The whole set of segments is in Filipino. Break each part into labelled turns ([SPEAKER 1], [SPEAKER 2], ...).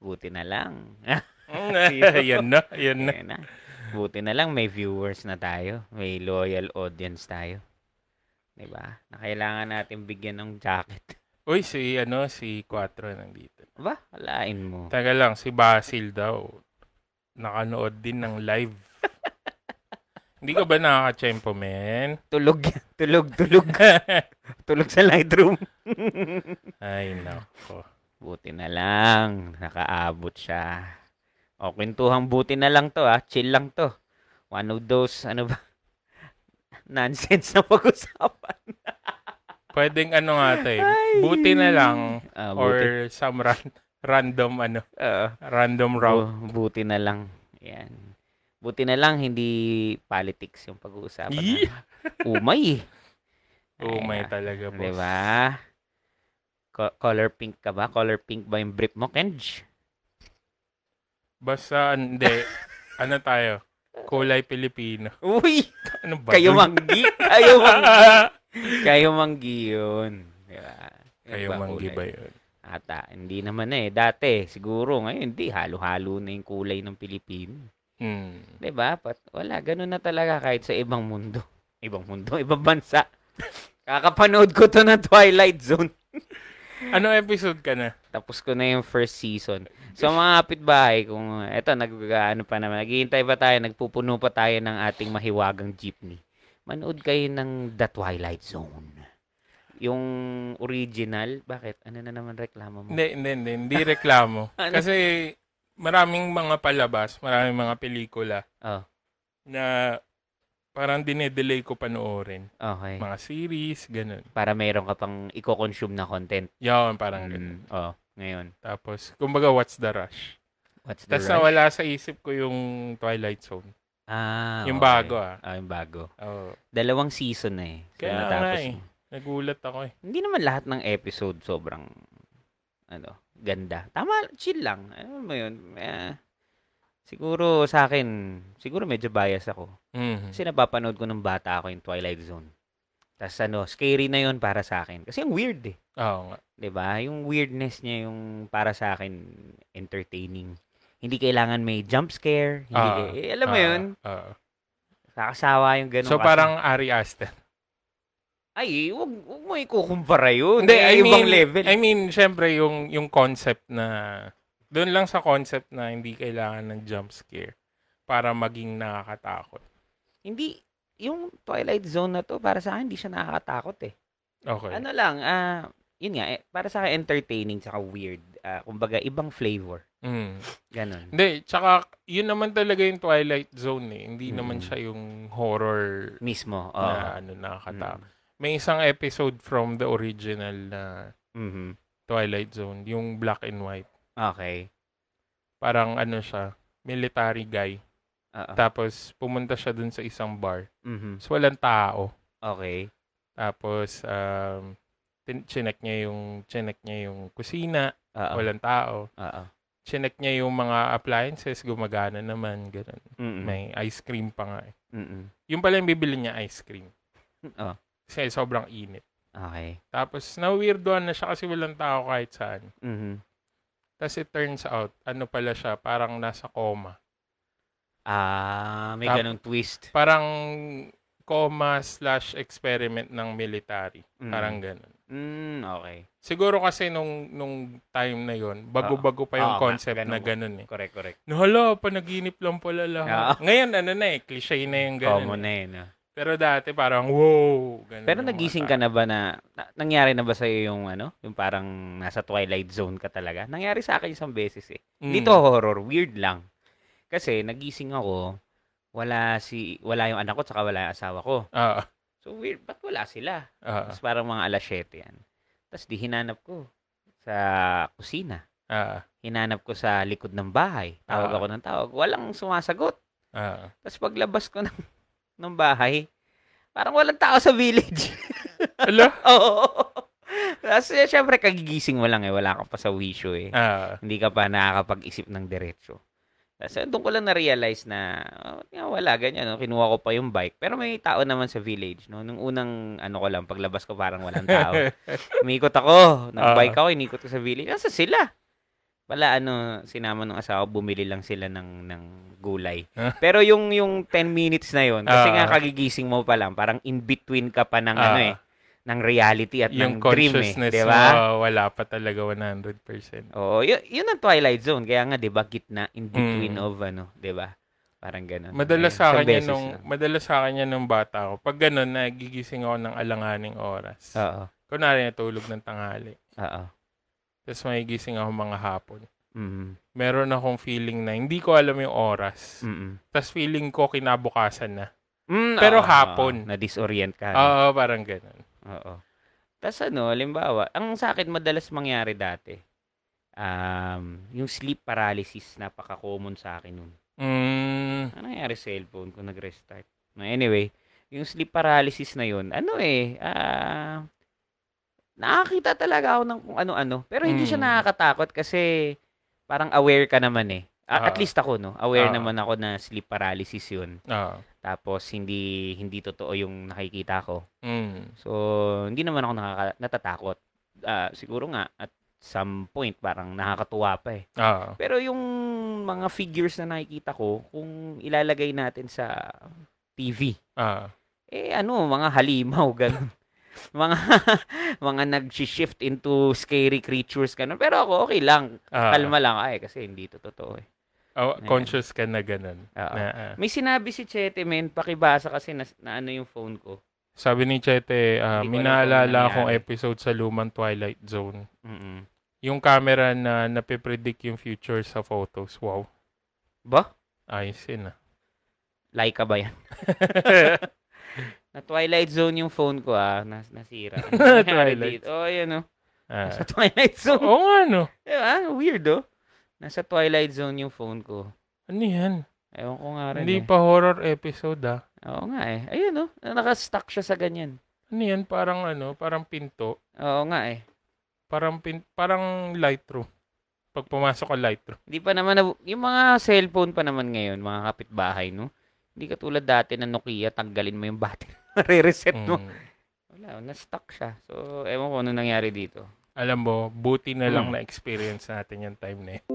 [SPEAKER 1] Buti na lang.
[SPEAKER 2] yan na, yan na.
[SPEAKER 1] Ayan na. Buti na lang may viewers na tayo. May loyal audience tayo. 'Di ba? Na kailangan natin bigyan ng jacket.
[SPEAKER 2] Uy, si ano, si 4 nandito.
[SPEAKER 1] Ba? Alain mo.
[SPEAKER 2] Taga lang, si Basil daw. Nakanood din ng live. Hindi ka ba nakakachempo, men?
[SPEAKER 1] Tulog. yan. Tulog, tulog. tulog sa Lightroom.
[SPEAKER 2] Ay, nako.
[SPEAKER 1] Buti na lang. Nakaabot siya. O, kwentuhang buti na lang to ah. Chill lang to. One of those, ano ba? Nonsense na pag-usapan.
[SPEAKER 2] Pwedeng ano nga tayo.
[SPEAKER 1] Ay.
[SPEAKER 2] Buti na lang
[SPEAKER 1] Ah, buti,
[SPEAKER 2] or some ran- random ano,
[SPEAKER 1] ah.
[SPEAKER 2] random route.
[SPEAKER 1] Bu- buti na lang. Yan. Buti na lang hindi politics yung pag-uusapan.
[SPEAKER 2] Yee!
[SPEAKER 1] natin. Umay.
[SPEAKER 2] Oh, may
[SPEAKER 1] Ayan.
[SPEAKER 2] talaga po.
[SPEAKER 1] Di ba? Co- color pink ka ba? Color pink ba yung brief mo, Kenj?
[SPEAKER 2] Basta hindi ano tayo? Kulay Pilipino.
[SPEAKER 1] Uy!
[SPEAKER 2] Ano ba?
[SPEAKER 1] Kayo
[SPEAKER 2] yun?
[SPEAKER 1] manggi! Kayo manggi! kayo manggi yun. Di ba? Yun
[SPEAKER 2] Kayo manggi
[SPEAKER 1] kulay?
[SPEAKER 2] ba yun?
[SPEAKER 1] Ata, hindi naman eh. Dati, siguro. Ngayon, hindi. Halo-halo na yung kulay ng Pilipino.
[SPEAKER 2] Hmm.
[SPEAKER 1] 'Di ba? Pat wala ganun na talaga kahit sa ibang mundo. Ibang mundo, ibang bansa. Kakapanood ko to ng Twilight Zone.
[SPEAKER 2] Ano episode ka na?
[SPEAKER 1] Tapos ko na yung first season. So mga kapitbahay, kung uh, eto nag ano pa naman, naghihintay pa tayo, nagpupuno pa tayo ng ating mahiwagang jeepney. Manood kayo ng The Twilight Zone. Yung original, bakit? Ano na naman reklamo mo?
[SPEAKER 2] Hindi, hindi, hindi. Hindi reklamo.
[SPEAKER 1] Ano?
[SPEAKER 2] Kasi maraming mga palabas, maraming mga pelikula
[SPEAKER 1] Oh,
[SPEAKER 2] na parang dinedelay ko panoorin.
[SPEAKER 1] okay.
[SPEAKER 2] Mga series, ganun.
[SPEAKER 1] Para meron ka pang i-consume na content.
[SPEAKER 2] Yun, parang ganun.
[SPEAKER 1] Mm, oh, ngayon.
[SPEAKER 2] Tapos, kumbaga, what's the rush?
[SPEAKER 1] What's the
[SPEAKER 2] Tapos
[SPEAKER 1] rush?
[SPEAKER 2] nawala sa isip ko yung Twilight Zone.
[SPEAKER 1] Ah,
[SPEAKER 2] yung
[SPEAKER 1] okay.
[SPEAKER 2] bago ah.
[SPEAKER 1] Ah, yung bago.
[SPEAKER 2] Oo.
[SPEAKER 1] Dalawang season na eh. So,
[SPEAKER 2] Kaya nga
[SPEAKER 1] natapos
[SPEAKER 2] eh.
[SPEAKER 1] mo.
[SPEAKER 2] Nagulat ako eh.
[SPEAKER 1] Hindi naman lahat ng episode sobrang ano, ganda. Tama, chill lang. Ano mo yun? Eh, siguro sa akin, siguro medyo bias ako.
[SPEAKER 2] Mhm.
[SPEAKER 1] Kasi napapanood ko ng bata ako yung Twilight Zone. Tapos ano, scary na yun para sa akin. Kasi ang weird eh.
[SPEAKER 2] Oo nga.
[SPEAKER 1] 'Di ba Yung weirdness niya yung para sa akin entertaining. Hindi kailangan may jump scare. Hindi
[SPEAKER 2] Ah,
[SPEAKER 1] kay- eh, alam mo
[SPEAKER 2] ah,
[SPEAKER 1] yun?
[SPEAKER 2] ah.
[SPEAKER 1] Kakasawa yung ganun.
[SPEAKER 2] so
[SPEAKER 1] kasi.
[SPEAKER 2] parang Ari Aster.
[SPEAKER 1] Ay, wag, wag mo ikukumpara yun.
[SPEAKER 2] Hindi,
[SPEAKER 1] Eh,
[SPEAKER 2] I
[SPEAKER 1] ibang
[SPEAKER 2] mean-
[SPEAKER 1] level.
[SPEAKER 2] I mean, syempre yung yung concept na doon lang sa concept na hindi kailangan ng jump scare para maging nakakatakot.
[SPEAKER 1] hindi, yung Twilight Zone na to, para sa akin, hindi siya nakakatakot eh.
[SPEAKER 2] Okay.
[SPEAKER 1] Ano lang, ah, yun nga, eh, para sa akin, entertaining, saka weird. Ah, kumbaga, ibang flavor.
[SPEAKER 2] Mm.
[SPEAKER 1] Ganon.
[SPEAKER 2] Hindi, tsaka yun naman talaga yung Twilight Zone eh. Hindi
[SPEAKER 1] Mm.
[SPEAKER 2] naman siya yung horror
[SPEAKER 1] Mismo. Mm-hmm. Oh.
[SPEAKER 2] na ano
[SPEAKER 1] Hmm.
[SPEAKER 2] nakakatakot. May isang episode from the original na
[SPEAKER 1] Mm-hmm.
[SPEAKER 2] Twilight Zone, yung black and white.
[SPEAKER 1] Okay.
[SPEAKER 2] Parang ano siya, military guy.
[SPEAKER 1] Oo.
[SPEAKER 2] Tapos pumunta siya dun sa isang bar.
[SPEAKER 1] Mhm.
[SPEAKER 2] Tapos walang tao.
[SPEAKER 1] Okay.
[SPEAKER 2] Tapos um tin- chinek niya yung chinek niya yung kusina,
[SPEAKER 1] Oo.
[SPEAKER 2] walang tao.
[SPEAKER 1] Oo.
[SPEAKER 2] Chinek niya yung mga appliances, gumagana naman, ganun.
[SPEAKER 1] Mm-mm.
[SPEAKER 2] May ice cream pa nga. eh.
[SPEAKER 1] Mm-mm.
[SPEAKER 2] Yung pala yung bibili niya ice cream.
[SPEAKER 1] Oh.
[SPEAKER 2] Kasi sobrang init.
[SPEAKER 1] Okay.
[SPEAKER 2] Tapos na-weirdoan na siya kasi walang tao kahit saan.
[SPEAKER 1] Mm-hmm.
[SPEAKER 2] Tapos it turns out, ano pala siya, parang nasa coma.
[SPEAKER 1] Ah, may
[SPEAKER 2] Tap-
[SPEAKER 1] ganong twist.
[SPEAKER 2] Parang coma slash experiment ng military.
[SPEAKER 1] Mm.
[SPEAKER 2] Parang ganun.
[SPEAKER 1] Mm, okay.
[SPEAKER 2] Siguro kasi nung nung time na yon bago-bago pa
[SPEAKER 1] Oo
[SPEAKER 2] yung
[SPEAKER 1] nga,
[SPEAKER 2] concept
[SPEAKER 1] Ah, ganun
[SPEAKER 2] na
[SPEAKER 1] ba?
[SPEAKER 2] ganun eh.
[SPEAKER 1] Correct, correct.
[SPEAKER 2] Nahala, panaginip lang pala lahat. Ngayon, ano na eh, cliche na yung ganun.
[SPEAKER 1] Ah. Common
[SPEAKER 2] eh.
[SPEAKER 1] na yun. ah.
[SPEAKER 2] Pero dati parang, wow! Ganun
[SPEAKER 1] Pero
[SPEAKER 2] Mm, yung mga
[SPEAKER 1] nagising
[SPEAKER 2] tao.
[SPEAKER 1] ka na ba na, na- nangyari na ba sa'yo yung ano, yung parang nasa twilight zone ka talaga? Nangyari sa akin isang beses eh.
[SPEAKER 2] Mm.
[SPEAKER 1] Dito horror, weird lang. Kasi nagising ako, wala si wala yung anak ko tsaka wala yung asawa ko.
[SPEAKER 2] Ah,
[SPEAKER 1] So weird, ba't wala sila?
[SPEAKER 2] ah,
[SPEAKER 1] Tapos parang mga alas 7 yan. Tapos di hinanap ko sa kusina.
[SPEAKER 2] ah,
[SPEAKER 1] Hinanap ko sa likod ng bahay. Tawag
[SPEAKER 2] Ah.
[SPEAKER 1] ako ng tawag. Walang sumasagot.
[SPEAKER 2] ah.
[SPEAKER 1] Tapos paglabas ko ng, ng bahay, parang walang tao sa village.
[SPEAKER 2] Ala?
[SPEAKER 1] Oo. Tapos eh, syempre, kagigising mo lang eh. Wala ka pa sa wisyo eh.
[SPEAKER 2] Ah,
[SPEAKER 1] Hindi ka pa nakakapag-isip ng diretso. Tapos eh, doon ko lang na-realize na, oh, nga, wala, ganyan. No? Kinuha ko pa yung bike. Pero may tao naman sa village. No? Nung unang, ano ko lang, paglabas ko parang walang tao. Umiikot ako. Nang
[SPEAKER 2] Ah.
[SPEAKER 1] bike ako, inikot ko sa village. Nasa sila? Pala ano, sinama nung asawa, bumili lang sila ng ng gulay. Pero yung yung 10 minutes na yon kasi
[SPEAKER 2] Ah.
[SPEAKER 1] nga kagigising mo pa lang, parang in between ka pa ng
[SPEAKER 2] Ah.
[SPEAKER 1] ano eh, ng reality at
[SPEAKER 2] Yung
[SPEAKER 1] ng dream eh,
[SPEAKER 2] consciousness
[SPEAKER 1] 'di ba?
[SPEAKER 2] mo, wala pa talaga 100%.
[SPEAKER 1] Oo, yun, yun ang Twilight Zone. Kaya nga, di ba, gitna, in between
[SPEAKER 2] Mm.
[SPEAKER 1] of ano, di ba? Parang ganun. Ano, Ayun,
[SPEAKER 2] Madalas sa
[SPEAKER 1] isang
[SPEAKER 2] akin yan
[SPEAKER 1] beses
[SPEAKER 2] nung,
[SPEAKER 1] lang.
[SPEAKER 2] madalas sa akin yan nung bata ako. Pag ganun, nagigising ako ng alanganing oras.
[SPEAKER 1] Oo,
[SPEAKER 2] Kunwari, natulog ng tanghali.
[SPEAKER 1] oo.
[SPEAKER 2] Tapos magigising ako mga hapon.
[SPEAKER 1] Mm,
[SPEAKER 2] Meron akong feeling na hindi ko alam yung oras.
[SPEAKER 1] mm, mm.
[SPEAKER 2] Tapos feeling ko kinabukasan na.
[SPEAKER 1] Mm,
[SPEAKER 2] Pero
[SPEAKER 1] oo,
[SPEAKER 2] hapon. Ah.
[SPEAKER 1] oo, Na-disorient ka. no?
[SPEAKER 2] Oo, parang ganun.
[SPEAKER 1] Oo. Tapos ano, halimbawa, ang sa akin madalas mangyari dati, um, yung sleep paralysis, napaka-common sa akin nun.
[SPEAKER 2] Mm,
[SPEAKER 1] Ano nangyari sa cellphone ko nag-restart? No, anyway, yung sleep paralysis na yun, ano eh, ah, nakakita talaga ako ng kung ano-ano. Pero hindi siya
[SPEAKER 2] Mm.
[SPEAKER 1] nakakatakot kasi parang aware ka naman eh. A- at
[SPEAKER 2] Ah.
[SPEAKER 1] least ako, no? Aware
[SPEAKER 2] Ah.
[SPEAKER 1] naman ako na sleep paralysis yun.
[SPEAKER 2] oo.
[SPEAKER 1] Tapos, hindi hindi totoo yung nakikita ko.
[SPEAKER 2] Mm,
[SPEAKER 1] So, hindi naman ako nakaka- natatakot. Ah, siguro nga, at some point, parang nakakatuwa pa eh.
[SPEAKER 2] oo.
[SPEAKER 1] Pero yung mga figures na nakikita ko, kung ilalagay natin sa TV,
[SPEAKER 2] oo.
[SPEAKER 1] eh ano, mga halimaw, ganun. mga mga nag-shift into scary creatures, ganun. Pero ako, okay lang.
[SPEAKER 2] Ah,
[SPEAKER 1] Kalma lang. Ay, kasi hindi to totoo eh.
[SPEAKER 2] oh, conscious ka na ganun.
[SPEAKER 1] Oo.
[SPEAKER 2] Na, ah.
[SPEAKER 1] May sinabi si Chete, men. Pakibasa kasi na, na ano yung phone ko.
[SPEAKER 2] Sabi ni
[SPEAKER 1] Hindi
[SPEAKER 2] Chete, ah,
[SPEAKER 1] ko alam kung
[SPEAKER 2] minaalala
[SPEAKER 1] nangyari.
[SPEAKER 2] akong episode sa lumang Twilight Zone.
[SPEAKER 1] Mm-mm.
[SPEAKER 2] Yung camera na napipredict yung future sa photos. Wow.
[SPEAKER 1] Ba?
[SPEAKER 2] Ayos yun ah.
[SPEAKER 1] Laika ba yan? Na Twilight Zone yung phone ko ah. Nas nasira.
[SPEAKER 2] Twilight.
[SPEAKER 1] Twilight. Oh, yun oh.
[SPEAKER 2] Ah.
[SPEAKER 1] Nasa Twilight Zone.
[SPEAKER 2] Oo nga no.
[SPEAKER 1] Diba? Weird, oh. Nasa Twilight Zone yung phone ko.
[SPEAKER 2] Ano yan?
[SPEAKER 1] Ewan ko nga rin.
[SPEAKER 2] Hindi
[SPEAKER 1] eh.
[SPEAKER 2] pa horror episode ah.
[SPEAKER 1] Oo nga eh. Ayun, oh. Nakastuck siya sa ganyan.
[SPEAKER 2] Ano yan? Parang ano? Parang pinto.
[SPEAKER 1] Oo nga eh.
[SPEAKER 2] Parang, pin- parang Lightroom. Pag pumasok ka Lightroom.
[SPEAKER 1] Hindi pa naman, nabu- yung mga cellphone pa naman ngayon, mga kapitbahay, no? Hindi ka tulad dati na Nokia, tanggalin mo yung battery. Re-reset mo.
[SPEAKER 2] Mm.
[SPEAKER 1] Wala, na-stuck siya. So, ewan ko ano nangyari dito.
[SPEAKER 2] Alam mo, buti na lang
[SPEAKER 1] Mm.
[SPEAKER 2] na-experience natin yung time na yun.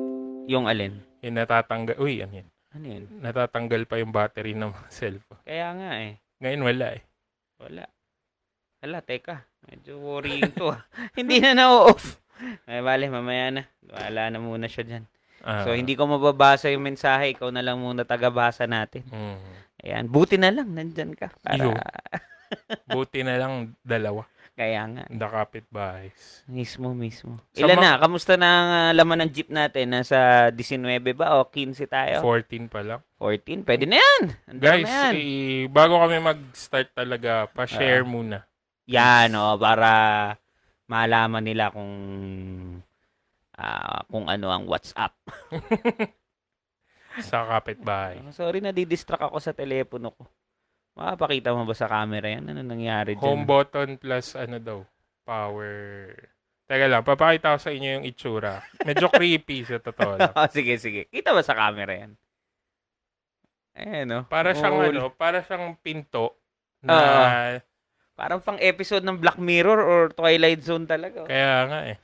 [SPEAKER 1] Yung alin.
[SPEAKER 2] Yung natatanggal, uy, ano yan?
[SPEAKER 1] Ano yun?
[SPEAKER 2] Natatanggal pa yung battery ng mga cellphone.
[SPEAKER 1] Kaya nga eh.
[SPEAKER 2] Ngayon wala eh.
[SPEAKER 1] Wala. Wala, teka. Medyo worrying to. ah. Hindi na na-off. Ay, bale, mamaya na. Wala na muna siya dyan.
[SPEAKER 2] Ah.
[SPEAKER 1] So, hindi ko mababasa yung mensahe. Ikaw na lang muna tagabasa natin.
[SPEAKER 2] Mm.
[SPEAKER 1] Ayan. Buti na lang. Nandyan ka. Para...
[SPEAKER 2] Iyo. Buti na lang dalawa.
[SPEAKER 1] Kaya nga.
[SPEAKER 2] Nakapit bahays.
[SPEAKER 1] Mismo, mismo.
[SPEAKER 2] Sa
[SPEAKER 1] Ilan
[SPEAKER 2] mga-
[SPEAKER 1] na? Kamusta na ang ah, laman ng jeep natin? Nasa 19 ba? O 15 tayo?
[SPEAKER 2] 14 pa lang.
[SPEAKER 1] 14? Pwede na yan! Andyan
[SPEAKER 2] Guys,
[SPEAKER 1] na yan!
[SPEAKER 2] eh, bago kami mag-start talaga, pa-share
[SPEAKER 1] Ah.
[SPEAKER 2] muna.
[SPEAKER 1] Yan, o. Para malaman nila kung ah, kung ano ang WhatsApp.
[SPEAKER 2] sa kapitbahay.
[SPEAKER 1] Oh, Sorry, nadidistract ako sa telepono ko. Makapakita mo ba sa camera yan? Ano nangyari dyan?
[SPEAKER 2] Home button plus ano daw, power. Teka lang, papakita ko sa inyo yung itsura. Medyo creepy sa totoo lang.
[SPEAKER 1] Ah, sige, sige. Kita ba sa camera yan? Ayan, no?
[SPEAKER 2] Para siyang
[SPEAKER 1] Oh,
[SPEAKER 2] ano, para siyang pinto
[SPEAKER 1] Ah.
[SPEAKER 2] na
[SPEAKER 1] Parang pang episode ng Black Mirror or Twilight Zone talaga. oh.
[SPEAKER 2] kaya nga eh.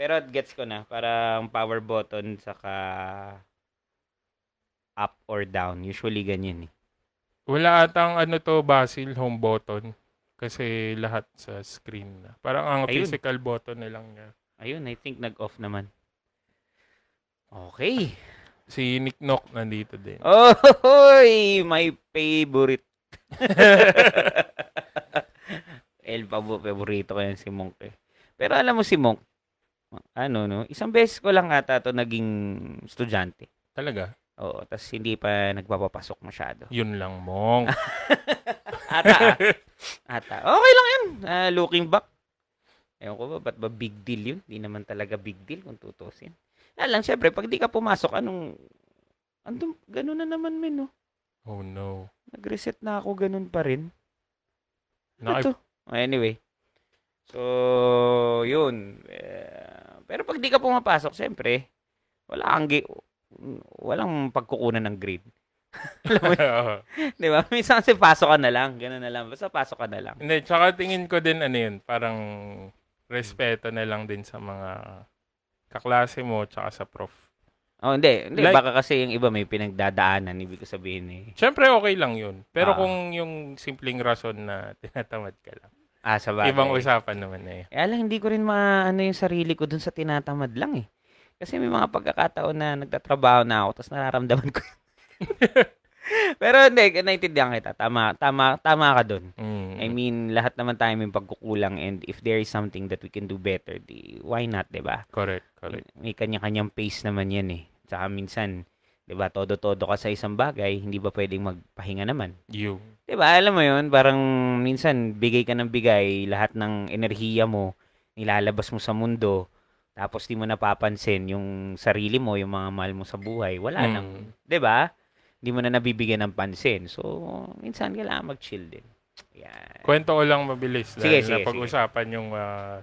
[SPEAKER 1] Pero gets ko na. Parang power button saka up or down. Usually ganyan eh.
[SPEAKER 2] Wala atang ano to, Basil, home button. Kasi lahat sa screen na. Parang ang
[SPEAKER 1] Ayun.
[SPEAKER 2] physical button na lang niya.
[SPEAKER 1] Ayun, I think nag-off naman. Okay.
[SPEAKER 2] Si Nick Nock nandito din.
[SPEAKER 1] Oh, my favorite. El pabo favorito ko yan si Monk eh. Pero alam mo si Monk, ano no, isang beses ko lang ata to naging estudyante.
[SPEAKER 2] Talaga,
[SPEAKER 1] Oo, tapos hindi pa nagpapapasok masyado.
[SPEAKER 2] yun lang mong.
[SPEAKER 1] Ata, ah. ata. Okay lang yan. Ah, looking back. Ewan ko ba, ba't ba big deal yun? Di naman talaga big deal kung tutusin. Alam, syempre, pag di ka pumasok, anong... Andun, ganun na naman, men, no?
[SPEAKER 2] Oh no.
[SPEAKER 1] Nag-reset na ako, ganun pa rin. Ano
[SPEAKER 2] Naka-
[SPEAKER 1] to? Oh, anyway. So, yun. Eh, pero pag di ka pumapasok, syempre, wala kang gi- walang pagkukunan ng grade. Di ba? Minsan kasi pasok ka na lang. Ganun na lang. Basta pasok ka na lang.
[SPEAKER 2] Hindi, tsaka tingin ko din ano yun, parang respeto na lang din sa mga kaklase mo tsaka sa prof.
[SPEAKER 1] Oh, hindi. hindi
[SPEAKER 2] Like-
[SPEAKER 1] baka kasi yung iba may pinagdadaanan, ibig ko sabihin eh.
[SPEAKER 2] Siyempre, okay lang yun. Pero
[SPEAKER 1] Ah.
[SPEAKER 2] kung yung simpleng rason na tinatamad ka lang.
[SPEAKER 1] Ah, sa bagay.
[SPEAKER 2] Ibang usapan naman na yun.
[SPEAKER 1] Eh, alam, hindi ko rin maano yung sarili ko dun sa tinatamad lang eh. Kasi may mga pagkakataon na nagtatrabaho na ako, tapos nararamdaman ko. Pero hindi, naintindihan kita. Tama, tama, tama ka dun.
[SPEAKER 2] Mm.
[SPEAKER 1] I mean, lahat naman tayo may pagkukulang and if there is something that we can do better, di, why not, di ba?
[SPEAKER 2] correct, correct.
[SPEAKER 1] May kanya-kanyang pace naman yan eh. Tsaka minsan, di ba, todo-todo ka sa isang bagay, hindi ba pwedeng magpahinga naman?
[SPEAKER 2] You.
[SPEAKER 1] Di ba, alam mo yun, parang minsan, bigay ka ng bigay, lahat ng enerhiya mo, nilalabas mo sa mundo, tapos di mo napapansin yung sarili mo, yung mga mahal mo sa buhay, wala
[SPEAKER 2] Mm.
[SPEAKER 1] nang, di ba? Hindi mo na nabibigyan ng pansin. So, minsan kailangan mag-chill din. Yan.
[SPEAKER 2] Kwento ko lang mabilis.
[SPEAKER 1] Sige,
[SPEAKER 2] Dahil
[SPEAKER 1] sige, sige.
[SPEAKER 2] napag-usapan yung ah,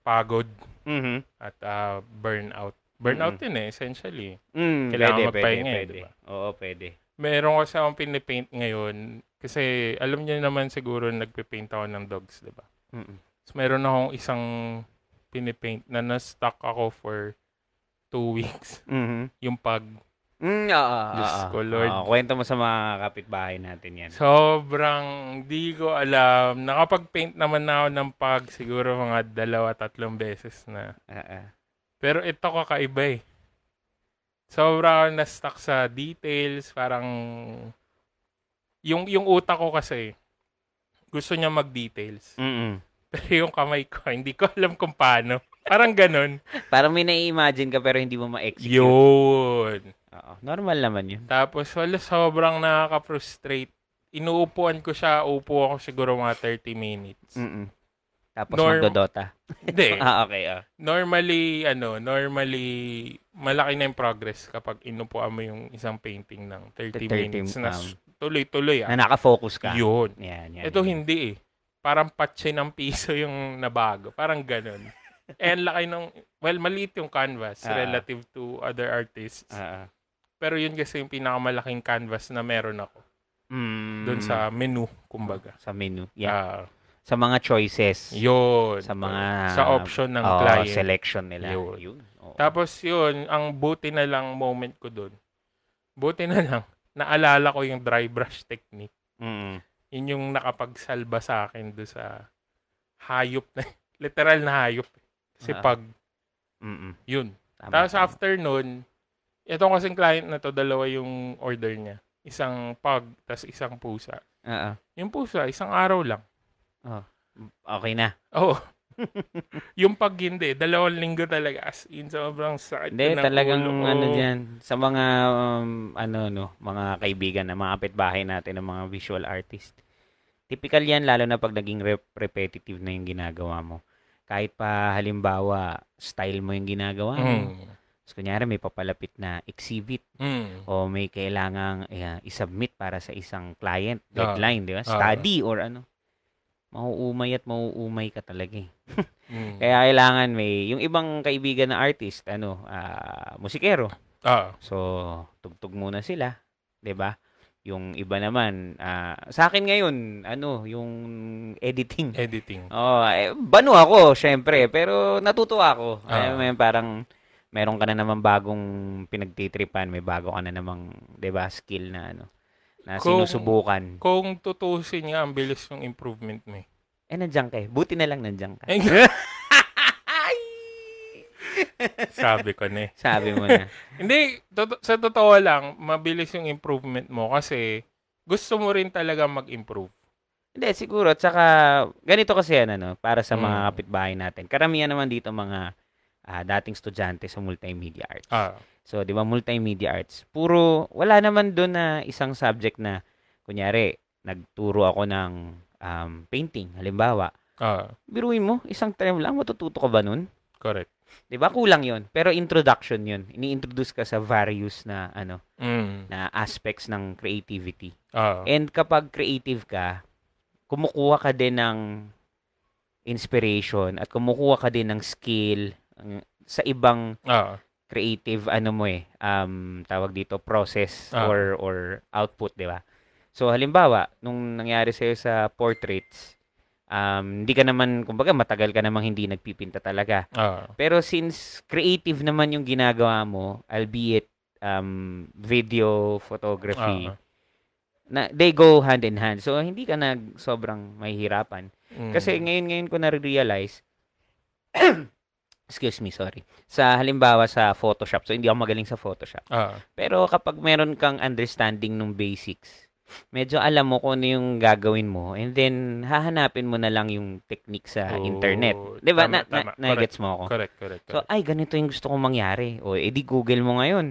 [SPEAKER 2] pagod
[SPEAKER 1] Mhm.
[SPEAKER 2] at ah, burnout. Burnout din eh, essentially.
[SPEAKER 1] Mm,
[SPEAKER 2] Kailangan
[SPEAKER 1] pwede,
[SPEAKER 2] magpahinga eh,
[SPEAKER 1] pwede, pwede.
[SPEAKER 2] diba?
[SPEAKER 1] Oo, pwede.
[SPEAKER 2] Meron kasi akong pinipaint ngayon. Kasi alam niyo naman siguro nagpipaint ako ng dogs, di ba?
[SPEAKER 1] Mm-mm.
[SPEAKER 2] So, meron akong isang pinipaint na na-stuck ako for two weeks.
[SPEAKER 1] Mhm.
[SPEAKER 2] Yung pag
[SPEAKER 1] Mm, oo, oo,
[SPEAKER 2] Diyos
[SPEAKER 1] oo.
[SPEAKER 2] ko, Lord.
[SPEAKER 1] Oo, ah. kwento mo sa mga kapitbahay natin yan.
[SPEAKER 2] sobrang di ko alam. Nakapag-paint naman na ako ng pag siguro mga dalawa, tatlong beses na.
[SPEAKER 1] Ah, ah.
[SPEAKER 2] Pero ito kakaiba eh. Sobra ako na-stuck sa details. Parang yung, yung utak ko kasi gusto niya mag-details.
[SPEAKER 1] Mm-mm.
[SPEAKER 2] Pero yung kamay ko, hindi ko alam kung paano. Parang ganun.
[SPEAKER 1] Parang may nai-imagine ka pero hindi mo ma-execute.
[SPEAKER 2] Yun.
[SPEAKER 1] Oo, normal naman yun.
[SPEAKER 2] Tapos, wala, sobrang nakaka-frustrate. Inuupuan ko siya, upo ako siguro mga 30 minutes.
[SPEAKER 1] Mm-mm. Tapos
[SPEAKER 2] Norm- Eh.
[SPEAKER 1] magdodota.
[SPEAKER 2] Hindi.
[SPEAKER 1] Hmm. Ah, okay. ah.
[SPEAKER 2] Normally, ano, normally, malaki na yung progress kapag inupuan mo yung isang painting ng
[SPEAKER 1] 30
[SPEAKER 2] 30, minutes na
[SPEAKER 1] um,
[SPEAKER 2] tuloy-tuloy. Ah.
[SPEAKER 1] Na nakafocus ka.
[SPEAKER 2] Yun.
[SPEAKER 1] Yan, yan.
[SPEAKER 2] Ito
[SPEAKER 1] yan.
[SPEAKER 2] hindi eh. Parang patse ng piso yung nabago. Parang ganun. And laki nung, well, maliit yung canvas
[SPEAKER 1] Ah.
[SPEAKER 2] relative to other artists.
[SPEAKER 1] Ah, ah.
[SPEAKER 2] Pero yun kasi yung pinakamalaking canvas na meron ako.
[SPEAKER 1] Mm.
[SPEAKER 2] Doon sa menu, kumbaga.
[SPEAKER 1] sa
[SPEAKER 2] Ah.
[SPEAKER 1] menu. Yeah.
[SPEAKER 2] Yeah.
[SPEAKER 1] sa mga choices.
[SPEAKER 2] yun.
[SPEAKER 1] Sa mga- oh,
[SPEAKER 2] Sa option ng
[SPEAKER 1] Oo,
[SPEAKER 2] client.
[SPEAKER 1] selection nila.
[SPEAKER 2] Yun.
[SPEAKER 1] Yun. Oo.
[SPEAKER 2] Tapos yun, ang buti na lang moment ko doon. Buti na lang, naalala ko yung dry brush technique.
[SPEAKER 1] Mm-mm.
[SPEAKER 2] Yun yung nakapagsalba sa akin doon sa hayop na, literal na hayop. Kasi
[SPEAKER 1] Ah.
[SPEAKER 2] pag,
[SPEAKER 1] Mm-mm.
[SPEAKER 2] yun.
[SPEAKER 1] Tama,
[SPEAKER 2] Tapos
[SPEAKER 1] tama.
[SPEAKER 2] after nun, itong kasing client na to, dalawa yung order niya. Isang pug, tas isang pusa.
[SPEAKER 1] Ah, ah.
[SPEAKER 2] Yung pusa, isang araw lang.
[SPEAKER 1] Okay na.
[SPEAKER 2] Oo. yung pag hindi, dalawang linggo talaga. As in, sobrang sakit
[SPEAKER 1] Hindi,
[SPEAKER 2] ng
[SPEAKER 1] talagang
[SPEAKER 2] ulo ko.
[SPEAKER 1] ano dyan, sa mga, um, ano, no, mga kaibigan na mga kapitbahay natin ng mga visual artist. Typical yan, lalo na pag naging rep- repetitive na yung ginagawa mo. Kahit pa halimbawa, style mo yung ginagawa mo.
[SPEAKER 2] Mm.
[SPEAKER 1] Tapos kunyari, may papalapit na exhibit
[SPEAKER 2] Mm.
[SPEAKER 1] o may kailangang eh, isubmit para sa isang client
[SPEAKER 2] Ah.
[SPEAKER 1] deadline, di ba?
[SPEAKER 2] Ah.
[SPEAKER 1] Study or ano. Mauumay at mauumay ka talaga eh.
[SPEAKER 2] Mm.
[SPEAKER 1] Kaya kailangan may, yung ibang kaibigan na artist, ano, ah, musikero.
[SPEAKER 2] Ah,
[SPEAKER 1] So, tugtog muna sila, 'di ba? Yung iba naman, ah, sa akin ngayon, ano, yung editing.
[SPEAKER 2] editing.
[SPEAKER 1] Oh, eh, banu ako, syempre, pero natutuwa ako.
[SPEAKER 2] Ah.
[SPEAKER 1] Alam mo yun, parang meron ka na naman bagong pinagtitripan, may bago ka na namang, 'di ba, skill na ano na
[SPEAKER 2] Kung-
[SPEAKER 1] sinusubukan.
[SPEAKER 2] Kung tutusin nga, ang bilis ng improvement mo eh.
[SPEAKER 1] Eh, nandiyan ka eh. Buti na lang nandiyan ka.
[SPEAKER 2] Ay, Sabi ko na eh.
[SPEAKER 1] Sabi mo na.
[SPEAKER 2] Hindi, toto- sa totoo lang, mabilis yung improvement mo kasi gusto mo rin talaga mag-improve.
[SPEAKER 1] Hindi, siguro. At saka, ganito kasi yan, ano, para sa mga
[SPEAKER 2] Mm.
[SPEAKER 1] kapitbahay natin. Karamihan naman dito mga ah, dating estudyante sa multimedia arts.
[SPEAKER 2] Ah,
[SPEAKER 1] So, di ba, multimedia arts. Puro, wala naman doon na isang subject na, kunyari, nagturo ako ng um, painting, halimbawa.
[SPEAKER 2] ah,
[SPEAKER 1] Biruin mo, isang term lang, matututo ka ba nun?
[SPEAKER 2] correct.
[SPEAKER 1] Di ba, kulang yon Pero introduction yon Ini-introduce ka sa various na, ano,
[SPEAKER 2] Mm.
[SPEAKER 1] na aspects ng creativity.
[SPEAKER 2] Ah,
[SPEAKER 1] And kapag creative ka, kumukuha ka din ng inspiration at kumukuha ka din ng skill ang- sa ibang
[SPEAKER 2] ah,
[SPEAKER 1] creative ano mo eh um tawag dito process
[SPEAKER 2] Ah.
[SPEAKER 1] or or output, 'di ba? So halimbawa, nung nangyari sa'yo sa portraits, um, hindi ka naman, kumbaga matagal ka namang hindi nagpipinta talaga.
[SPEAKER 2] Ah.
[SPEAKER 1] Pero since creative naman yung ginagawa mo, albeit um, video, photography,
[SPEAKER 2] Ah.
[SPEAKER 1] na, they go hand in hand. So, hindi ka nag sobrang mahihirapan.
[SPEAKER 2] Mm.
[SPEAKER 1] Kasi ngayon ngayon ko na-realize Excuse me, sorry. Sa halimbawa sa Photoshop. So hindi ako magaling sa Photoshop.
[SPEAKER 2] Ah.
[SPEAKER 1] Pero kapag meron kang understanding ng basics, medyo alam mo kung ano yung gagawin mo and then hahanapin mo na lang yung technique sa
[SPEAKER 2] Oo,
[SPEAKER 1] Ah, internet. 'Di ba?
[SPEAKER 2] Oh,
[SPEAKER 1] Na,
[SPEAKER 2] tama, tama.
[SPEAKER 1] na,
[SPEAKER 2] Correct.
[SPEAKER 1] na-gets mo ako.
[SPEAKER 2] Correct, correct.
[SPEAKER 1] So
[SPEAKER 2] correct.
[SPEAKER 1] ay ganito yung gusto kong mangyari. O edi Google mo ngayon.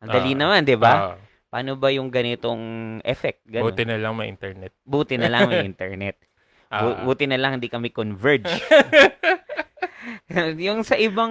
[SPEAKER 1] Ang dali
[SPEAKER 2] Ah,
[SPEAKER 1] naman, 'di ba?
[SPEAKER 2] Ah,
[SPEAKER 1] Paano ba yung ganitong effect? Ganun.
[SPEAKER 2] buti na lang may internet.
[SPEAKER 1] Buti na lang may internet. Bu-
[SPEAKER 2] Ah.
[SPEAKER 1] buti na lang hindi kami converge. yung sa ibang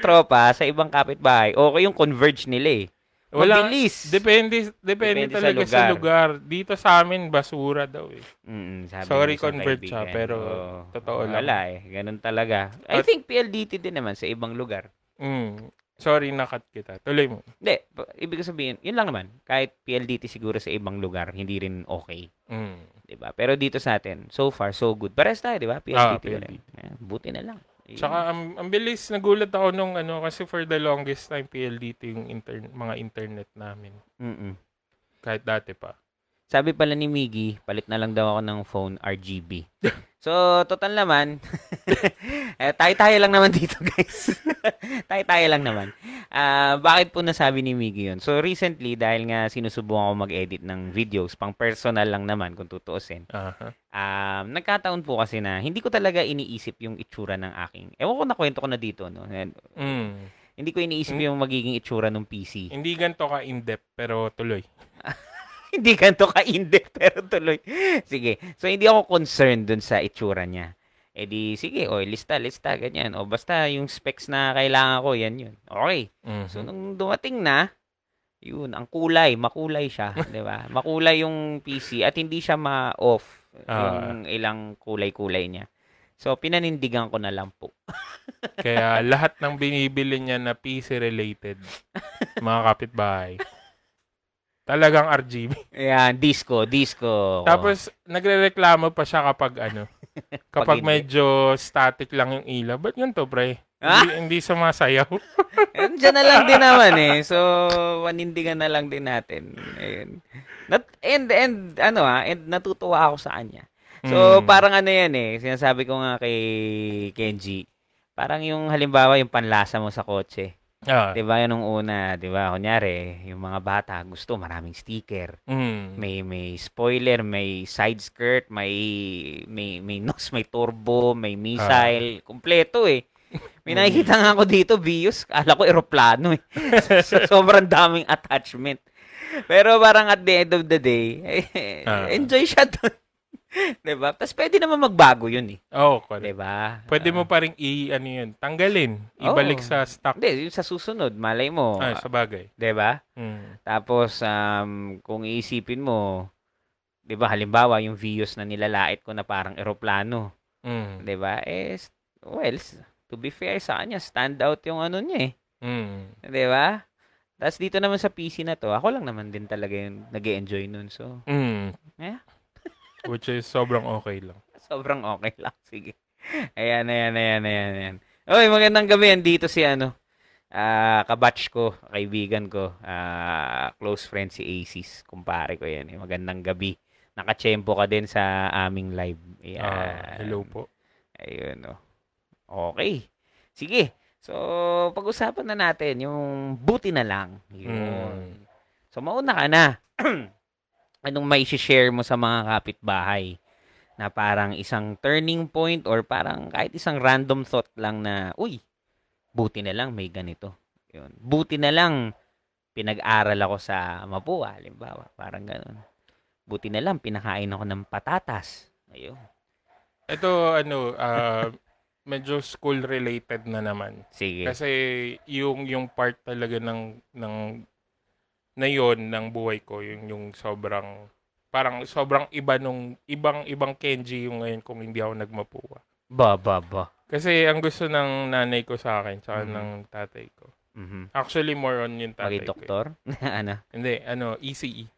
[SPEAKER 1] tropa, sa ibang kapitbahay, okay yung converge nila eh.
[SPEAKER 2] Wala,
[SPEAKER 1] Mabilis.
[SPEAKER 2] depende, depende,
[SPEAKER 1] Depende sa
[SPEAKER 2] talaga sa lugar.
[SPEAKER 1] lugar.
[SPEAKER 2] Dito sa amin, basura daw eh.
[SPEAKER 1] Mm, sabi
[SPEAKER 2] Sorry,
[SPEAKER 1] ng isang
[SPEAKER 2] converge ah,
[SPEAKER 1] kaibigan.
[SPEAKER 2] pero
[SPEAKER 1] Oo.
[SPEAKER 2] totoo lang.
[SPEAKER 1] Wala eh. Ganun talaga. I
[SPEAKER 2] At-
[SPEAKER 1] think PLDT din naman sa ibang lugar.
[SPEAKER 2] Mm. Sorry, nakat kita. Tuloy mo.
[SPEAKER 1] Hindi, pa- ibig sabihin, yun lang naman. Kahit PLDT siguro sa ibang lugar, hindi rin okay.
[SPEAKER 2] Mm.
[SPEAKER 1] 'di ba Pero dito sa atin, so far, so good. Pares tayo, di ba? PLDT,
[SPEAKER 2] Ah,
[SPEAKER 1] ulit. Eh, Buti na lang. Ayun.
[SPEAKER 2] Tsaka, ang, ang bilis, nagulat ako nung ano, kasi for the longest time, PLDT yung intern, mga internet namin.
[SPEAKER 1] Mm-mm.
[SPEAKER 2] Kahit dati pa.
[SPEAKER 1] Sabi pala ni Miggy, palit na lang daw ako ng phone RGB. So, total naman, eh, tayo-tayo lang naman dito, guys. tayo-tayo lang naman. Ah, bakit po nasabi ni Miggy yun? So, recently, dahil nga sinusubukan ko mag-edit ng videos, pang personal lang naman, kung tutuusin,
[SPEAKER 2] Aha.
[SPEAKER 1] Um, nagkataon po kasi na hindi ko talaga iniisip yung itsura ng aking... Ewan ko na kwento ko na dito, no? And
[SPEAKER 2] Mm.
[SPEAKER 1] Hindi ko iniisip yung magiging itsura ng PC.
[SPEAKER 2] Hindi ganito ka in-depth, pero tuloy.
[SPEAKER 1] hindi ganito ka-in-depth, pero tuloy. Sige. So, hindi ako concerned dun sa itsura niya. E di, sige, o, lista, lista, ganyan. O, basta yung specs na kailangan ko, yan yun. Okay.
[SPEAKER 2] Mhm.
[SPEAKER 1] So, nung dumating na, yun, ang kulay, makulay siya, di ba? Makulay yung PC at hindi siya ma-off
[SPEAKER 2] Ah.
[SPEAKER 1] yung ilang kulay-kulay niya. So, pinanindigan ko na lang po.
[SPEAKER 2] Kaya lahat ng binibili niya na PC-related, mga kapitbahay, talagang RGB.
[SPEAKER 1] Ayan, disco, disco.
[SPEAKER 2] Tapos, nagre-reklamo pa siya kapag ano, kapag
[SPEAKER 1] Pag hindi.
[SPEAKER 2] medyo static lang yung ilaw. Ba't ganito, pre? Hindi, hindi sumasayaw.
[SPEAKER 1] Andiyan na lang din naman eh. So, panindigan na lang din natin. Ayun. Nat and, and, ano ah, and natutuwa ako sa kanya. So,
[SPEAKER 2] Mm.
[SPEAKER 1] parang ano yan eh, sinasabi ko nga kay Kenji, parang yung halimbawa yung panlasa mo sa kotse.
[SPEAKER 2] Ah,
[SPEAKER 1] 'Di ba? Yun ang una, 'di ba? Kunyari, yung mga bata gusto maraming sticker.
[SPEAKER 2] mm.
[SPEAKER 1] May may spoiler, may side skirt, may may may nose, may turbo, may missile, kumpleto eh. May
[SPEAKER 2] Ah. Mm.
[SPEAKER 1] nakikita nga ako dito, Vius. Kala ko eroplano eh. So, sobrang daming attachment. Pero parang at the end of the day, eh,
[SPEAKER 2] Ah.
[SPEAKER 1] enjoy siya doon. 'Di ba? Tapos pwede naman magbago 'yun eh. 'Di
[SPEAKER 2] Oh, correct.
[SPEAKER 1] ba?
[SPEAKER 2] Pwede
[SPEAKER 1] Ah.
[SPEAKER 2] mo pa rin i, ano yun, tanggalin. Ibalik
[SPEAKER 1] Oh.
[SPEAKER 2] sa stock.
[SPEAKER 1] Hindi, yung sa susunod, malay mo. diba?
[SPEAKER 2] Ah, sa bagay.
[SPEAKER 1] 'Di ba?
[SPEAKER 2] Mm.
[SPEAKER 1] Tapos, um, kung iisipin mo, 'di ba halimbawa yung views na nilalait ko na parang eroplano,
[SPEAKER 2] Mm.
[SPEAKER 1] 'di ba? Eh s- well, s- to be fair sa kanya, stand out yung ano niya eh,
[SPEAKER 2] Mm.
[SPEAKER 1] 'di ba? Tapos dito naman sa PC na to, ako lang naman din talaga yung nag enjoy nun. So,
[SPEAKER 2] Mm.
[SPEAKER 1] Yeah.
[SPEAKER 2] Which is sobrang okay lang.
[SPEAKER 1] sobrang okay lang. Sige. Ayan, ayan, ayan, ayan, ayan. Oy, magandang gabi. Andito si ano, ah kabatch ko, kaibigan ko, ah close friend si Aces. Kumpare ko yan. Eh. Magandang gabi. Nakachempo ka din sa aming live. Ayan.
[SPEAKER 2] Ah, hello po.
[SPEAKER 1] Ayun, oh. Okay. Sige. So, pag-usapan na natin yung buti na lang. Yun.
[SPEAKER 2] Mm.
[SPEAKER 1] So, mauna ka na. Anong may share mo sa mga kapitbahay? Na parang isang turning point or parang kahit isang random thought lang na, uy, buti na lang may ganito. Yun. Buti na lang pinag-aral ako sa Mapua, halimbawa. Parang ganun. Buti na lang pinakain ako ng patatas. Ayun.
[SPEAKER 2] Ito, ano, ah, medyo school-related na naman.
[SPEAKER 1] Sige.
[SPEAKER 2] Kasi yung yung part talaga ng ng na yon ng buhay ko yung yung sobrang parang sobrang iba nung ibang ibang Kenji yung ngayon kung hindi ako nagmapuwa.
[SPEAKER 1] Ba, ba, ba.
[SPEAKER 2] Kasi ang gusto ng nanay ko sa akin tsaka
[SPEAKER 1] Mhm.
[SPEAKER 2] ng tatay ko.
[SPEAKER 1] Mhm.
[SPEAKER 2] Actually more on yung tatay
[SPEAKER 1] Maging
[SPEAKER 2] ko. eh.
[SPEAKER 1] doktor? ano?
[SPEAKER 2] Hindi, ano, ECE.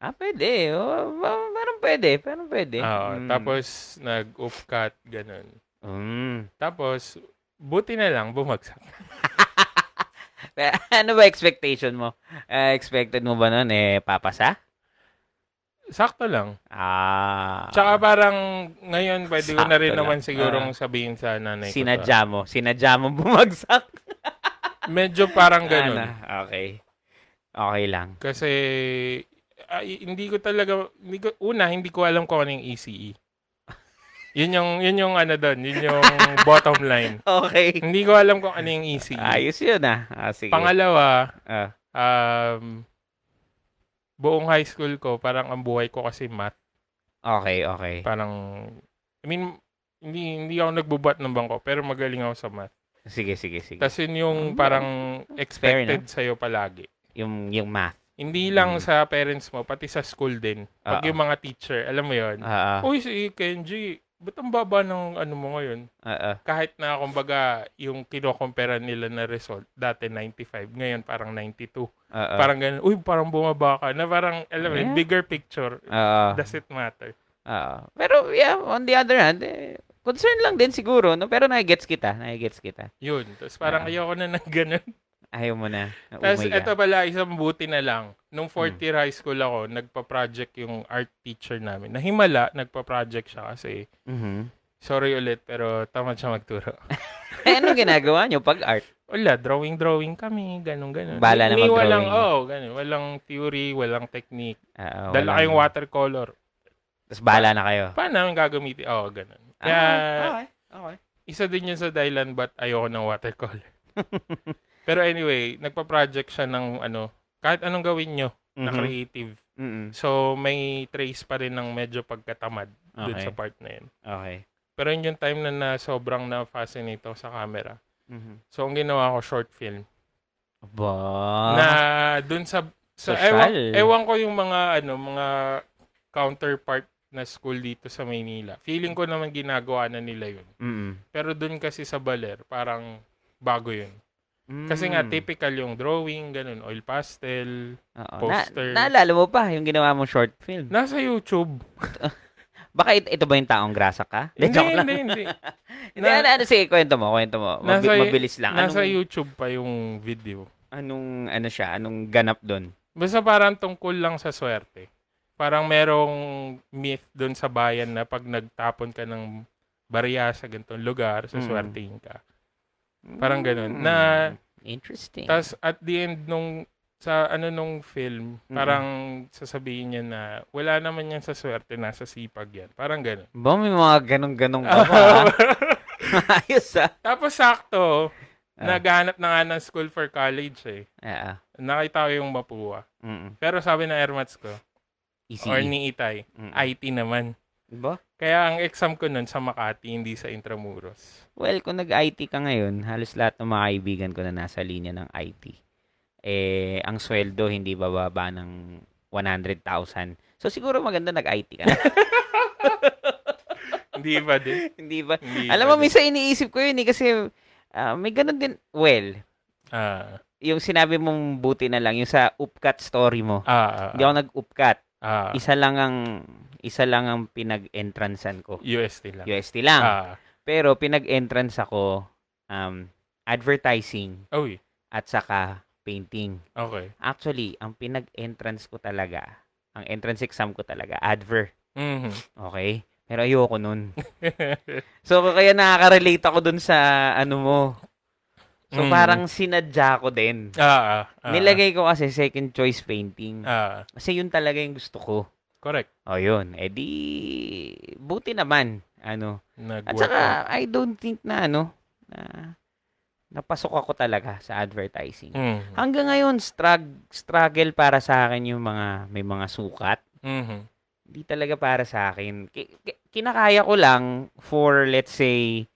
[SPEAKER 1] Ah, pwede. Oh, pa- parang pwede. Parang pwede.
[SPEAKER 2] Ah,
[SPEAKER 1] Mm.
[SPEAKER 2] Tapos, nag-off-cut, ganun.
[SPEAKER 1] Mm.
[SPEAKER 2] Tapos, buti na lang, bumagsak.
[SPEAKER 1] Pero ano ba expectation mo? Eh, expected mo ba nun? Eh, papasa?
[SPEAKER 2] Sakto lang.
[SPEAKER 1] Ah.
[SPEAKER 2] Tsaka parang, ngayon, pwede ko na rin
[SPEAKER 1] Sakto
[SPEAKER 2] naman
[SPEAKER 1] lang. Ah.
[SPEAKER 2] sigurong sabihin sa nanay ko. to.
[SPEAKER 1] sinadya mo. Sinadya mo bumagsak. Ah,
[SPEAKER 2] Medyo parang ganun.
[SPEAKER 1] Ana, okay. Okay lang.
[SPEAKER 2] Kasi, ay, hindi ko talaga, hindi ko, una, hindi ko alam kung ano yung ECE. Yun yung, yun yung ano doon, yun yung bottom line.
[SPEAKER 1] Okay.
[SPEAKER 2] Hindi ko alam kung ano yung ECE.
[SPEAKER 1] Ayos yun ah. ah sige.
[SPEAKER 2] Pangalawa,
[SPEAKER 1] Ah.
[SPEAKER 2] um, buong high school ko, parang ang buhay ko kasi math.
[SPEAKER 1] okay, okay.
[SPEAKER 2] Parang, I mean, hindi, hindi ako nagbubat ng bangko, pero magaling ako sa math.
[SPEAKER 1] Sige, sige, sige.
[SPEAKER 2] Tapos yun yung
[SPEAKER 1] Mm.
[SPEAKER 2] parang
[SPEAKER 1] Fair
[SPEAKER 2] expected
[SPEAKER 1] enough.
[SPEAKER 2] sa'yo palagi.
[SPEAKER 1] Yung, yung math.
[SPEAKER 2] Hindi lang
[SPEAKER 1] Mm.
[SPEAKER 2] sa parents mo, pati sa school din. Pag
[SPEAKER 1] Oo.
[SPEAKER 2] yung mga teacher, alam mo yun.
[SPEAKER 1] Ah,
[SPEAKER 2] Uy, si Kenji, ba't ang baba ng ano mo ngayon?
[SPEAKER 1] ah, ah, ah.
[SPEAKER 2] Kahit na, kumbaga, yung kinokompera nila na result, dati 95, ngayon parang 92.
[SPEAKER 1] ah, ah.
[SPEAKER 2] Parang ganun, uy, parang bumaba ka. Na parang, alam mo, yun,
[SPEAKER 1] Yeah.
[SPEAKER 2] bigger picture,
[SPEAKER 1] Ah, ah.
[SPEAKER 2] does it matter?
[SPEAKER 1] Ah, pero yeah, on the other hand, eh, concern lang din siguro, no? Pero nagigets kita, nagigets kita.
[SPEAKER 2] Yun. Tapos parang
[SPEAKER 1] Yeah. Oh
[SPEAKER 2] ayoko na ng ganun.
[SPEAKER 1] Ayaw mo na.
[SPEAKER 2] Tapos
[SPEAKER 1] Umay
[SPEAKER 2] eto
[SPEAKER 1] ka.
[SPEAKER 2] pala, isang buti na lang. Nung
[SPEAKER 1] Hmm.
[SPEAKER 2] fourth year high school ako, nagpa-project yung art teacher namin. Nahimala, nagpa-project siya kasi,
[SPEAKER 1] Mhm.
[SPEAKER 2] sorry ulit, pero tamad siya magturo.
[SPEAKER 1] Eh, anong ginagawa nyo pag art?
[SPEAKER 2] Wala, drawing-drawing kami, ganun, ganun.
[SPEAKER 1] Bahala na
[SPEAKER 2] Hindi,
[SPEAKER 1] mag-drawing.
[SPEAKER 2] Walang, oo, ganun. Walang theory, walang technique.
[SPEAKER 1] Uh,
[SPEAKER 2] Dala kayong watercolor.
[SPEAKER 1] Tapos bahala na kayo.
[SPEAKER 2] Paano namin gagamitin? Oo, ganun.
[SPEAKER 1] Ah,
[SPEAKER 2] Kaya,
[SPEAKER 1] okay, okay.
[SPEAKER 2] isa din yun sa Dylan but ayoko ng watercolor. Pero anyway, nagpa-project siya ng ano, kahit anong gawin nyo na
[SPEAKER 1] Mhm.
[SPEAKER 2] creative.
[SPEAKER 1] Mhm.
[SPEAKER 2] So, may trace pa rin ng medyo pagkatamad dun
[SPEAKER 1] Okay.
[SPEAKER 2] sa part na yun.
[SPEAKER 1] Okay.
[SPEAKER 2] Pero yun yung time na, na sobrang na-fascinate ako sa camera.
[SPEAKER 1] Mhm.
[SPEAKER 2] So, ang ginawa ko, short film.
[SPEAKER 1] Aba.
[SPEAKER 2] Na dun sa...
[SPEAKER 1] Ah.
[SPEAKER 2] sa
[SPEAKER 1] Social.
[SPEAKER 2] ewan, ewan ko yung mga, ano, mga counterpart na school dito sa Maynila. Feeling ko naman ginagawa na nila yun.
[SPEAKER 1] Mhm.
[SPEAKER 2] Pero dun kasi sa Baler, parang bago yun. Kasi nga,
[SPEAKER 1] Mm.
[SPEAKER 2] typical yung drawing, ganun, oil pastel.
[SPEAKER 1] Oo.
[SPEAKER 2] poster.
[SPEAKER 1] Na, naalala mo pa yung ginawa mong short film.
[SPEAKER 2] Nasa YouTube.
[SPEAKER 1] Baka it- ito ba yung taong grasa ka?
[SPEAKER 2] Hindi,
[SPEAKER 1] joke lang.
[SPEAKER 2] hindi, hindi.
[SPEAKER 1] Hindi, ano, ano, sige, kwento mo, kwento mo. Mabi-
[SPEAKER 2] Nasa-
[SPEAKER 1] mabilis lang.
[SPEAKER 2] Nasa
[SPEAKER 1] anong,
[SPEAKER 2] YouTube pa yung video.
[SPEAKER 1] anong, ano siya, anong ganap doon?
[SPEAKER 2] Basta parang tungkol lang sa swerte. Parang merong myth doon sa bayan na pag nagtapon ka ng barya sa ganitong lugar, sa
[SPEAKER 1] Mm.
[SPEAKER 2] swertein ka. Parang ganun.
[SPEAKER 1] Mm.
[SPEAKER 2] Na,
[SPEAKER 1] Interesting.
[SPEAKER 2] tas at the end nung, sa ano nung film,
[SPEAKER 1] Mm.
[SPEAKER 2] parang sasabihin niya na wala naman yan sa swerte, nasa sipag yan. Parang ganun.
[SPEAKER 1] Ba, may mga ganong-ganong ka ba? ha? Ayos ah.
[SPEAKER 2] Tapos sakto,
[SPEAKER 1] Ah.
[SPEAKER 2] naghanap na nga ng school for college eh.
[SPEAKER 1] Ah, ah.
[SPEAKER 2] Nakita ko yung Mapua.
[SPEAKER 1] Mm-mm.
[SPEAKER 2] Pero sabi ng airmats ko,
[SPEAKER 1] Easy.
[SPEAKER 2] or ni Itay,
[SPEAKER 1] Mm.
[SPEAKER 2] IT naman.
[SPEAKER 1] Ba?
[SPEAKER 2] Kaya ang exam ko nun sa Makati, hindi sa Intramuros.
[SPEAKER 1] Well, kung nag-IT ka ngayon, halos lahat ng mga kaibigan ko na nasa linya ng IT, eh, ang sweldo hindi bababa ng 100,000. So, siguro maganda nag-IT ka na.
[SPEAKER 2] hindi ba din?
[SPEAKER 1] hindi ba?
[SPEAKER 2] Hindi
[SPEAKER 1] Alam mo,
[SPEAKER 2] ba din?
[SPEAKER 1] minsan iniisip ko yun eh, kasi ah, may ganun din. Well,
[SPEAKER 2] Ah,
[SPEAKER 1] yung sinabi mong buti na lang, yung sa upcat story mo.
[SPEAKER 2] ah,
[SPEAKER 1] Hindi ako nag-upcat.
[SPEAKER 2] ah, ah,
[SPEAKER 1] Isa lang ang isa lang ang pinag-entrancean ko.
[SPEAKER 2] UST lang.
[SPEAKER 1] UST lang.
[SPEAKER 2] Ah,
[SPEAKER 1] Pero pinag-entrance ako um, advertising
[SPEAKER 2] uy,
[SPEAKER 1] at saka painting.
[SPEAKER 2] okay.
[SPEAKER 1] Actually, ang pinag-entrance ko talaga, ang entrance exam ko talaga, adver.
[SPEAKER 2] Mhm.
[SPEAKER 1] Okay? Pero ayoko nun. So, kaya nakaka-relate ako dun sa ano mo. So,
[SPEAKER 2] Mm.
[SPEAKER 1] parang sinadya ko din.
[SPEAKER 2] ah, ah, ah,
[SPEAKER 1] Nilagay ko kasi second choice painting.
[SPEAKER 2] Ah,
[SPEAKER 1] Kasi yun talaga yung gusto ko.
[SPEAKER 2] correct.
[SPEAKER 1] O yun, edi buti naman. Ano? At
[SPEAKER 2] Nag-work.
[SPEAKER 1] saka I don't think na ano na napasok ako talaga sa advertising.
[SPEAKER 2] Mm.
[SPEAKER 1] Hanggang ngayon strug- struggle para sa akin yung mga may mga sukat.
[SPEAKER 2] Mhm.
[SPEAKER 1] Hindi talaga para sa akin. Ki- ki- kinakaya ko lang for let's say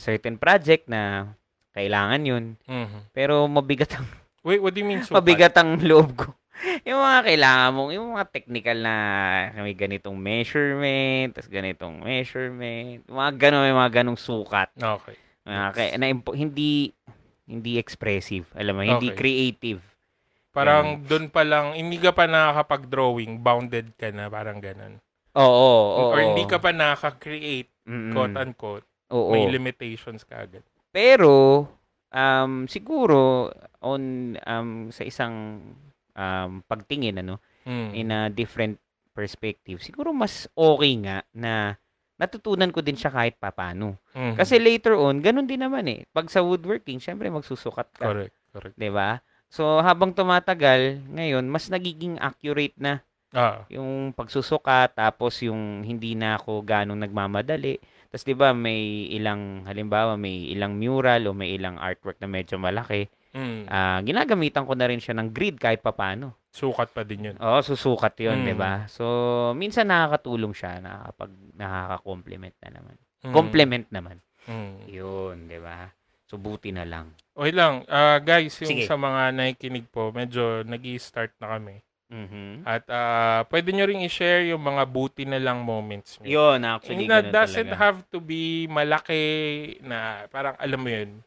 [SPEAKER 1] certain project na kailangan yun.
[SPEAKER 2] Mhm.
[SPEAKER 1] Pero mabigat ang
[SPEAKER 2] Wait, what do you mean sukat?
[SPEAKER 1] mabigat ang loob ko. Yung mga kailangan mo, yung mga technical na may ganitong measurement, tas ganitong measurement, yung mga ganun, may mga ganong sukat.
[SPEAKER 2] Okay.
[SPEAKER 1] Mga kay- na, impo- hindi hindi expressive, alam mo, hindi
[SPEAKER 2] Okay.
[SPEAKER 1] creative.
[SPEAKER 2] Parang
[SPEAKER 1] Mm.
[SPEAKER 2] doon pa lang, hindi ka pa nakakapag-drawing, bounded ka na, parang ganun.
[SPEAKER 1] Oo, oo, oo.
[SPEAKER 2] Or hindi ka pa nakaka-create,
[SPEAKER 1] Mm-mm.
[SPEAKER 2] quote-unquote.
[SPEAKER 1] Oo.
[SPEAKER 2] May limitations ka agad.
[SPEAKER 1] Pero um siguro on um sa isang um pagtingin ano
[SPEAKER 2] Mm.
[SPEAKER 1] in a different perspective siguro mas okay nga na natutunan ko din siya kahit papano.
[SPEAKER 2] Mhm.
[SPEAKER 1] Kasi later on ganun din naman eh. Pag sa woodworking syempre magsusukat ka,
[SPEAKER 2] Correct, correct.
[SPEAKER 1] 'di ba? So habang tumatagal ngayon mas nagiging accurate na
[SPEAKER 2] Ah,
[SPEAKER 1] yung pagsusuka tapos yung hindi na ako ganong nagmamadali. Tapos 'di ba may ilang halimbawa may ilang mural o may ilang artwork na medyo malaki.
[SPEAKER 2] mm.
[SPEAKER 1] Ah, ginagamitan ko na rin siya ng grid kahit papaano.
[SPEAKER 2] Sukat pa din yun.
[SPEAKER 1] Oo, susukat 'yon,
[SPEAKER 2] Mm.
[SPEAKER 1] 'di ba? So minsan nakakatulong siya nakakapag nakaka-complement na naman.
[SPEAKER 2] Mm.
[SPEAKER 1] Complement naman.
[SPEAKER 2] Mm.
[SPEAKER 1] Hmm. 'Yun, 'di ba? So buti na lang.
[SPEAKER 2] Okay lang. Ah, guys, yung
[SPEAKER 1] Sige.
[SPEAKER 2] sa mga nakikinig po, medyo nag start na kami.
[SPEAKER 1] Mhm.
[SPEAKER 2] At ah, pwede nyo ring i-share yung mga buti na lang moments nyo.
[SPEAKER 1] 'Yun actually
[SPEAKER 2] It
[SPEAKER 1] ganun
[SPEAKER 2] doesn't
[SPEAKER 1] talaga.
[SPEAKER 2] have to be malaki na parang alam mo yun.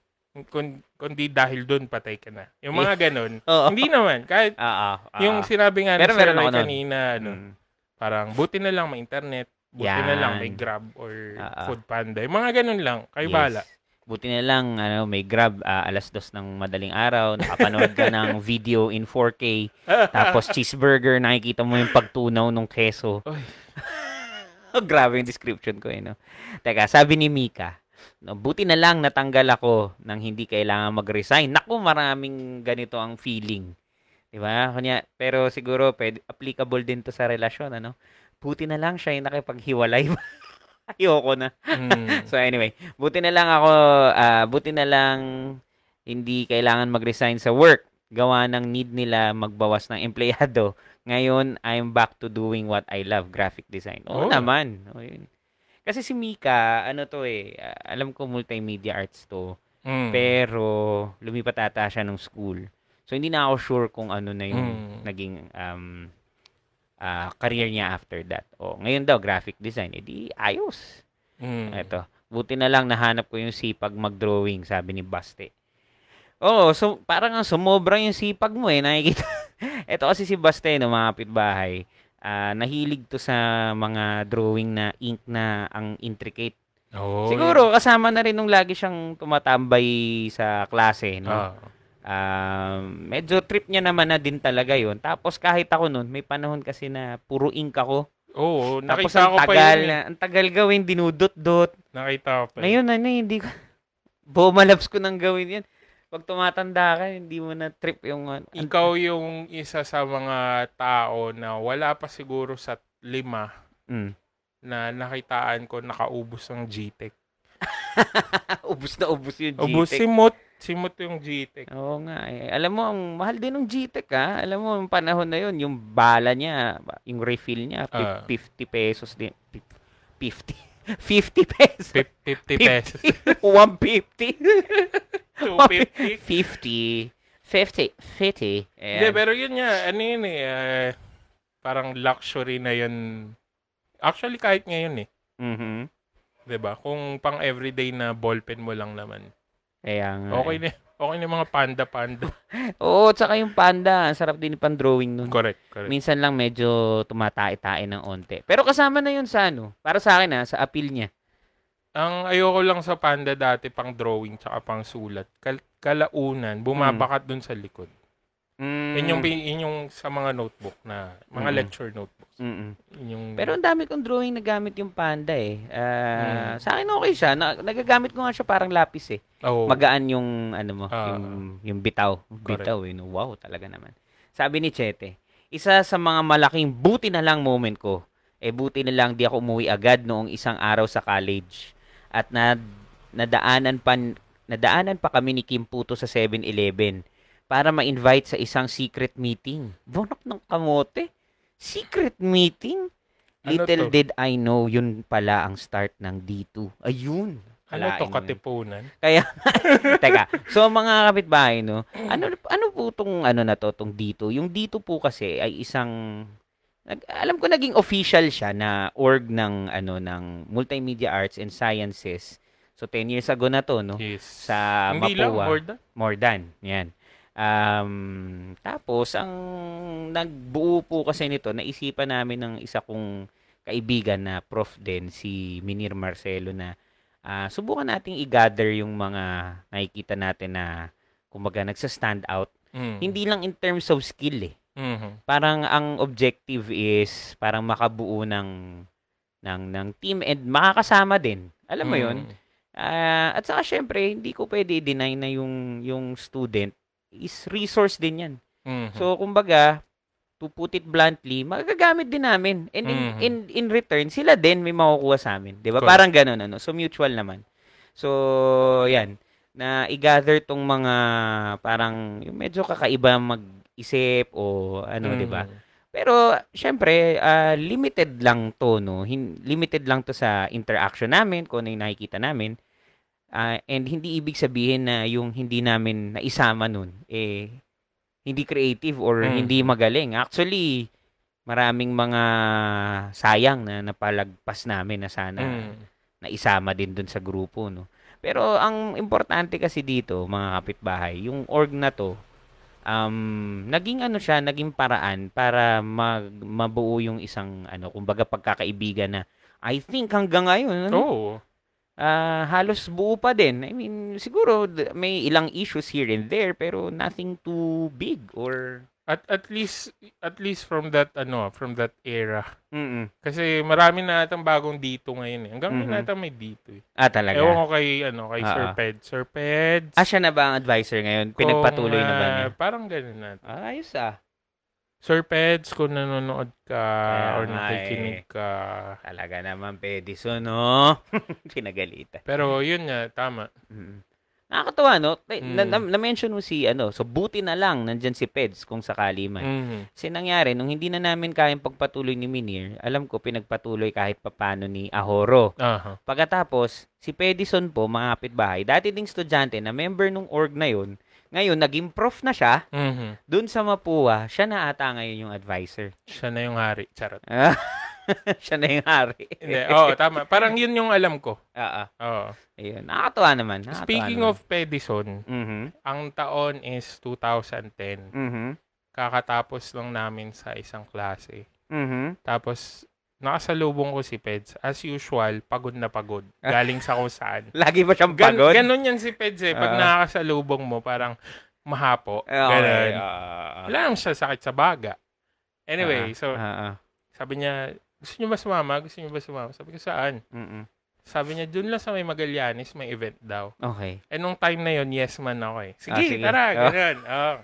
[SPEAKER 2] Kun- Kundi dahil doon patay ka na. Yung mga ganun.
[SPEAKER 1] Oo.
[SPEAKER 2] hindi naman. Kahit
[SPEAKER 1] Ah, ah, ah,
[SPEAKER 2] yung
[SPEAKER 1] ah.
[SPEAKER 2] sinabi nga ni
[SPEAKER 1] Pero
[SPEAKER 2] Sir
[SPEAKER 1] meron
[SPEAKER 2] Roy
[SPEAKER 1] ako nun.
[SPEAKER 2] kanina, ano,
[SPEAKER 1] Mm.
[SPEAKER 2] parang buti na lang may internet, buti na lang may
[SPEAKER 1] Yan.
[SPEAKER 2] Grab or
[SPEAKER 1] Ah, ah.
[SPEAKER 2] Food Panda. Yung mga ganun lang. Kayo
[SPEAKER 1] Yes.
[SPEAKER 2] bahala.
[SPEAKER 1] Buti na lang, ano, may grab ah, alas dos ng madaling araw, nakapanood ka ng video in 4K, tapos cheeseburger, nakikita mo yung pagtunaw ng keso.
[SPEAKER 2] Oy.
[SPEAKER 1] Oh, grabe yung description ko, eh, no? Teka, sabi ni Mika, no, buti na lang natanggal ako nang hindi kailangan mag-resign. Naku, maraming ganito ang feeling. Di ba? Kunya, pero siguro, pwede, applicable din to sa relasyon, ano? Buti na lang siya yung nakipaghiwalay. Ayoko na.
[SPEAKER 2] Mm.
[SPEAKER 1] So anyway, buti na lang ako, ah, buti na lang hindi kailangan mag-resign sa work. Gawa ng need nila magbawas ng empleyado. Ngayon, I'm back to doing what I love, graphic design. Oo
[SPEAKER 2] Oh.
[SPEAKER 1] naman. Oo, yun. Kasi si Mika, ano to eh, ah, alam ko multimedia arts to,
[SPEAKER 2] Mm.
[SPEAKER 1] pero lumipat ata siya ng school. So hindi na ako sure kung ano na yung
[SPEAKER 2] Mm.
[SPEAKER 1] naging um, ah, career niya after that. O, ngayon daw, graphic design. Eh di, ayos.
[SPEAKER 2] Mm.
[SPEAKER 1] Ito. Buti na lang nahanap ko yung sipag mag-drawing, sabi ni Baste. Oo, so parang ang sumobra yung sipag mo eh, nakikita. Ito kasi si Baste, no, mga kapitbahay, ah, nahilig to sa mga drawing na ink na ang intricate.
[SPEAKER 2] Oo.
[SPEAKER 1] Siguro kasama na rin nung lagi siyang tumatambay sa klase, no?
[SPEAKER 2] Ah.
[SPEAKER 1] Um, medyo trip niya naman na din talaga yon. Tapos kahit ako nun, may panahon kasi na puro ink ako.
[SPEAKER 2] Oo,
[SPEAKER 1] Tapos
[SPEAKER 2] nakita
[SPEAKER 1] ang
[SPEAKER 2] ko pa
[SPEAKER 1] tagal,
[SPEAKER 2] yun. eh.
[SPEAKER 1] na, ang tagal gawin, dinudot-dot.
[SPEAKER 2] Nakita ko pa yun.
[SPEAKER 1] Ngayon, ano, hindi ko... Bumalaps ko nang gawin yan. Pag tumatanda ka, hindi mo na trip yung... ano. Ang-
[SPEAKER 2] Ikaw yung isa sa mga tao na wala pa siguro sa lima
[SPEAKER 1] Mm.
[SPEAKER 2] na nakitaan ko nakaubos ng GTEC.
[SPEAKER 1] Ah, ubus na ubus yung GTEC.
[SPEAKER 2] Ubus simot. Simot yung GTEC.
[SPEAKER 1] Oo nga eh. Alam mo, ang mahal din ng GTEC ha. Alam mo, ang panahon na yun, yung bala niya, yung refill niya,
[SPEAKER 2] Ah.
[SPEAKER 1] fif- 50 pesos din. Fif- 50. 50 pesos.
[SPEAKER 2] Fif- 50 pesos.
[SPEAKER 1] 150. 50.
[SPEAKER 2] 250.
[SPEAKER 1] 50. 50. Ayan.
[SPEAKER 2] Hindi, pero yun nga, ano yun eh, ah, parang luxury na yun. Actually, kahit ngayon eh,
[SPEAKER 1] Mhm.
[SPEAKER 2] 'di ba Kung pang everyday na ballpen mo lang naman.
[SPEAKER 1] Kaya nga. eh.
[SPEAKER 2] Okay na, okay na yung mga panda-panda.
[SPEAKER 1] Oo, tsaka yung panda. Ang sarap din pang drawing nun.
[SPEAKER 2] correct, correct.
[SPEAKER 1] Minsan lang medyo tumatay-tay ng onte. Pero kasama na yun sa ano. Para sa akin ha, sa appeal niya.
[SPEAKER 2] Ang ayoko lang sa panda dati, pang drawing tsaka pang sulat, kal- kalaunan, bumabakat dun sa likod.
[SPEAKER 1] Mm.
[SPEAKER 2] Yun yung, pin- yun yung sa mga notebook na, mga
[SPEAKER 1] Mm.
[SPEAKER 2] lecture notebooks.
[SPEAKER 1] Mm-mm.
[SPEAKER 2] Yun yung,
[SPEAKER 1] Pero ang dami kong drawing na gamit yung panda eh. Ah,
[SPEAKER 2] Mm.
[SPEAKER 1] Sa akin okay siya. Na- nagagamit ko nga siya parang lapis eh.
[SPEAKER 2] oh,
[SPEAKER 1] Magaan yung ano mo,
[SPEAKER 2] Ah.
[SPEAKER 1] yung, yung bitaw.
[SPEAKER 2] Correct.
[SPEAKER 1] Bitaw eh. no? Wow, talaga naman. Sabi ni Chete, isa sa mga malaking buti na lang moment ko, eh buti na lang di ako umuwi agad noong isang araw sa college. At na, nadaanan pa, nadaanan pa kami ni Kim Puto sa 7-Eleven para ma-invite sa isang secret meeting. Bunok ng kamote. Secret meeting?
[SPEAKER 2] Ano
[SPEAKER 1] Little
[SPEAKER 2] to?
[SPEAKER 1] did I know, yun pala ang start ng D2. Ayun.
[SPEAKER 2] ano to,
[SPEAKER 1] Alain mo yun.
[SPEAKER 2] katipunan?
[SPEAKER 1] Kaya, teka, so mga kapitbahay, no, ano, ano po tong ano na to, tong dito? Yung dito po kasi ay isang, nag- alam ko naging official siya na org ng, ano, ng Multimedia Arts and Sciences. So, 10 years ago na to, no?
[SPEAKER 2] Yes.
[SPEAKER 1] Oh. Sa
[SPEAKER 2] Hindi lang,
[SPEAKER 1] Mapua.
[SPEAKER 2] more than.
[SPEAKER 1] More than, yan. Um, tapos, ang nagbuo po kasi nito, naisipan namin ng isa kong kaibigan na prof din, si Minir Marcelo na ah, subukan nating i-gather yung mga nakikita natin na kumbaga nagsa-stand out.
[SPEAKER 2] Mm.
[SPEAKER 1] Hindi lang in terms of skill eh.
[SPEAKER 2] Mhm.
[SPEAKER 1] Parang ang objective is parang makabuo ng ng ng team and makakasama din. Alam mo 'yun?
[SPEAKER 2] Mm.
[SPEAKER 1] Ah, at saka syempre, hindi ko pwede i-deny na yung yung student is resource din 'yan.
[SPEAKER 2] Mhm.
[SPEAKER 1] So kumbaga, to put it bluntly, magagamit din namin. And in,
[SPEAKER 2] Mhm.
[SPEAKER 1] in, in return, sila din may makukuha sa amin. 'Di ba?
[SPEAKER 2] Correct.
[SPEAKER 1] Parang ganun ano. So mutual naman. So 'yan, na i-gather tong mga parang yung medyo kakaiba mag-isip o ano, 'di ba?
[SPEAKER 2] Mm.
[SPEAKER 1] Pero syempre, ah, limited lang 'to, no. Hin- limited lang 'to sa interaction namin, kung ano yung nakikita namin. Ah, and hindi ibig sabihin na yung hindi namin naisama nun, eh, hindi creative or
[SPEAKER 2] Mm.
[SPEAKER 1] hindi magaling. Actually, maraming mga sayang na napalagpas namin na sana
[SPEAKER 2] Mm.
[SPEAKER 1] naisama din dun sa grupo, no? Pero ang importante kasi dito, mga kapitbahay, yung org na to, um, naging ano siya, naging paraan para mag, mabuo yung isang, ano, kumbaga pagkakaibigan na I think hanggang ngayon, ano,
[SPEAKER 2] Oo.
[SPEAKER 1] ah, halos buo pa din. I mean, siguro d- may ilang issues here and there, pero nothing too big or...
[SPEAKER 2] At at least at least from that ano, from that era.
[SPEAKER 1] Mm-mm.
[SPEAKER 2] Kasi marami na atang bagong dito ngayon eh. Hanggang
[SPEAKER 1] Mhm.
[SPEAKER 2] ngayon ata may dito eh.
[SPEAKER 1] Ah, talaga.
[SPEAKER 2] Ewan ko kay ano, kay Sir
[SPEAKER 1] Ah.
[SPEAKER 2] Ped. Sir Ped. ah,
[SPEAKER 1] Ah, siya na ba ang advisor ngayon? Pinagpatuloy na ba niya?
[SPEAKER 2] Parang ganun na.
[SPEAKER 1] Ah, Ayos ah.
[SPEAKER 2] Sir Peds, kung nanonood ka
[SPEAKER 1] Kaya
[SPEAKER 2] or
[SPEAKER 1] nga eh.
[SPEAKER 2] nakikinig ka.
[SPEAKER 1] Talaga naman, Pedison, no? Pinagalitan.
[SPEAKER 2] Pero yun nga, tama.
[SPEAKER 1] Mm. Nakakatawa, no? Na- na-
[SPEAKER 2] Mm.
[SPEAKER 1] na- Na-mention mo si, ano, so buti na lang nandyan si Peds kung sakali man.
[SPEAKER 2] Mhm.
[SPEAKER 1] Kasi nangyari, nung hindi na namin kayang pagpatuloy ni Minir, alam ko pinagpatuloy kahit papano ni Ahoro.
[SPEAKER 2] Aha.
[SPEAKER 1] Pagkatapos, si Pedison po, mga kapitbahay, dati ding estudyante na member nung org na yun, ngayon, naging prof na siya,
[SPEAKER 2] Mhm.
[SPEAKER 1] dun sa Mapua, siya na ata ngayon yung advisor.
[SPEAKER 2] Siya na yung hari. Charot.
[SPEAKER 1] siya na yung hari.
[SPEAKER 2] Hindi. Oo, tama. Parang yun yung alam ko.
[SPEAKER 1] Oo.
[SPEAKER 2] Oo.
[SPEAKER 1] Ayun. Nakakatawa naman. nakakatawa
[SPEAKER 2] Speaking
[SPEAKER 1] naman.
[SPEAKER 2] of Pedison,
[SPEAKER 1] Mhm.
[SPEAKER 2] ang taon is 2010.
[SPEAKER 1] Mhm.
[SPEAKER 2] Kakatapos lang namin sa isang klase.
[SPEAKER 1] Mhm.
[SPEAKER 2] Tapos, nakasalubong ko si Peds. As usual, pagod na pagod. Galing sa kung saan.
[SPEAKER 1] Lagi ba siyang
[SPEAKER 2] Gan-
[SPEAKER 1] pagod?
[SPEAKER 2] ganun yan si Peds eh. Pag
[SPEAKER 1] Ah.
[SPEAKER 2] nakakasalubong mo, parang mahapo.
[SPEAKER 1] Eh, okay,
[SPEAKER 2] Ganun.
[SPEAKER 1] ah,
[SPEAKER 2] Wala lang siya sakit sa baga.
[SPEAKER 1] ah,
[SPEAKER 2] Anyway, so
[SPEAKER 1] ah, ah,
[SPEAKER 2] sabi niya, gusto niyo ba sumama? Gusto niyo ba sumama? Sabi ko, saan?
[SPEAKER 1] mm-mm.
[SPEAKER 2] Sabi niya, dun lang sa may Magallanes, may event daw.
[SPEAKER 1] Okay.
[SPEAKER 2] Eh, nung time na yon yes man ako eh. Sige,
[SPEAKER 1] Ah, sige.
[SPEAKER 2] tara,
[SPEAKER 1] Oh.
[SPEAKER 2] ganun. Oh.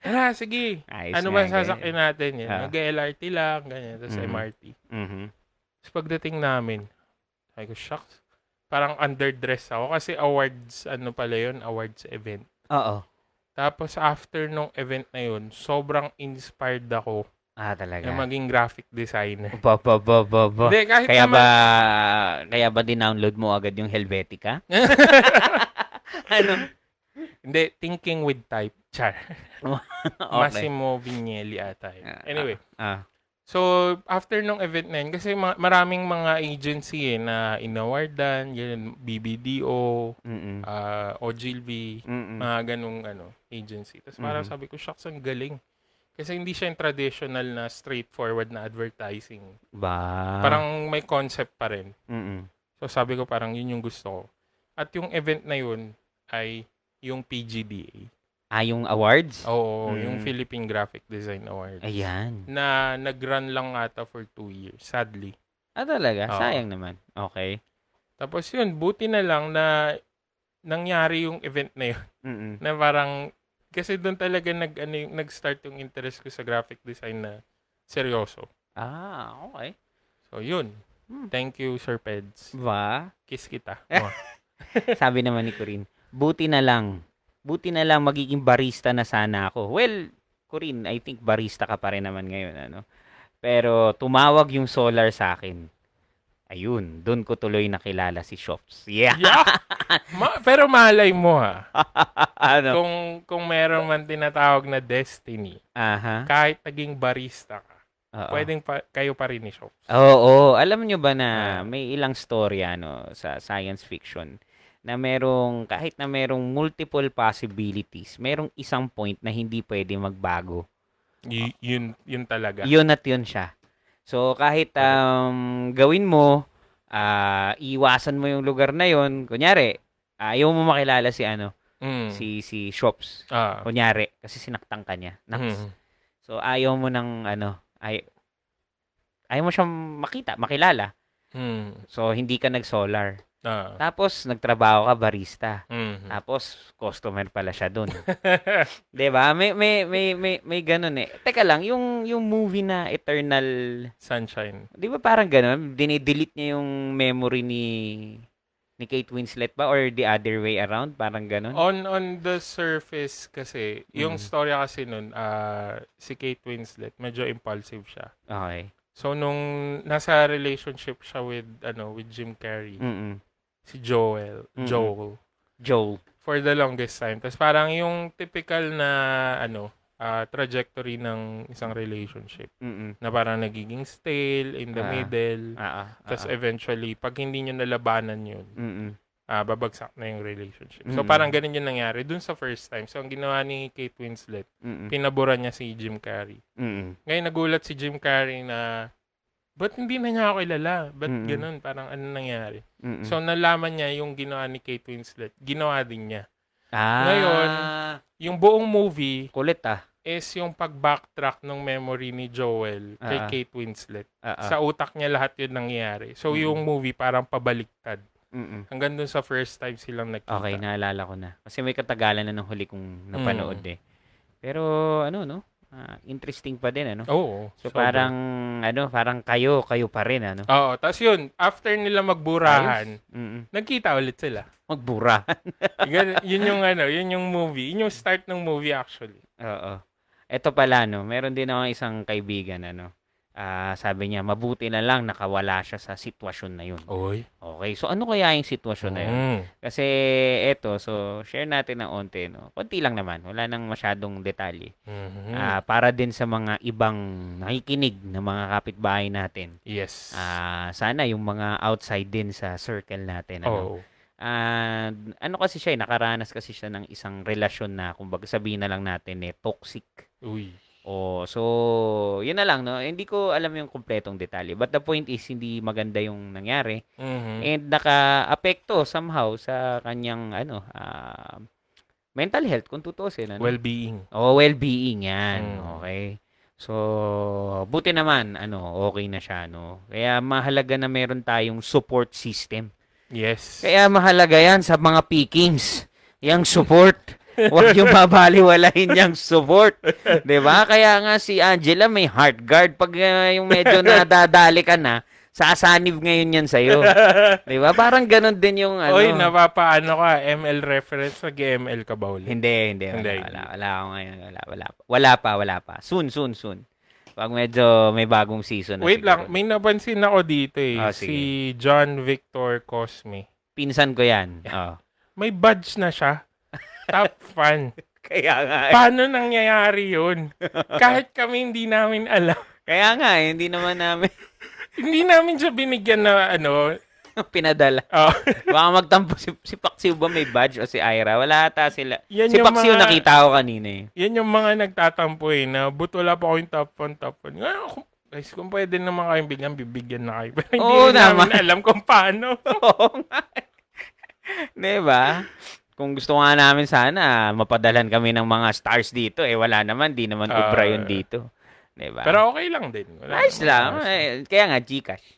[SPEAKER 2] tara, sige.
[SPEAKER 1] Ayos
[SPEAKER 2] ano
[SPEAKER 1] nga,
[SPEAKER 2] ba
[SPEAKER 1] ganyan.
[SPEAKER 2] sasakyan natin? Yan.
[SPEAKER 1] Ah.
[SPEAKER 2] Nag-LRT lang, ganyan. Tapos
[SPEAKER 1] Mhm.
[SPEAKER 2] MRT.
[SPEAKER 1] Mhm.
[SPEAKER 2] Tapos pagdating namin, sabi ko, shucks. Parang underdress ako kasi awards, ano pala yun, awards event.
[SPEAKER 1] Oo.
[SPEAKER 2] Tapos after nung event na yun, sobrang inspired ako
[SPEAKER 1] Ah, talaga.
[SPEAKER 2] na maging graphic designer.
[SPEAKER 1] Ba, ba, ba, ba, ba.
[SPEAKER 2] Hindi,
[SPEAKER 1] Oh,
[SPEAKER 2] kahit
[SPEAKER 1] Kaya ba,
[SPEAKER 2] naman-
[SPEAKER 1] kaya ba dinownload mo agad yung Helvetica? ano?
[SPEAKER 2] Hindi, thinking with type. Char.
[SPEAKER 1] okay.
[SPEAKER 2] Massimo Vignelli ata. yun.
[SPEAKER 1] Ah,
[SPEAKER 2] Anyway,
[SPEAKER 1] Ah,
[SPEAKER 2] so after nung event na yun, kasi ma- maraming mga agency eh, na inawardan, yun, BBDO,
[SPEAKER 1] mm-mm.
[SPEAKER 2] ah, OGLV,
[SPEAKER 1] Mm-mm.
[SPEAKER 2] mga ganung ano, agency. Tapos parang
[SPEAKER 1] Mhm.
[SPEAKER 2] sabi ko, shucks, ang galing. Kasi hindi siya yung traditional na straightforward na advertising.
[SPEAKER 1] Ba.
[SPEAKER 2] Parang may concept pa rin.
[SPEAKER 1] Mm-mm.
[SPEAKER 2] So sabi ko parang yun yung gusto ko. At yung event na yun ay yung PGDA.
[SPEAKER 1] Ah, yung awards?
[SPEAKER 2] Oo, yung
[SPEAKER 1] Mm.
[SPEAKER 2] Philippine Graphic Design Award.
[SPEAKER 1] Ayan.
[SPEAKER 2] Na nag-run lang ata for two years, sadly.
[SPEAKER 1] Ah, talaga?
[SPEAKER 2] Oo.
[SPEAKER 1] Sayang naman. Okay.
[SPEAKER 2] Tapos yun, buti na lang na nangyari yung event na yun.
[SPEAKER 1] Mm-mm.
[SPEAKER 2] Na parang, kasi doon talaga nag, ano, yung, nag-start yung interest ko sa graphic design na seryoso.
[SPEAKER 1] Ah, okay.
[SPEAKER 2] So yun.
[SPEAKER 1] Hmm.
[SPEAKER 2] Thank you, Sir Peds.
[SPEAKER 1] Ba?
[SPEAKER 2] Kiss kita.
[SPEAKER 1] Sabi naman ni Corinne, buti na lang. Buti na lang magiging barista na sana ako. Well, Corinne, I think barista ka pa rin naman ngayon. Ano? Pero tumawag yung solar sa akin. Ayun, doon ko tuloy nakilala si Shops. Yeah!
[SPEAKER 2] yeah! Ma- pero malay mo ha.
[SPEAKER 1] ano?
[SPEAKER 2] kung kung meron man tinatawag na destiny,
[SPEAKER 1] Aha.
[SPEAKER 2] kahit naging barista ka,
[SPEAKER 1] Oo.
[SPEAKER 2] pwedeng pa- kayo pa rin ni shops.
[SPEAKER 1] Oo, alam nyo ba na may ilang story ano, sa science fiction na merong kahit na merong multiple possibilities, merong isang point na hindi pwede magbago.
[SPEAKER 2] Y- yun, yun talaga.
[SPEAKER 1] Yun at yun siya. So kahit um, gawin mo, ah, iwasan mo yung lugar na yun. Kunyari, ah, ayaw mo makilala si ano,
[SPEAKER 2] Mm.
[SPEAKER 1] si si Shops.
[SPEAKER 2] Ah.
[SPEAKER 1] Kunyari, kasi sinaktan ka niya. Naks.
[SPEAKER 2] Mm.
[SPEAKER 1] So ayaw mo ng ano, ay ayaw mo siyang makita, makilala.
[SPEAKER 2] Mm.
[SPEAKER 1] So hindi ka nag-solar.
[SPEAKER 2] Ah.
[SPEAKER 1] Tapos nagtrabaho ka barista.
[SPEAKER 2] Mm.
[SPEAKER 1] Tapos customer pala siya doon. 'Di ba? May may may may may ganun eh. Teka lang, yung yung movie na Eternal,
[SPEAKER 2] Sunshine.
[SPEAKER 1] 'di ba parang ganun, dinidelete niya yung memory ni ni Kate Winslet ba or the other way around, parang ganun.
[SPEAKER 2] On on the surface kasi, yung
[SPEAKER 1] Ano? Mm.
[SPEAKER 2] story kasi nun, ah, si Kate Winslet, medyo impulsive siya.
[SPEAKER 1] Okay.
[SPEAKER 2] So nung nasa relationship siya with ano, with Jim Carrey,
[SPEAKER 1] Mm.
[SPEAKER 2] si Joel,
[SPEAKER 1] Mm.
[SPEAKER 2] Joel
[SPEAKER 1] Joel.
[SPEAKER 2] for the longest time. Tapos parang yung typical na ano, ah, trajectory ng isang relationship
[SPEAKER 1] Mm.
[SPEAKER 2] na parang nagiging stale in the
[SPEAKER 1] Ah.
[SPEAKER 2] middle.
[SPEAKER 1] Ah. ah,
[SPEAKER 2] Tapos
[SPEAKER 1] ah.
[SPEAKER 2] eventually, pag hindi nyo nalabanan yun,
[SPEAKER 1] Mm.
[SPEAKER 2] ah babagsak na yung relationship. So,
[SPEAKER 1] Mm.
[SPEAKER 2] parang ganun yung nangyari dun sa first time. So, ang ginawa ni Kate Winslet,
[SPEAKER 1] Mm.
[SPEAKER 2] pinabura niya si Jim Carrey.
[SPEAKER 1] Mm.
[SPEAKER 2] Ngayon, nagulat si Jim Carrey na, ba't hindi na niya ako kilala? Ba't
[SPEAKER 1] Mm.
[SPEAKER 2] ganun? Parang ano nangyari?
[SPEAKER 1] Mm.
[SPEAKER 2] So, nalaman niya yung ginawa ni Kate Winslet. Ginawa din niya.
[SPEAKER 1] ah,
[SPEAKER 2] ngayon, Yung buong movie
[SPEAKER 1] kulit ah.
[SPEAKER 2] is yung pag-backtrack ng memory ni Joel kay
[SPEAKER 1] Ah.
[SPEAKER 2] Kate Winslet.
[SPEAKER 1] Ah, ah.
[SPEAKER 2] Sa utak niya lahat yun nangyari. So,
[SPEAKER 1] Mm.
[SPEAKER 2] yung movie parang pabaliktad.
[SPEAKER 1] Mm.
[SPEAKER 2] Hanggang dun sa first time silang nakita.
[SPEAKER 1] Okay, naalala ko na. Kasi may katagalan na nung huli kong napanood
[SPEAKER 2] Mm.
[SPEAKER 1] eh. Pero ano no? Ah, interesting pa din ano.
[SPEAKER 2] Oo.
[SPEAKER 1] So
[SPEAKER 2] sobra.
[SPEAKER 1] parang ano, parang kayo, kayo pa rin ano.
[SPEAKER 2] Oo, tapos yun, after nila magburahan,
[SPEAKER 1] Ayos. Mm-mm.
[SPEAKER 2] nagkita ulit sila.
[SPEAKER 1] Magbura.
[SPEAKER 2] Gan- yun yung ano, yun yung movie. Yun yung start ng movie actually.
[SPEAKER 1] Oo. Ito pala no, meron din ako isang kaibigan ano. Ah, sabi niya, mabuti na lang nakawala siya sa sitwasyon na yun.
[SPEAKER 2] Oy.
[SPEAKER 1] Okay, so ano kaya yung sitwasyon na yun?
[SPEAKER 2] Mm.
[SPEAKER 1] Kasi eto, so share natin ng onte no. Konti lang naman, wala nang masyadong detalye. Ah, para din sa mga ibang nakikinig na mga kapitbahay natin.
[SPEAKER 2] yes.
[SPEAKER 1] Ah, sana yung mga outside din sa circle natin ano.
[SPEAKER 2] Oo.
[SPEAKER 1] And ano kasi siya, eh, nakaranas kasi siya ng isang relasyon na, kumbaga sabihin na lang natin eh, toxic.
[SPEAKER 2] Uy.
[SPEAKER 1] O, so, yun na lang, no? Hindi ko alam yung kumpletong detalye. But the point is, hindi maganda yung nangyari.
[SPEAKER 2] Mhm.
[SPEAKER 1] And naka-apekto somehow sa kanyang, ano, ah, mental health, kung tutusin. Ano?
[SPEAKER 2] Well-being.
[SPEAKER 1] O, well-being yan.
[SPEAKER 2] Mm.
[SPEAKER 1] Okay. So, buti naman, ano, okay na siya, no? Kaya mahalaga na meron tayong support system.
[SPEAKER 2] Yes.
[SPEAKER 1] Kaya mahalaga yan sa mga pickings. Yang support. Huwag yung babaliwalain yung support. 'Di ba Kaya nga si Angela may heart guard. Pag uh, yung medyo nadadali ka na, sasanib ngayon yan sa'yo. 'Di ba Parang ganun din yung ano.
[SPEAKER 2] Oy, napapaano ka? ML reference? Nag-ML ka ba ulit?
[SPEAKER 1] Hindi, hindi. Wala,
[SPEAKER 2] Hindi.
[SPEAKER 1] wala, wala ako ngayon. Wala, wala, pa. wala pa, wala pa. Soon, soon, soon. Pag medyo may bagong season na
[SPEAKER 2] Wait
[SPEAKER 1] siguro.
[SPEAKER 2] lang, may napansin ako dito eh.
[SPEAKER 1] Ah, sige.
[SPEAKER 2] si John Victor Cosme.
[SPEAKER 1] Pinsan ko yan. Oh.
[SPEAKER 2] May badge na siya. Top fan.
[SPEAKER 1] Kaya nga. eh.
[SPEAKER 2] Paano nangyayari yun? Kahit kami hindi namin alam.
[SPEAKER 1] Kaya nga, eh, hindi naman namin
[SPEAKER 2] Hindi namin siya binigyan na ano.
[SPEAKER 1] pinadala.
[SPEAKER 2] Oh,
[SPEAKER 1] Baka magtampo si, si Paxiw ba may badge o si Ira? Wala ata sila.
[SPEAKER 2] Yan
[SPEAKER 1] si
[SPEAKER 2] yung
[SPEAKER 1] Paxiw
[SPEAKER 2] mga-
[SPEAKER 1] nakita ko kanina eh.
[SPEAKER 2] yan yung mga nagtatampo eh, na but wala pa akong top 1, top 1. Ngayon, kung, guys, kung pwede naman kayong bigyan, bibigyan na kayo. Pero hindi
[SPEAKER 1] Oo
[SPEAKER 2] rin namin
[SPEAKER 1] naman.
[SPEAKER 2] alam kung paano.
[SPEAKER 1] Oo nga. eh. diba? Kung gusto nga namin sana, mapadalan kami ng mga stars dito. Eh, wala naman. Di naman
[SPEAKER 2] Ah.
[SPEAKER 1] ubra yun dito. Diba?
[SPEAKER 2] Pero okay lang din. Wala
[SPEAKER 1] Nice
[SPEAKER 2] naman.
[SPEAKER 1] lang. Eh, Kaya nga, Gcash.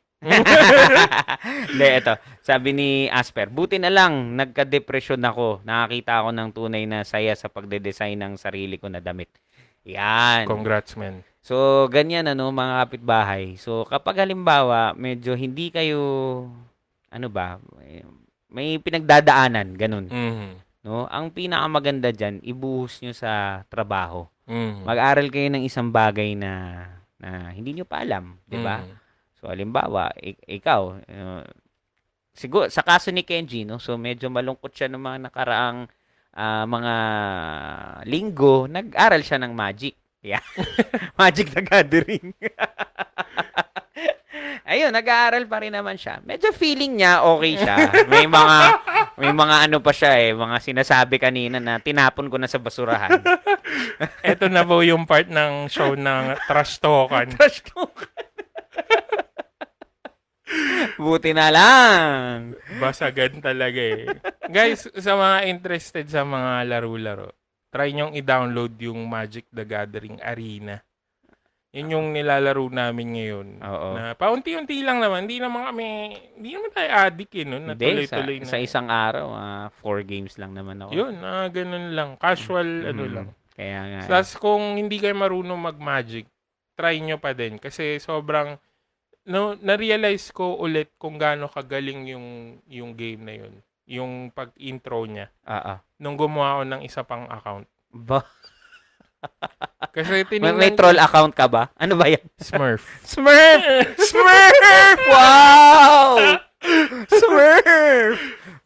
[SPEAKER 1] Hindi, ito. Sabi ni Asper, buti na lang, nagka-depression ako. Nakakita ako ng tunay na saya sa pagde-design ng sarili ko na damit. Yan.
[SPEAKER 2] Congrats, man.
[SPEAKER 1] So, ganyan ano, mga kapitbahay. So, kapag halimbawa, medyo hindi kayo, ano ba, eh, may pinagdadaanan, ganun.
[SPEAKER 2] Mhm.
[SPEAKER 1] No? Ang pinakamaganda dyan, ibuhos nyo sa trabaho.
[SPEAKER 2] Mhm.
[SPEAKER 1] Mag-aral kayo ng isang bagay na, na hindi nyo pa alam, di ba?
[SPEAKER 2] Mhm.
[SPEAKER 1] So, halimbawa, ik- ikaw, uh, siguro, sa kaso ni Kenji, no? so medyo malungkot siya ng mga nakaraang ah, mga linggo, nag-aral siya ng magic. Yeah. magic the Gathering. Ayun, nag-aaral pa rin naman siya. Medyo feeling niya okay siya. May mga may mga ano pa siya eh, mga sinasabi kanina na tinapon ko na sa basurahan.
[SPEAKER 2] Ito na po yung part ng show ng trash talkan.
[SPEAKER 1] Trash talk. Buti na lang.
[SPEAKER 2] Basagan talaga eh. Guys, sa mga interested sa mga laro-laro, try nyong i-download yung Magic the Gathering Arena. Yun yung nilalaro namin ngayon.
[SPEAKER 1] Oo.
[SPEAKER 2] Na paunti-unti lang naman. Hindi naman kami, hindi naman tayo addict eh, no? Na
[SPEAKER 1] Hindi, sa,
[SPEAKER 2] tuloy-tuloy na. eh.
[SPEAKER 1] sa isang araw, ah, four games lang naman ako.
[SPEAKER 2] Yun, ah, ganun lang. Casual, ano
[SPEAKER 1] Mm.
[SPEAKER 2] lang.
[SPEAKER 1] Kaya nga. eh.
[SPEAKER 2] Plus, kung hindi kayo marunong mag-magic, try nyo pa din. Kasi sobrang, no, na-realize ko ulit kung gaano kagaling yung, yung game na yun. Yung pag-intro niya.
[SPEAKER 1] Oo.
[SPEAKER 2] Nung gumawa ako ng isa pang account.
[SPEAKER 1] ah, Ba-
[SPEAKER 2] Kasi
[SPEAKER 1] may,
[SPEAKER 2] tinignan
[SPEAKER 1] may troll account ka ba? Ano ba yan?
[SPEAKER 2] Smurf.
[SPEAKER 1] Smurf! Smurf! Wow! Smurf!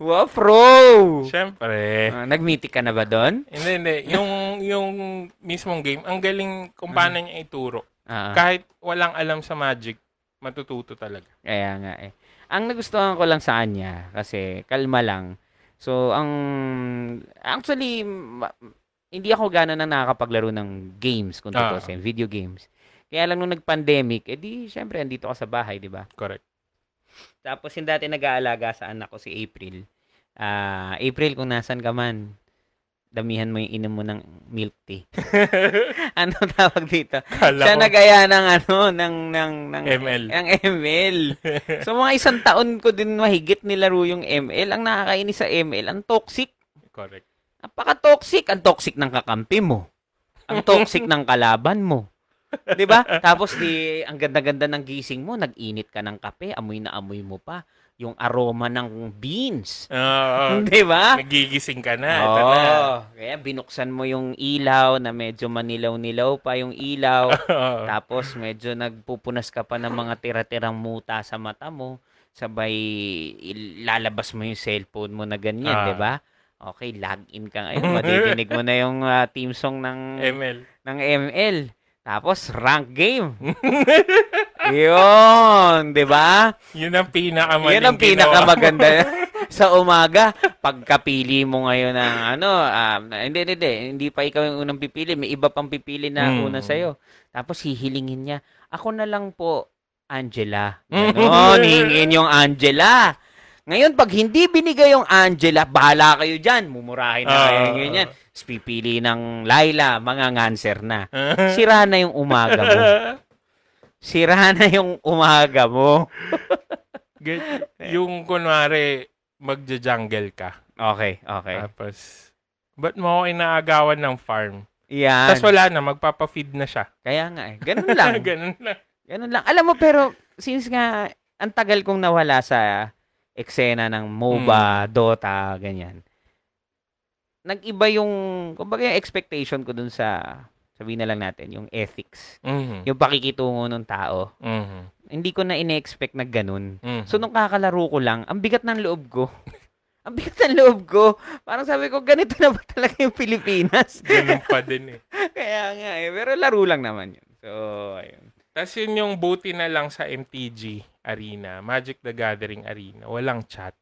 [SPEAKER 1] Wow, pro!
[SPEAKER 2] Siyempre.
[SPEAKER 1] Ah, nag-meeting ka na ba doon?
[SPEAKER 2] Hindi, hindi. Yung, yung mismong game, ang galing kung
[SPEAKER 1] Mm.
[SPEAKER 2] paano niya ituro.
[SPEAKER 1] Ah,
[SPEAKER 2] Kahit walang alam sa magic, matututo talaga.
[SPEAKER 1] kaya nga eh. Ang nagustuhan ko lang sa kanya, kasi kalma lang. So, ang... Actually, ma- hindi ako gano'n na nakakapaglaro ng games, kung
[SPEAKER 2] Ah.
[SPEAKER 1] totoo uh video games. Kaya lang nung nag-pandemic, edi syempre, andito ka sa bahay, di ba?
[SPEAKER 2] Correct.
[SPEAKER 1] Tapos yung dati nag-aalaga sa anak ko si April. Ah, April kung nasan ka man, damihan mo yung inom mo ng milk tea. ano tawag dito?
[SPEAKER 2] Kala
[SPEAKER 1] Siya
[SPEAKER 2] ko,
[SPEAKER 1] nagaya ng ano, ng, ng, ng,
[SPEAKER 2] ML.
[SPEAKER 1] ng ML. so mga isang taon ko din mahigit nilaro yung ML. Ang nakakainis sa ML, ang toxic.
[SPEAKER 2] Correct.
[SPEAKER 1] Napaka-toxic. Ang toxic ng kakampi mo. Ang toxic ng kalaban mo. 'Di ba? Tapos di ang ganda-ganda ng gising mo, nag-init ka ng kape, amoy na amoy mo pa yung aroma ng beans.
[SPEAKER 2] Ah, ah,
[SPEAKER 1] 'Di ba?
[SPEAKER 2] nagigising ka na. Ito
[SPEAKER 1] Hmm. Oo.
[SPEAKER 2] na.
[SPEAKER 1] Kaya binuksan mo yung ilaw na medyo manilaw-nilaw pa yung ilaw.
[SPEAKER 2] Oo.
[SPEAKER 1] Tapos medyo nagpupunas ka pa ng mga tira-tirang muta sa mata mo. Sabay il- lalabas mo yung cellphone mo na ganyan,
[SPEAKER 2] Ah.
[SPEAKER 1] 'di ba? Okay, log in ka ngayon. Madidinig mo na yung ah, team song ng
[SPEAKER 2] ML.
[SPEAKER 1] ng ML. Tapos rank game. 'Yon, 'di ba?
[SPEAKER 2] Yun ang pinakamaling
[SPEAKER 1] 'Yan ang pinakamaganda sa umaga. Pagkapili mo ngayon ng ano, ah, hindi, hindi, hindi, hindi pa ikaw yung unang pipili. May iba pang pipili na
[SPEAKER 2] Mm.
[SPEAKER 1] una sa'yo. Tapos hihilingin niya, ako na lang po, Angela. Ganon, hihingin yung Angela. Ngayon, pag hindi binigay yung Angela, bahala kayo dyan. Mumurahin na kayo
[SPEAKER 2] Ah.
[SPEAKER 1] yung ganyan. Tapos Pipili ng Laila, mga nganser na.
[SPEAKER 2] Hmm.
[SPEAKER 1] Sira na yung umaga mo. Sira na yung umaga mo.
[SPEAKER 2] Get- yung kunwari, magja-jungle ka.
[SPEAKER 1] Okay, okay.
[SPEAKER 2] Ah. Tapos, ba't mo ako inaagawan ng farm?
[SPEAKER 1] Yan.
[SPEAKER 2] Tapos wala na, magpapa-feed na siya.
[SPEAKER 1] Kaya nga eh. Ganun lang.
[SPEAKER 2] Ganun lang.
[SPEAKER 1] Ganun lang. Alam mo, pero since nga, ang tagal kong nawala sa eksena ng MOBA, Dota, ganyan. Nag-iba yung, kumbaga yung expectation ko dun sa, sabihin na lang natin, yung ethics.
[SPEAKER 2] Mhm.
[SPEAKER 1] Yung pakikitungo ng tao.
[SPEAKER 2] Mhm.
[SPEAKER 1] Hindi ko na ine-expect na ganun.
[SPEAKER 2] Mhm.
[SPEAKER 1] So, nung kakalaro ko lang, ang bigat ng loob ko. ang bigat ng loob ko. Parang sabi ko, ganito na ba talaga yung Pilipinas?
[SPEAKER 2] Ganun pa din eh.
[SPEAKER 1] Kaya nga eh. Pero laro lang naman yun. So, ayun.
[SPEAKER 2] Tapos yun yung buti na lang sa MTG Arena, Magic the Gathering Arena, walang chat.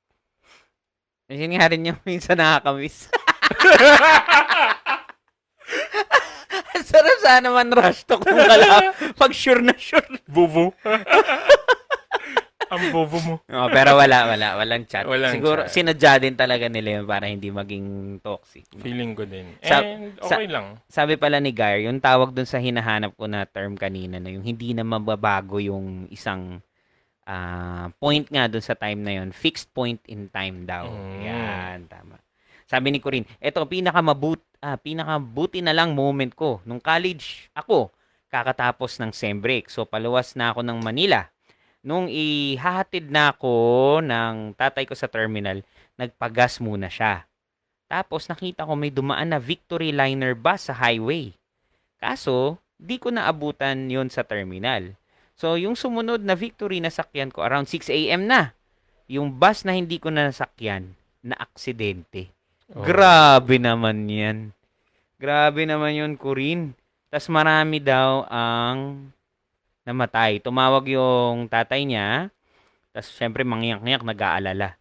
[SPEAKER 1] Yun nga rin yung minsan nakakamiss. Ang sarap sana man rush to kung kala pag sure na sure.
[SPEAKER 2] Bubo. Ang bobo mo.
[SPEAKER 1] Oh, pero wala, wala. Walang chat.
[SPEAKER 2] Walang
[SPEAKER 1] Siguro,
[SPEAKER 2] chat.
[SPEAKER 1] sinadya din talaga nila yun para hindi maging toxic. no?
[SPEAKER 2] Feeling ko din.
[SPEAKER 1] Sa-
[SPEAKER 2] And
[SPEAKER 1] sa-
[SPEAKER 2] okay lang.
[SPEAKER 1] Sabi pala ni Gar, yung tawag dun sa hinahanap ko na term kanina na yung hindi na mababago yung isang ah, point nga dun sa time na yun. Fixed point in time daw.
[SPEAKER 2] Mm.
[SPEAKER 1] Yan, tama. Sabi ni Corinne, eto, pinakamabut, ah, pinakabuti na lang moment ko. Nung college, ako, kakatapos ng sem break. So, paluwas na ako ng Manila. Nung ihahatid na ako ng tatay ko sa terminal, nagpagas muna siya. Tapos nakita ko may dumaan na Victory Liner bus sa highway. Kaso, di ko naabutan yon sa terminal. So, yung sumunod na Victory na sakyan ko, around 6 a.m. na. Yung bus na hindi ko na nasakyan, na aksidente.
[SPEAKER 2] Oh.
[SPEAKER 1] Grabe naman yan. Grabe naman yun, Corinne. Tapos marami daw ang namatay. Tumawag yung tatay niya. Tapos syempre mangyak-ngyak, nag-aalala.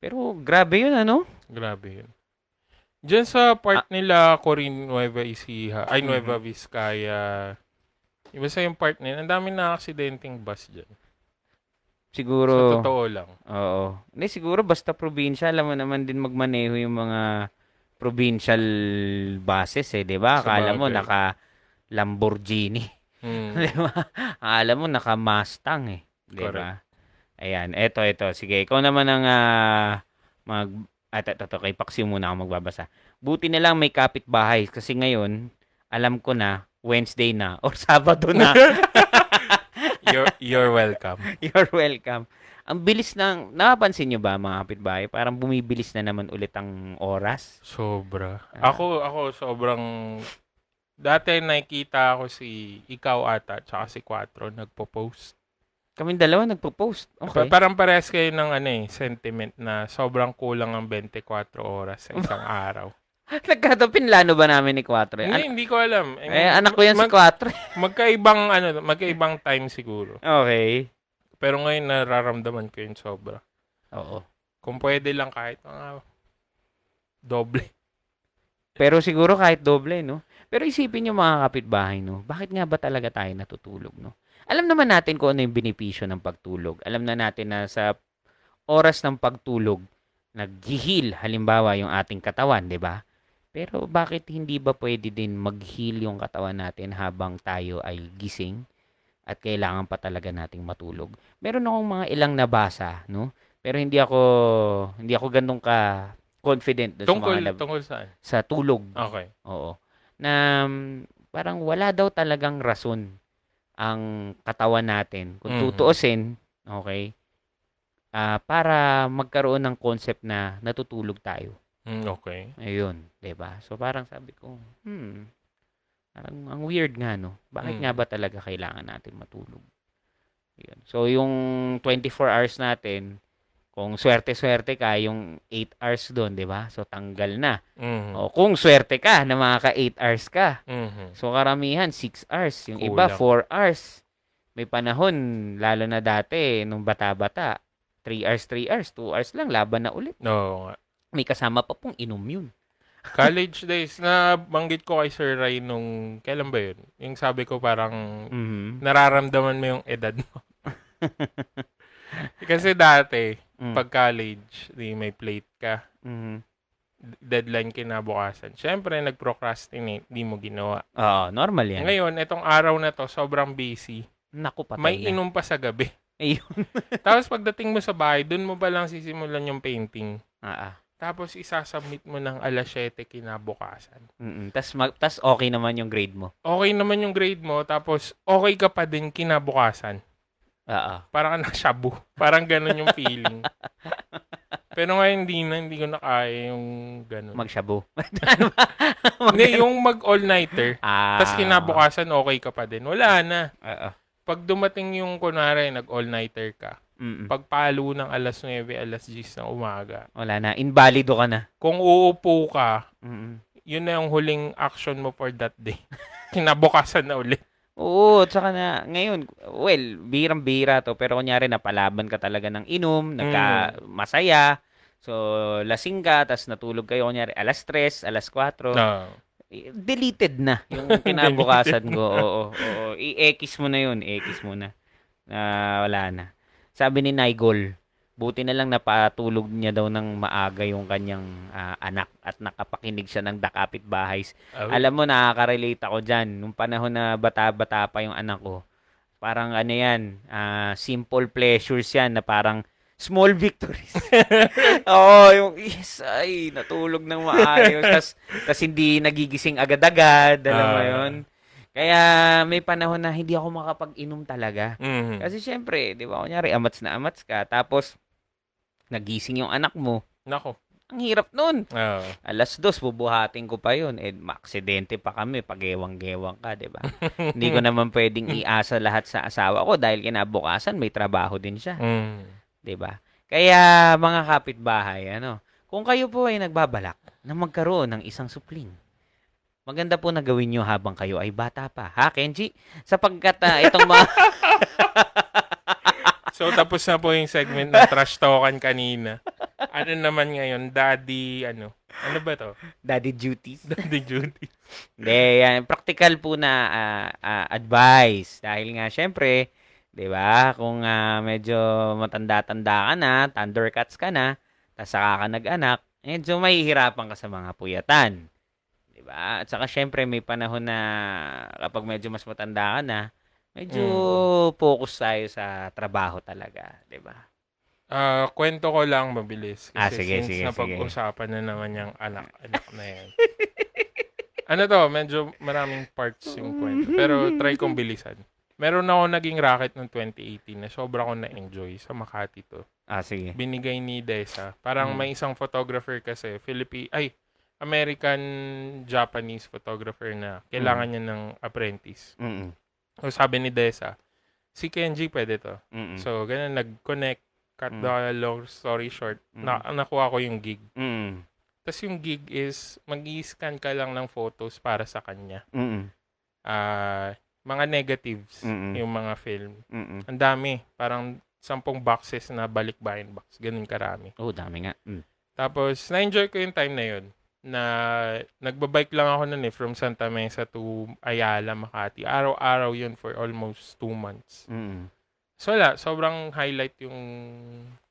[SPEAKER 1] Pero grabe yun ano?
[SPEAKER 2] Oh, Grabe yun. Diyan sa
[SPEAKER 1] Ah.
[SPEAKER 2] part nila, Corin Nueva Ecija, ay
[SPEAKER 1] Mhm.
[SPEAKER 2] Nueva Vizcaya, iba sa yung part nila, ang dami na aksidenteng bus dyan. Sa
[SPEAKER 1] Siguro,
[SPEAKER 2] totoo lang.
[SPEAKER 1] oo. Hindi, siguro basta probinsya, alam mo naman din magmaneho yung mga provincial buses eh, di ba? Akala mo
[SPEAKER 2] Sabagay.
[SPEAKER 1] naka Lamborghini.
[SPEAKER 2] Mm.
[SPEAKER 1] Di ba? Alam mo, naka-Mustang eh. Di ba? Ayan, eto, eto. Sige, ikaw naman ang ah, mag... At eto, eto, kay Paxi muna ako magbabasa. Buti na lang may kapitbahay kasi ngayon, alam ko na, Wednesday na or Sabado na.
[SPEAKER 2] you're, you're welcome.
[SPEAKER 1] You're welcome. Ang bilis ng... Napapansin nyo ba mga kapitbahay? Parang bumibilis na naman ulit ang oras.
[SPEAKER 2] Sobra.
[SPEAKER 1] Ah.
[SPEAKER 2] Ako, ako sobrang... Dati nakikita ako si ikaw ata, tsaka si Quattro, nagpo-post.
[SPEAKER 1] Kaming dalawa nagpo-post.
[SPEAKER 2] Pa-
[SPEAKER 1] Okay.
[SPEAKER 2] parang parehas kayo ng ano eh, sentiment na sobrang kulang ang 24 oras sa isang araw.
[SPEAKER 1] Nagkatapinlano ba namin ni Quattro?
[SPEAKER 2] hindi,
[SPEAKER 1] An-
[SPEAKER 2] hindi ko alam. I mean,
[SPEAKER 1] eh, anak ko yan si
[SPEAKER 2] mag-
[SPEAKER 1] Quattro.
[SPEAKER 2] magkaibang, ano, magkaibang time siguro.
[SPEAKER 1] okay.
[SPEAKER 2] Pero ngayon nararamdaman ko yung sobra.
[SPEAKER 1] Oo.
[SPEAKER 2] Kung pwede lang kahit mga doble.
[SPEAKER 1] Pero siguro kahit doble, no? Pero isipin nyo mga kapitbahay, no? Bakit nga ba talaga tayo natutulog, no? Alam naman natin kung ano yung benepisyo ng pagtulog. Alam na natin na sa oras ng pagtulog, nag-heal, halimbawa, yung ating katawan, di ba? Pero bakit hindi ba pwede din mag-heal yung katawan natin habang tayo ay gising at kailangan pa talaga nating matulog? Meron akong mga ilang nabasa, no? Pero hindi ako hindi ako ganun ka confident dun sa
[SPEAKER 2] Tungkol,
[SPEAKER 1] mga Hmm. nab-
[SPEAKER 2] tungkol saan?
[SPEAKER 1] sa tulog.
[SPEAKER 2] Okay.
[SPEAKER 1] Oo. Na mm, parang wala daw talagang rason ang katawan natin. Kung
[SPEAKER 2] Mhm.
[SPEAKER 1] tutuusin, okay, ah, para magkaroon ng concept na natutulog tayo.
[SPEAKER 2] Mm, okay.
[SPEAKER 1] Ayun, 'di ba So parang sabi ko, hmm, parang ang weird nga, no? Bakit
[SPEAKER 2] Mm.
[SPEAKER 1] nga ba talaga kailangan natin matulog? Yun. So yung 24 hours natin, kung swerte-swerte ka, yung 8 hours doon, 'di ba So tanggal na.
[SPEAKER 2] Mhm.
[SPEAKER 1] O, kung swerte ka na makaka-8 hours ka.
[SPEAKER 2] Mhm.
[SPEAKER 1] So, karamihan, 6 hours. Yung iba,
[SPEAKER 2] Kulang.
[SPEAKER 1] 4 hours. May panahon, lalo na dati, nung bata-bata, 3 hours, 3 hours, 2 hours lang, laban na ulit.
[SPEAKER 2] Oo nga.
[SPEAKER 1] May kasama pa pong inom yun.
[SPEAKER 2] College days, na banggit ko kay Sir Ray nung, kailan ba yun? Yung sabi ko parang,
[SPEAKER 1] Mm-hmm.
[SPEAKER 2] nararamdaman mo yung edad mo. Kasi dati,
[SPEAKER 1] Mm.
[SPEAKER 2] pag college, di may plate ka,
[SPEAKER 1] Mm-hmm.
[SPEAKER 2] d- deadline kinabukasan. Siyempre, nag-procrastinate, di mo ginawa.
[SPEAKER 1] Oo, normal yan.
[SPEAKER 2] Ngayon, itong araw na to, sobrang busy.
[SPEAKER 1] Naku, patay
[SPEAKER 2] may
[SPEAKER 1] na.
[SPEAKER 2] inom pa sa gabi.
[SPEAKER 1] Ayun.
[SPEAKER 2] Tapos pagdating mo sa bahay, dun mo pa lang sisimulan yung painting.
[SPEAKER 1] Ah, ah.
[SPEAKER 2] Tapos isasubmit mo ng alas 7 kinabukasan.
[SPEAKER 1] Mm-mm. Tas, mag, tas okay naman yung grade mo.
[SPEAKER 2] Okay naman yung grade mo, tapos okay ka pa din kinabukasan.
[SPEAKER 1] Oo.
[SPEAKER 2] Parang ka shabu. Parang ganun yung feeling. Pero ngayon, hindi na, hindi ko na kaya yung ganun.
[SPEAKER 1] Magshabu. ano ba? Mag-
[SPEAKER 2] Hindi, yung mag all-nighter.
[SPEAKER 1] ah,
[SPEAKER 2] Tapos kinabukasan, okay ka pa din. Wala na.
[SPEAKER 1] Oo.
[SPEAKER 2] Pag dumating yung kunwari, nag all-nighter ka.
[SPEAKER 1] Mm-mm.
[SPEAKER 2] Pagpalo ng alas 9, alas 10 ng umaga.
[SPEAKER 1] Wala na. Invalido ka na.
[SPEAKER 2] Kung uupo ka,
[SPEAKER 1] Mm-mm.
[SPEAKER 2] yun na yung huling action mo for that day. kinabukasan na ulit.
[SPEAKER 1] Oo, tsaka na, ngayon, well, birang-bira to, pero kunyari, napalaban ka talaga ng inom, nagka, masaya, so, lasing ka, tas natulog kayo, kunyari, alas 3, alas 4,
[SPEAKER 2] Na,
[SPEAKER 1] eh, deleted na yung kinabukasan ko. Oo, oo, i-X mo na yun, i-X mo na. Ah, wala na. Sabi ni Nigel, buti na lang napatulog niya daw ng maaga yung kanyang ah, anak at nakapakinig siya ng dakapit bahay
[SPEAKER 2] oh,
[SPEAKER 1] alam mo, nakaka-relate ako dyan. Nung panahon na bata-bata pa yung anak ko, parang ano yan, ah, simple pleasures yan na parang small victories. Oo, yung yes, ay, natulog ng maayos. tas, tas hindi nagigising agad-agad, alam mo
[SPEAKER 2] Ah.
[SPEAKER 1] yun. Kaya may panahon na hindi ako makapag-inom talaga.
[SPEAKER 2] mhm.
[SPEAKER 1] Kasi syempre, di ba, kunyari, amats na amats ka, tapos nagising yung anak mo.
[SPEAKER 2] Nako.
[SPEAKER 1] Ang hirap nun.
[SPEAKER 2] Ah.
[SPEAKER 1] Alas dos, bubuhatin ko pa yun. Eh, maaksidente pa kami. Pagewang-gewang ka, di ba? Hindi ko naman pwedeng iasa lahat sa asawa ko dahil kinabukasan may trabaho din siya,
[SPEAKER 2] Mm.
[SPEAKER 1] di ba? Kaya mga kapitbahay, ano, kung kayo po ay nagbabalak na magkaroon ng isang supling, Maganda po na gawin nyo habang kayo ay bata pa. Ha, Kenji? Sapagkat ah, itong mga...
[SPEAKER 2] So, tapos na po yung segment na trash talkan kanina. Ano naman ngayon? Daddy, ano? Ano ba to?
[SPEAKER 1] Daddy duties.
[SPEAKER 2] Daddy duty.
[SPEAKER 1] Hindi, yan. Practical po na ah, ah, advice. Dahil nga, syempre, di ba, kung ah, medyo matanda-tanda ka na, thundercats ka na, tas saka ka nag-anak, medyo mahihirapan ka sa mga puyatan. Di ba? At saka, syempre, may panahon na kapag medyo mas matanda ka na, medyo Mm. focus tayo sa trabaho talaga. Di ba?
[SPEAKER 2] Ah, kwento ko lang mabilis. Kasi
[SPEAKER 1] Ah, sige,
[SPEAKER 2] since
[SPEAKER 1] sige,
[SPEAKER 2] napag-usapan na naman yung anak-anak na yan. ano to? Medyo maraming parts yung kwento. Pero try kong bilisan. Meron ako naging racket noong 2018 na sobra ko na-enjoy sa Makati to.
[SPEAKER 1] Ah, sige.
[SPEAKER 2] binigay ni Desa. Parang
[SPEAKER 1] Mm.
[SPEAKER 2] may isang photographer kasi, Philippi ay, American-Japanese photographer na kailangan niya ng apprentice.
[SPEAKER 1] Mm-mm.
[SPEAKER 2] O sabi ni Desa, si Kenji pwede to.
[SPEAKER 1] Mm-mm.
[SPEAKER 2] So, ganun, nag-connect, cut
[SPEAKER 1] Mm.
[SPEAKER 2] the long story short, na,
[SPEAKER 1] Mm.
[SPEAKER 2] nakuha ko yung gig.
[SPEAKER 1] Mm-mm.
[SPEAKER 2] Tapos yung gig is, mag scan ka lang ng photos para sa kanya.
[SPEAKER 1] Mm-mm.
[SPEAKER 2] Ah, mga negatives,
[SPEAKER 1] Mm-mm.
[SPEAKER 2] yung mga film.
[SPEAKER 1] Mm-mm.
[SPEAKER 2] Ang dami. Parang sampung boxes na balikbayan box. Ganun karami.
[SPEAKER 1] Oh, dami nga. Mm.
[SPEAKER 2] Tapos, na-enjoy ko yung time na yun. Na, nagbabike lang ako nun eh, from Santa Mesa to Ayala, Makati. Araw-araw yun for almost two months.
[SPEAKER 1] Mm-mm.
[SPEAKER 2] So, wala. Sobrang highlight yung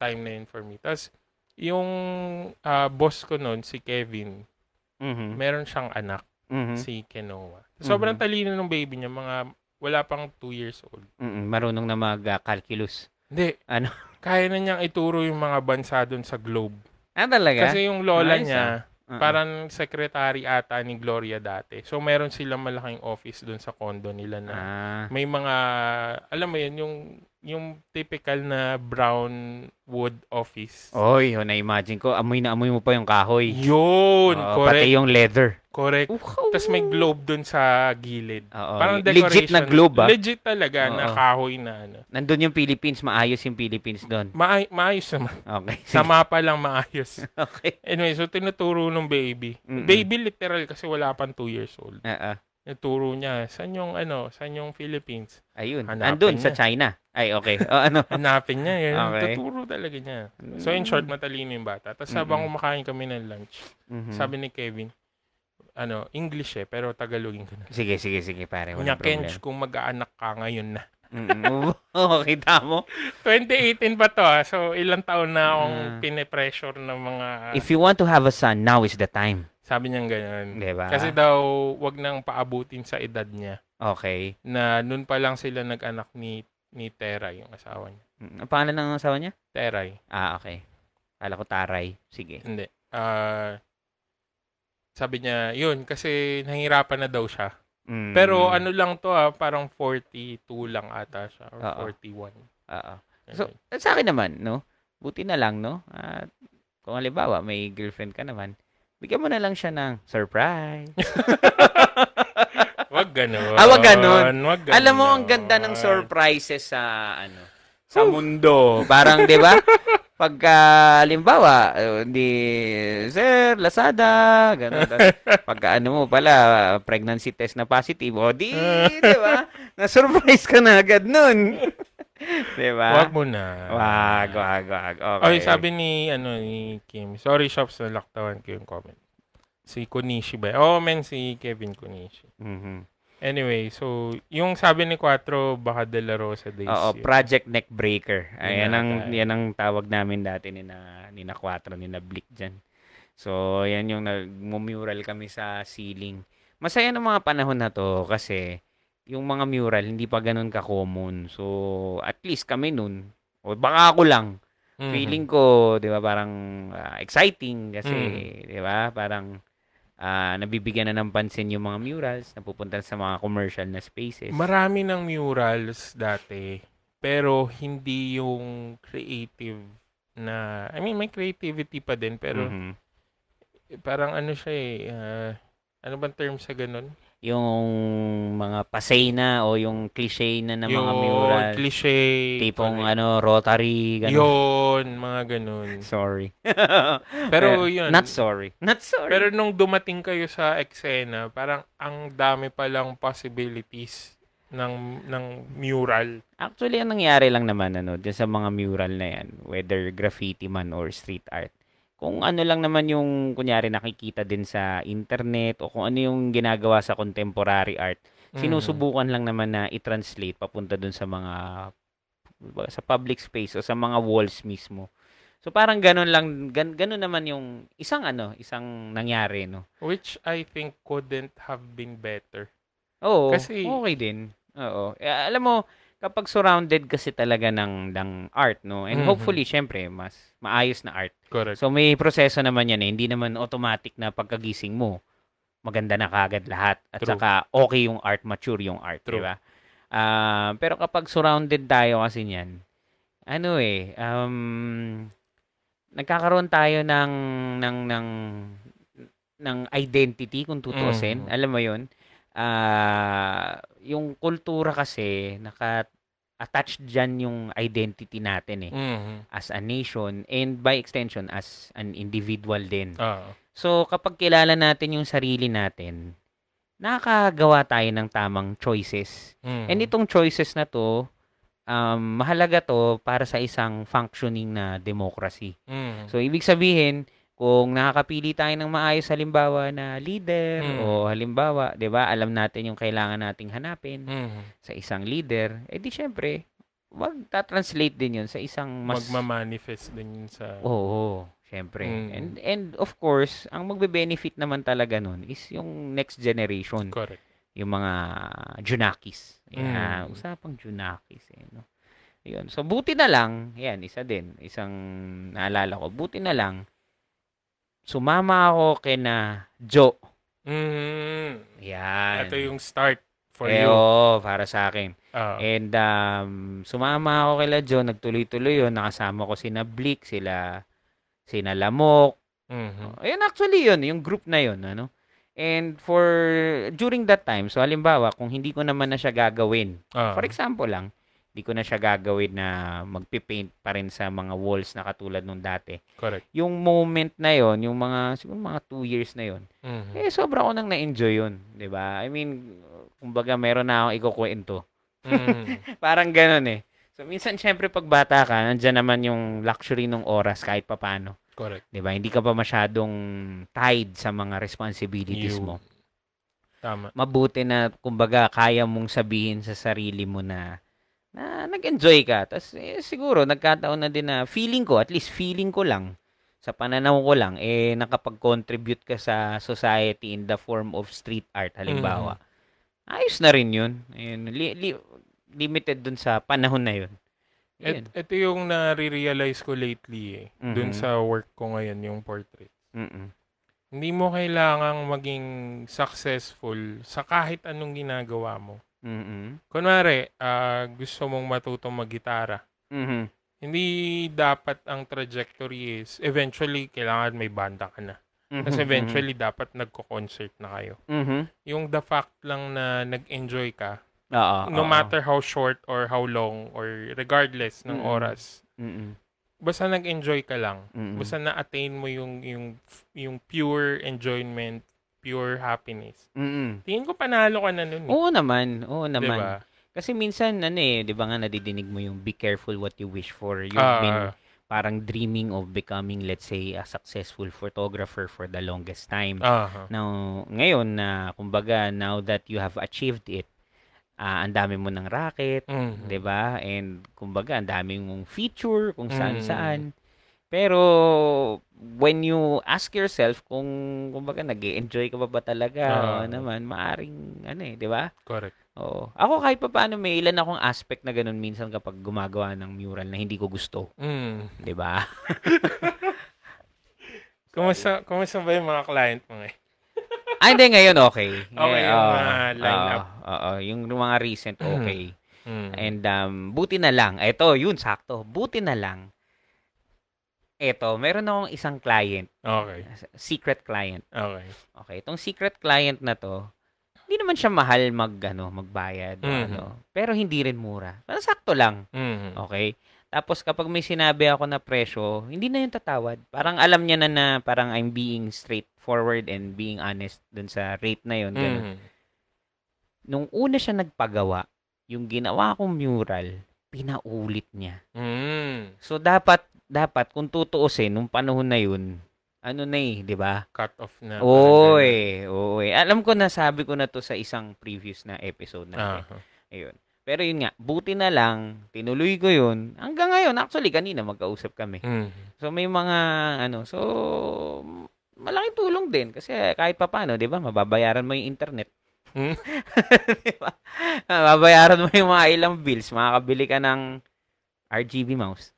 [SPEAKER 2] time na yun for me. Tapos, yung ah, boss ko nun, si Kevin,
[SPEAKER 1] Mhm.
[SPEAKER 2] meron siyang anak,
[SPEAKER 1] Mhm.
[SPEAKER 2] si Kenoa. Sobrang
[SPEAKER 1] Mhm.
[SPEAKER 2] talino ng baby niya, mga wala pang two years old.
[SPEAKER 1] Mm-mm, marunong na mag-calculus.
[SPEAKER 2] Hindi.
[SPEAKER 1] Ano?
[SPEAKER 2] Kaya na niyang ituro yung mga bansa dun sa globe.
[SPEAKER 1] Ah, talaga?
[SPEAKER 2] Kasi yung lola
[SPEAKER 1] Nice,
[SPEAKER 2] niya,
[SPEAKER 1] Uh-uh.
[SPEAKER 2] Parang secretary ata ni Gloria dati. So meron silang malaking office doon sa condo nila na
[SPEAKER 1] Ah,
[SPEAKER 2] may mga alam mo 'yun yung yung typical na brown wood office.
[SPEAKER 1] oy, oh, na-imagine ko. Amoy na amoy mo pa yung kahoy.
[SPEAKER 2] Yun,
[SPEAKER 1] Oo,
[SPEAKER 2] correct.
[SPEAKER 1] pati yung leather.
[SPEAKER 2] Correct. Tapos may globe doon sa gilid.
[SPEAKER 1] Oo,
[SPEAKER 2] Parang
[SPEAKER 1] legit na
[SPEAKER 2] decoration.
[SPEAKER 1] globe ah.
[SPEAKER 2] Legit talaga na
[SPEAKER 1] Oo.
[SPEAKER 2] kahoy na ano.
[SPEAKER 1] Nandun yung Philippines, maayos yung Philippines doon.
[SPEAKER 2] Maay- maayos naman.
[SPEAKER 1] Okay.
[SPEAKER 2] Sa mapa lang maayos.
[SPEAKER 1] okay.
[SPEAKER 2] Anyway, so tinuturo ng baby.
[SPEAKER 1] Mm-mm.
[SPEAKER 2] Baby literal kasi wala pang 2 years old.
[SPEAKER 1] Ah, ah.
[SPEAKER 2] Nituro niya, saan yung ano, saan yung Philippines?
[SPEAKER 1] Ayun.
[SPEAKER 2] Hanapin
[SPEAKER 1] Andun sa
[SPEAKER 2] niya.
[SPEAKER 1] China. Ay, okay. O, ano?
[SPEAKER 2] Hanapin niya yun.
[SPEAKER 1] Okay.
[SPEAKER 2] Tuturo talaga niya. So in short, matalino yung bata. Tapos habang
[SPEAKER 1] Mm. Mm-mm.
[SPEAKER 2] kumakain kami ng lunch,
[SPEAKER 1] Mhm.
[SPEAKER 2] sabi ni Kevin, ano, English eh, pero Tagalogin ko na.
[SPEAKER 1] Sige, sige, sige, pare. Eh, Walang
[SPEAKER 2] Kunya
[SPEAKER 1] problem.
[SPEAKER 2] Kench, kung mag-aanak ka ngayon na.
[SPEAKER 1] Mm-mm. Oo, kita mo.
[SPEAKER 2] 2018 pa to ah. So ilang taon na akong
[SPEAKER 1] Ah.
[SPEAKER 2] pinipressure ng mga...
[SPEAKER 1] If you want to have a son, now is the time.
[SPEAKER 2] sabi niya ganyan.
[SPEAKER 1] Diba?
[SPEAKER 2] Kasi daw, wag nang paabutin sa edad niya.
[SPEAKER 1] Okay.
[SPEAKER 2] Na nun pa lang sila nag-anak ni, ni Teray, yung asawa niya.
[SPEAKER 1] Mm, Ang pangalan ng asawa niya?
[SPEAKER 2] Teray.
[SPEAKER 1] Ah, okay. Kala ko taray. Sige.
[SPEAKER 2] Hindi. Ah, sabi niya, yun, kasi nahirapan na daw siya.
[SPEAKER 1] Mm.
[SPEAKER 2] Pero ano lang to ah, parang 42 lang ata siya,
[SPEAKER 1] Oo.
[SPEAKER 2] or 41.
[SPEAKER 1] Oo.
[SPEAKER 2] Ganun.
[SPEAKER 1] So, eh, sa akin naman, no? Buti na lang, no? At kung halimbawa, may girlfriend ka naman, bigyan mo na lang siya ng surprise.
[SPEAKER 2] wag ganun.
[SPEAKER 1] Ah, wag ganun.
[SPEAKER 2] Wag ganun.
[SPEAKER 1] Alam mo, ang ganda ng surprises sa, ano, sa mundo. Parang, di ba? Pagka, halimbawa, eh, hindi, sir, Lazada, gano'n. Tas Pagka, ano mo pala, pregnancy test na positive, o di, di ba? Na-surprise ka na agad nun. di ba?
[SPEAKER 2] Wag mo na.
[SPEAKER 1] Wag, wag, wag. Okay.
[SPEAKER 2] Oy, sabi ni, ano, ni Kim, sorry shops, nalaktawan ko yung comment. Si Kunishi ba? Oh, men, si Kevin Kunishi.
[SPEAKER 1] Mhm.
[SPEAKER 2] Anyway, so, yung sabi ni Quattro, baka De La Rosa days.
[SPEAKER 1] Oo,
[SPEAKER 2] yun.
[SPEAKER 1] Project Neck Breaker.
[SPEAKER 2] Yun
[SPEAKER 1] Ayan
[SPEAKER 2] na
[SPEAKER 1] ang
[SPEAKER 2] ata.
[SPEAKER 1] yan ang tawag namin dati ni na ni na Quattro, ni na Blick diyan. So, yan yung nagmumural kami sa ceiling. Masaya ng mga panahon na to kasi yung mga mural hindi pa ganun ka-common. So, at least kami nun, o baka ako lang,
[SPEAKER 2] Mhm.
[SPEAKER 1] feeling ko, 'di ba, parang ah, exciting kasi,
[SPEAKER 2] Mm.
[SPEAKER 1] 'di ba? Parang ah, nabibigyan na ng pansin yung mga murals, napupunta sa mga commercial na spaces.
[SPEAKER 2] Marami ng murals dati, pero hindi yung creative na, I mean, may creativity pa din, pero
[SPEAKER 1] Mhm.
[SPEAKER 2] parang ano siya eh, ah, ano bang ano term sa ganun?
[SPEAKER 1] yung mga pasay na o yung cliche na ng mga
[SPEAKER 2] Yun,
[SPEAKER 1] mural.
[SPEAKER 2] cliche.
[SPEAKER 1] Tipong
[SPEAKER 2] correct.
[SPEAKER 1] ano, rotary, gano'n.
[SPEAKER 2] Yun, mga ganun.
[SPEAKER 1] Sorry.
[SPEAKER 2] Pero yun.
[SPEAKER 1] Not sorry. Not sorry.
[SPEAKER 2] Pero nung dumating kayo sa eksena, parang ang dami palang possibilities ng ng mural.
[SPEAKER 1] Actually, ang nangyari lang naman ano, dyan sa mga mural na yan, whether graffiti man or street art, kung ano lang naman yung kunyari nakikita din sa internet o kung ano yung ginagawa sa contemporary art,
[SPEAKER 2] Mm.
[SPEAKER 1] sinusubukan lang naman na i-translate papunta dun sa mga sa public space o sa mga walls mismo. So parang ganun lang, gan, ganun naman yung isang ano, isang nangyari, no?
[SPEAKER 2] Mm. Which I think couldn't have been better.
[SPEAKER 1] Oo.
[SPEAKER 2] Kasi-
[SPEAKER 1] okay din. Oo. Eh, alam mo, kapag surrounded kasi talaga ng ng art, no? And
[SPEAKER 2] Mhm.
[SPEAKER 1] hopefully, syempre, mas maayos na art.
[SPEAKER 2] Correct.
[SPEAKER 1] So may proseso naman 'yan eh. Hindi naman automatic na pagkagising mo maganda na kagad lahat at
[SPEAKER 2] True.
[SPEAKER 1] saka okay yung art, mature yung art,
[SPEAKER 2] True.
[SPEAKER 1] 'di ba? Ah, pero kapag surrounded tayo kasi niyan, ano eh, um nagkakaroon tayo ng ng ng ng identity kung tutuusin.
[SPEAKER 2] Mm.
[SPEAKER 1] Alam mo 'yun? Ah, yung kultura kasi naka-attached diyan yung identity natin eh
[SPEAKER 2] Mhm.
[SPEAKER 1] as a nation and by extension as an individual din.
[SPEAKER 2] Ah.
[SPEAKER 1] So kapag kilala natin yung sarili natin, nakakagawa tayo ng tamang choices.
[SPEAKER 2] Mhm.
[SPEAKER 1] And itong choices na to, um, mahalaga to para sa isang functioning na democracy.
[SPEAKER 2] Mhm.
[SPEAKER 1] So ibig sabihin, kung nakakapili tayo ng maayos halimbawa na leader
[SPEAKER 2] Mm.
[SPEAKER 1] o halimbawa, 'di ba? Alam natin yung kailangan nating hanapin
[SPEAKER 2] Mhm.
[SPEAKER 1] sa isang leader, eh di syempre, wag ta-translate din 'yun sa isang mas Oh,
[SPEAKER 2] Magmamanifest din yun sa...
[SPEAKER 1] Oo, syempre.
[SPEAKER 2] Mm.
[SPEAKER 1] And and of course, ang magbe-benefit naman talaga nun is yung next generation,
[SPEAKER 2] Correct.
[SPEAKER 1] yung mga Junakis. Yeah,
[SPEAKER 2] Mm.
[SPEAKER 1] usapang Junakis eh, no. Yun. So buti na lang, yan isa din, isang naalala ko. Buti na lang sumama ako kina Jo.
[SPEAKER 2] Mhm.
[SPEAKER 1] Yan.
[SPEAKER 2] Ito yung start for
[SPEAKER 1] eh,
[SPEAKER 2] you.
[SPEAKER 1] oo, para sa akin.
[SPEAKER 2] Ah.
[SPEAKER 1] And um, sumama ako kila John, nagtuloy-tuloy yun. Nakasama ko sina Blick, sila, sina Lamok, Oh,
[SPEAKER 2] Mhm.
[SPEAKER 1] Ayun actually yun, yung group na yun, ano. And for during that time, so halimbawa kung hindi ko naman na siya gagawin.
[SPEAKER 2] Ah.
[SPEAKER 1] For example lang, hindi ko na siya gagawin na magpipaint pa rin sa mga walls na katulad nung dati.
[SPEAKER 2] Correct.
[SPEAKER 1] Yung moment na yon, yung mga siguro mga two years na yon,
[SPEAKER 2] Mhm.
[SPEAKER 1] eh sobra ko nang na-enjoy yun, 'di ba? I mean, kumbaga meron na akong ikukwento.
[SPEAKER 2] Mhm.
[SPEAKER 1] Parang ganun eh. So minsan syempre pag bata ka, nandiyan naman yung luxury ng oras kahit papaano.
[SPEAKER 2] Correct.
[SPEAKER 1] 'di ba? Hindi ka pa masyadong tied sa mga responsibilities
[SPEAKER 2] You-
[SPEAKER 1] mo.
[SPEAKER 2] Tama.
[SPEAKER 1] Mabuti na kumbaga kaya mong sabihin sa sarili mo na na nag-enjoy ka. Tapos eh, siguro nagkataon na din na feeling ko, at least feeling ko lang sa pananaw ko lang eh nakapag-contribute ka sa society in the form of street art halimbawa.
[SPEAKER 2] Mm.
[SPEAKER 1] Ayos na rin 'yun. Ayun, li- li- limited dun sa panahon na 'yun.
[SPEAKER 2] Et,
[SPEAKER 1] Ayun.
[SPEAKER 2] ito yung nare-realize ko lately eh.
[SPEAKER 1] Mhm.
[SPEAKER 2] Dun sa work ko ngayon, yung portrait.
[SPEAKER 1] Mm-mm.
[SPEAKER 2] Hindi mo kailangang maging successful sa kahit anong ginagawa mo.
[SPEAKER 1] Mm-mm.
[SPEAKER 2] Kunwari, ah, gusto mong matutong maggitara.
[SPEAKER 1] Mhm.
[SPEAKER 2] Hindi dapat ang trajectory is eventually kailangan may banda ka na. Kasi
[SPEAKER 1] Mhm.
[SPEAKER 2] eventually dapat nagko-concert na kayo.
[SPEAKER 1] Mhm.
[SPEAKER 2] Yung the fact lang na nag-enjoy ka,
[SPEAKER 1] Oo.
[SPEAKER 2] no
[SPEAKER 1] oo.
[SPEAKER 2] matter how short or how long or regardless ng
[SPEAKER 1] Mm-mm.
[SPEAKER 2] oras,
[SPEAKER 1] Mm-mm.
[SPEAKER 2] basta nag-enjoy ka lang.
[SPEAKER 1] Mm-mm.
[SPEAKER 2] Basta na-attain mo yung yung yung pure enjoyment, pure happiness.
[SPEAKER 1] Mm-mm.
[SPEAKER 2] Tingin ko panalo ka na nun. Eh.
[SPEAKER 1] Oo naman, oo
[SPEAKER 2] Di
[SPEAKER 1] naman.
[SPEAKER 2] ba?
[SPEAKER 1] Kasi minsan ano eh, 'di ba nga nadidinig mo yung be careful what you wish for. You've
[SPEAKER 2] Ah,
[SPEAKER 1] been parang dreaming of becoming let's say a successful photographer for the longest time.
[SPEAKER 2] aha.
[SPEAKER 1] Now, ngayon na kumbaga now that you have achieved it, ah, ang dami mo ng racket,
[SPEAKER 2] Mhm.
[SPEAKER 1] 'di ba? And kumbaga ang dami mong feature kung
[SPEAKER 2] Mm.
[SPEAKER 1] saan-saan. Pero when you ask yourself kung kumbaga nag-enjoy ka ba ba talaga o
[SPEAKER 2] Ah.
[SPEAKER 1] naman, maaring ano eh, 'di ba?
[SPEAKER 2] Correct.
[SPEAKER 1] Oo. Ako kahit pa paano may ilan akong aspect na ganun minsan kapag gumagawa ng mural na hindi ko gusto,
[SPEAKER 2] Mm.
[SPEAKER 1] 'di ba?
[SPEAKER 2] Kumusta, kumusta ba yung mga client mo eh? ngayon?
[SPEAKER 1] Ah, hindi ngayon okay.
[SPEAKER 2] Okay,
[SPEAKER 1] Ngayon,
[SPEAKER 2] yung
[SPEAKER 1] oo.
[SPEAKER 2] mga lineup. Mm-hmm.
[SPEAKER 1] Oo, oo. yung mga recent okay.
[SPEAKER 2] Mm.
[SPEAKER 1] And um, buti na lang. Ito, yun, sakto. Buti na lang. Ito, meron akong isang client,
[SPEAKER 2] Okay.
[SPEAKER 1] secret client.
[SPEAKER 2] Okay.
[SPEAKER 1] Okay, itong secret client na to, hindi naman siya mahal mag, ano, magbayad. o
[SPEAKER 2] Mhm.
[SPEAKER 1] Ano, pero hindi rin mura. Parang sakto lang.
[SPEAKER 2] Mhm.
[SPEAKER 1] Okay? Tapos kapag may sinabi ako na presyo, hindi na yun tatawad. Parang alam niya na na parang I'm being straightforward and being honest dun sa rate na yun. ganun.
[SPEAKER 2] Mhm.
[SPEAKER 1] Nung una siya nagpagawa, yung ginawa kong mural, pinaulit niya.
[SPEAKER 2] Mm.
[SPEAKER 1] So dapat dapat kung tutuusin nung panahon na yun, ano na eh, 'di ba?
[SPEAKER 2] Cut off na.
[SPEAKER 1] Oy, oy. Alam ko na sabi ko na to sa isang previous na episode
[SPEAKER 2] Ah.
[SPEAKER 1] na. Ayun. Pero yun nga, buti na lang tinuloy ko yun. Hanggang ngayon actually kanina magkausap kami.
[SPEAKER 2] Mm.
[SPEAKER 1] So may mga ano, so malaking tulong din kasi kahit papaano, 'di ba? Mababayaran mo yung internet.
[SPEAKER 2] Hmm?
[SPEAKER 1] 'Di ba? Mababayaran mo yung mga ilang bills, makakabili ka ng RGB mouse.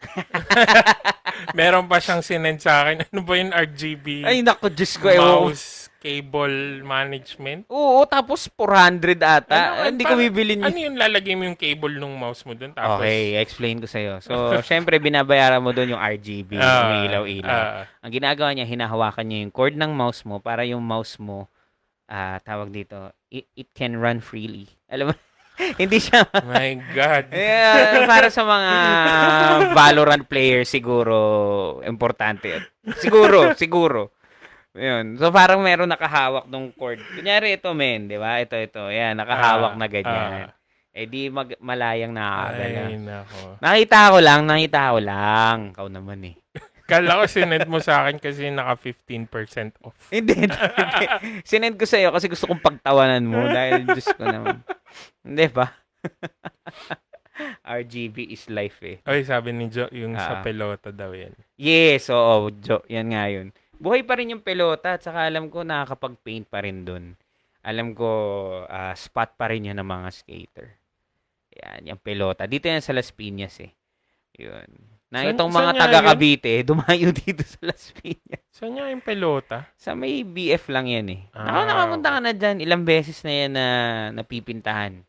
[SPEAKER 2] Meron pa siyang sinend sa akin. Ano ba yung RGB?
[SPEAKER 1] Ay, naku, Diyos ko. Ewan. ko.
[SPEAKER 2] mouse cable management?
[SPEAKER 1] Oo, tapos 400 ata.
[SPEAKER 2] Ano, ano,
[SPEAKER 1] Hindi ko
[SPEAKER 2] parang-
[SPEAKER 1] bibilin yun.
[SPEAKER 2] Ano yung lalagay mo yung cable nung mouse mo doon? Tapos,
[SPEAKER 1] Okay, explain ko sa'yo. So, syempre, binabayaran mo doon yung RGB,
[SPEAKER 2] ah,
[SPEAKER 1] yung ilaw-ilaw.
[SPEAKER 2] ah,
[SPEAKER 1] Ang ginagawa niya, hinahawakan niya yung cord ng mouse mo para yung mouse mo, ah, tawag dito, it, it can run freely. Alam mo, hindi siya
[SPEAKER 2] my God.
[SPEAKER 1] Yeah, para sa mga Valorant players siguro importante yun. Siguro, siguro. Yun. So parang meron nakahawak nung cord. Kunyari ito men, 'di ba? Ito ito. Yan, nakahawak
[SPEAKER 2] Ah,
[SPEAKER 1] na ganyan. eh di mag malayang nakakagana.
[SPEAKER 2] Ay, nako.
[SPEAKER 1] Nakita ko lang, nakita ko lang. Kau naman eh.
[SPEAKER 2] Kala ko sinend mo sa akin kasi naka 15% off.
[SPEAKER 1] Hindi. hindi. Sinend ko sa'yo kasi gusto kong pagtawanan mo dahil Diyos ko naman. Hindi ba? RGB is life eh.
[SPEAKER 2] Ay, sabi ni Jo, yung sa
[SPEAKER 1] Ah.
[SPEAKER 2] pelota daw yan.
[SPEAKER 1] Yes, oo, Jo, yan nga yun. Buhay pa rin yung pelota at saka alam ko nakakapag-paint pa rin dun. Alam ko, ah, spot pa rin yun ng mga skater. Yan, yung pelota. Dito yan sa Las Piñas eh. Yun. Na
[SPEAKER 2] Saan-
[SPEAKER 1] itong
[SPEAKER 2] saan
[SPEAKER 1] mga
[SPEAKER 2] nga
[SPEAKER 1] taga
[SPEAKER 2] yun?
[SPEAKER 1] Cavite, dumayo dito sa Las Piñas.
[SPEAKER 2] Saan niya yung pelota?
[SPEAKER 1] Sa may BF lang yan eh. Ako,
[SPEAKER 2] Ah,
[SPEAKER 1] nakapunta ka na dyan. Ilang beses na yan na napipintahan.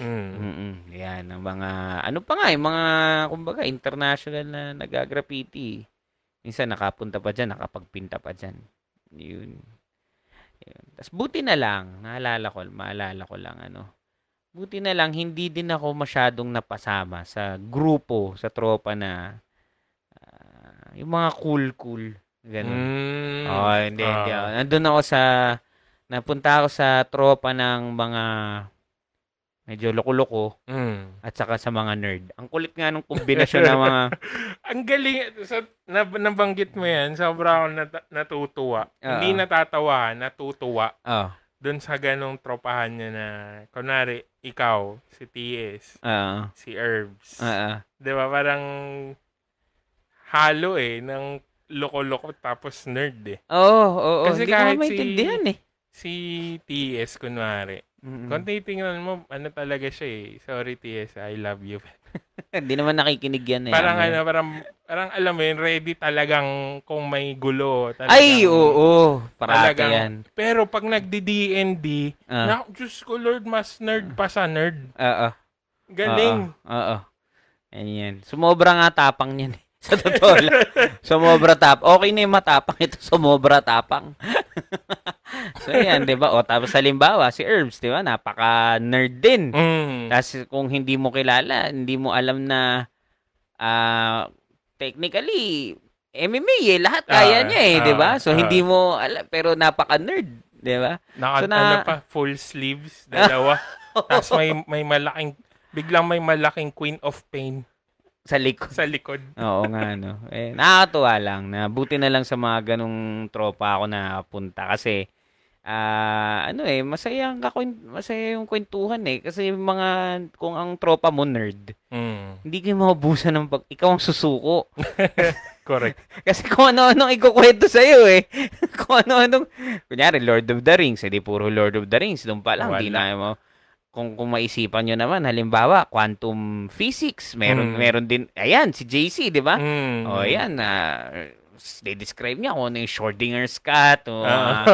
[SPEAKER 2] Mm.
[SPEAKER 1] Mm-mm. Yan, ang mga, ano pa nga, yung mga, kumbaga, international na nagagraffiti. Minsan nakapunta pa dyan, nakapagpinta pa dyan. Yun. Yun. Tapos buti na lang, naalala ko, maalala ko lang, ano, buti na lang, hindi din ako masyadong napasama sa grupo, sa tropa na, ah, yung mga cool-cool. Ganun.
[SPEAKER 2] Mm.
[SPEAKER 1] Oo, hindi, hindi
[SPEAKER 2] Ah.
[SPEAKER 1] ako. Nandun ako sa, napunta ako sa tropa ng mga medyo loko-loko
[SPEAKER 2] Mm.
[SPEAKER 1] at saka sa mga nerd. Ang kulit nga nung kombinasyon ng mga,
[SPEAKER 2] Ang galing, sa, nab- nabanggit mo yan, sobra akong nat- natutuwa. Hindi
[SPEAKER 1] Ah.
[SPEAKER 2] natatawa, natutuwa
[SPEAKER 1] oh,
[SPEAKER 2] doon sa ganong tropahan niya na, kunwari, ikaw, si TS,
[SPEAKER 1] ah,
[SPEAKER 2] si Herbs.
[SPEAKER 1] ah, ah.
[SPEAKER 2] Di ba? Parang halo eh, ng loko-loko tapos nerd eh.
[SPEAKER 1] Oo, oo, oo. Hindi
[SPEAKER 2] Kasi
[SPEAKER 1] ko nga
[SPEAKER 2] kahit si-
[SPEAKER 1] maintindihan eh.
[SPEAKER 2] Si TS, kunwari.
[SPEAKER 1] Mm-mm.
[SPEAKER 2] Kung titingnan mo, ano talaga siya eh. Sorry TS, I love you.
[SPEAKER 1] Hindi naman nakikinig yan eh.
[SPEAKER 2] Parang
[SPEAKER 1] Ano.
[SPEAKER 2] ano, parang, parang alam mo yun, ready talagang kung may gulo. Talagang,
[SPEAKER 1] Ay, oo, parate
[SPEAKER 2] Talagang-
[SPEAKER 1] yan.
[SPEAKER 2] Pero pag nagdi-D&D,
[SPEAKER 1] Ah,
[SPEAKER 2] na, Diyos ko Lord, mas nerd pa sa nerd.
[SPEAKER 1] ah, ah,
[SPEAKER 2] Galing.
[SPEAKER 1] Oo, oo. Yan, yan. Sumobra nga tapang yan eh. Sa totoo lang. Sumobra tap. Okay na yung matapang ito. Sumobra tapang. so yan, di ba? O tapos halimbawa, si Herbs, di ba? Napaka-nerd din.
[SPEAKER 2] Mm.
[SPEAKER 1] Kasi kung hindi mo kilala, hindi mo alam na ah, technically MMA eh, lahat kaya
[SPEAKER 2] Ah,
[SPEAKER 1] niya eh, 'di ba?
[SPEAKER 2] ah,
[SPEAKER 1] So
[SPEAKER 2] ah.
[SPEAKER 1] hindi mo alam pero napaka-nerd, 'di ba?
[SPEAKER 2] Naka,
[SPEAKER 1] So, na-
[SPEAKER 2] ano pa, full sleeves, dalawa. Tapos may, may malaking, biglang may malaking queen of pain
[SPEAKER 1] Sa likod.
[SPEAKER 2] sa likod.
[SPEAKER 1] Oo nga no. Eh nakakatuwa lang na buti na lang sa mga ganong tropa ako na punta kasi ah ano eh masaya ang kakwen- masaya yung kwentuhan eh kasi yung mga kung ang tropa mo nerd,
[SPEAKER 2] Mm,
[SPEAKER 1] hindi kayo maubusan ng pag ikaw ang susuko.
[SPEAKER 2] correct.
[SPEAKER 1] Kasi kung ano-ano ikukwento sa'yo eh. kung ano-ano. Kunyari, Lord of the Rings. Eh, di puro Lord of the Rings. Doon pa lang. Di
[SPEAKER 2] Wala.
[SPEAKER 1] na mo. Kung, kung maisipan nyo naman, halimbawa, quantum physics. Meron,
[SPEAKER 2] Mm.
[SPEAKER 1] meron din. Ayan, si JC, di ba?
[SPEAKER 2] Mm.
[SPEAKER 1] O, Ah. Oh, ayan. ah, they-describe niya kung ano yung Schrodinger's cat. O, mga-
[SPEAKER 2] Ah.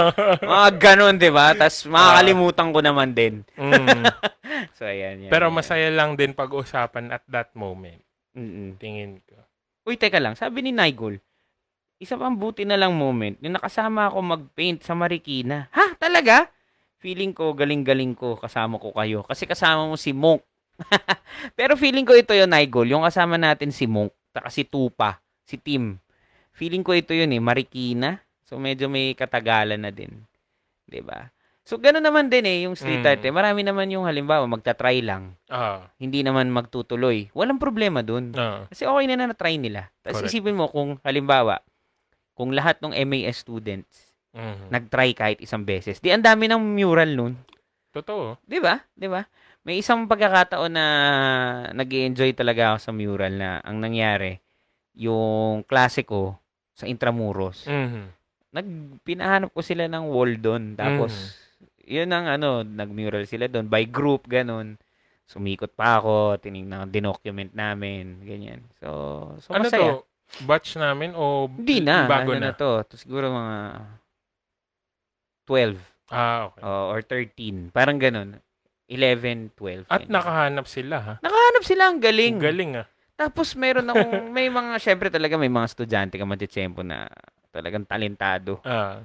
[SPEAKER 1] mga ganun, di ba? Tapos makakalimutan ko naman din.
[SPEAKER 2] Mm.
[SPEAKER 1] So, ayan. yan,
[SPEAKER 2] Pero
[SPEAKER 1] yan.
[SPEAKER 2] masaya lang din pag-usapan at that moment.
[SPEAKER 1] Mm-mm.
[SPEAKER 2] Tingin ko.
[SPEAKER 1] Uy, teka lang. Sabi ni Nigel, isa pang buti na lang moment, yung nakasama ako mag-paint sa Marikina. Ha? Talaga? feeling ko galing-galing ko kasama ko kayo kasi kasama mo si Monk. Pero feeling ko ito 'yon, Nigel, yung kasama natin si Monk, taka si Tupa, si Tim. Feeling ko ito 'yun eh, Marikina. So medyo may katagalan na din. 'Di ba? So gano'n naman din eh yung street
[SPEAKER 2] Mm.
[SPEAKER 1] art. Eh. Marami naman yung halimbawa magta-try lang,
[SPEAKER 2] Ah,
[SPEAKER 1] hindi naman magtutuloy. Walang problema dun.
[SPEAKER 2] ah,
[SPEAKER 1] Kasi okay na na na-try nila. Tapos
[SPEAKER 2] Correct.
[SPEAKER 1] isipin mo kung halimbawa, kung lahat ng MAS students
[SPEAKER 2] mhm.
[SPEAKER 1] nag-try kahit isang beses, di ang dami ng mural nun.
[SPEAKER 2] Totoo.
[SPEAKER 1] Di ba? Di ba? May isang pagkakataon na nag enjoy talaga ako sa mural na ang nangyari, yung klase ko sa Intramuros.
[SPEAKER 2] Mhm.
[SPEAKER 1] Nag, pinahanap ko sila ng wall doon. Tapos,
[SPEAKER 2] Mm.
[SPEAKER 1] yun ang ano, nag-mural sila doon by group, ganun. Sumikot pa ako, tinignan, dinocument namin, ganyan. So, so
[SPEAKER 2] ano
[SPEAKER 1] masaya.
[SPEAKER 2] to? Batch namin o
[SPEAKER 1] Hindi na.
[SPEAKER 2] bago
[SPEAKER 1] ano
[SPEAKER 2] na?
[SPEAKER 1] na. to. to. Siguro mga 12
[SPEAKER 2] Ah, okay.
[SPEAKER 1] o- or 13. Parang ganun. 11, 12.
[SPEAKER 2] At
[SPEAKER 1] ganyan.
[SPEAKER 2] nakahanap sila ha.
[SPEAKER 1] Nakahanap sila ang galing.
[SPEAKER 2] Ang galing ah.
[SPEAKER 1] Tapos meron akong, may mga, syempre talaga may mga estudyante ka matitsempo na talagang talentado.
[SPEAKER 2] Ah.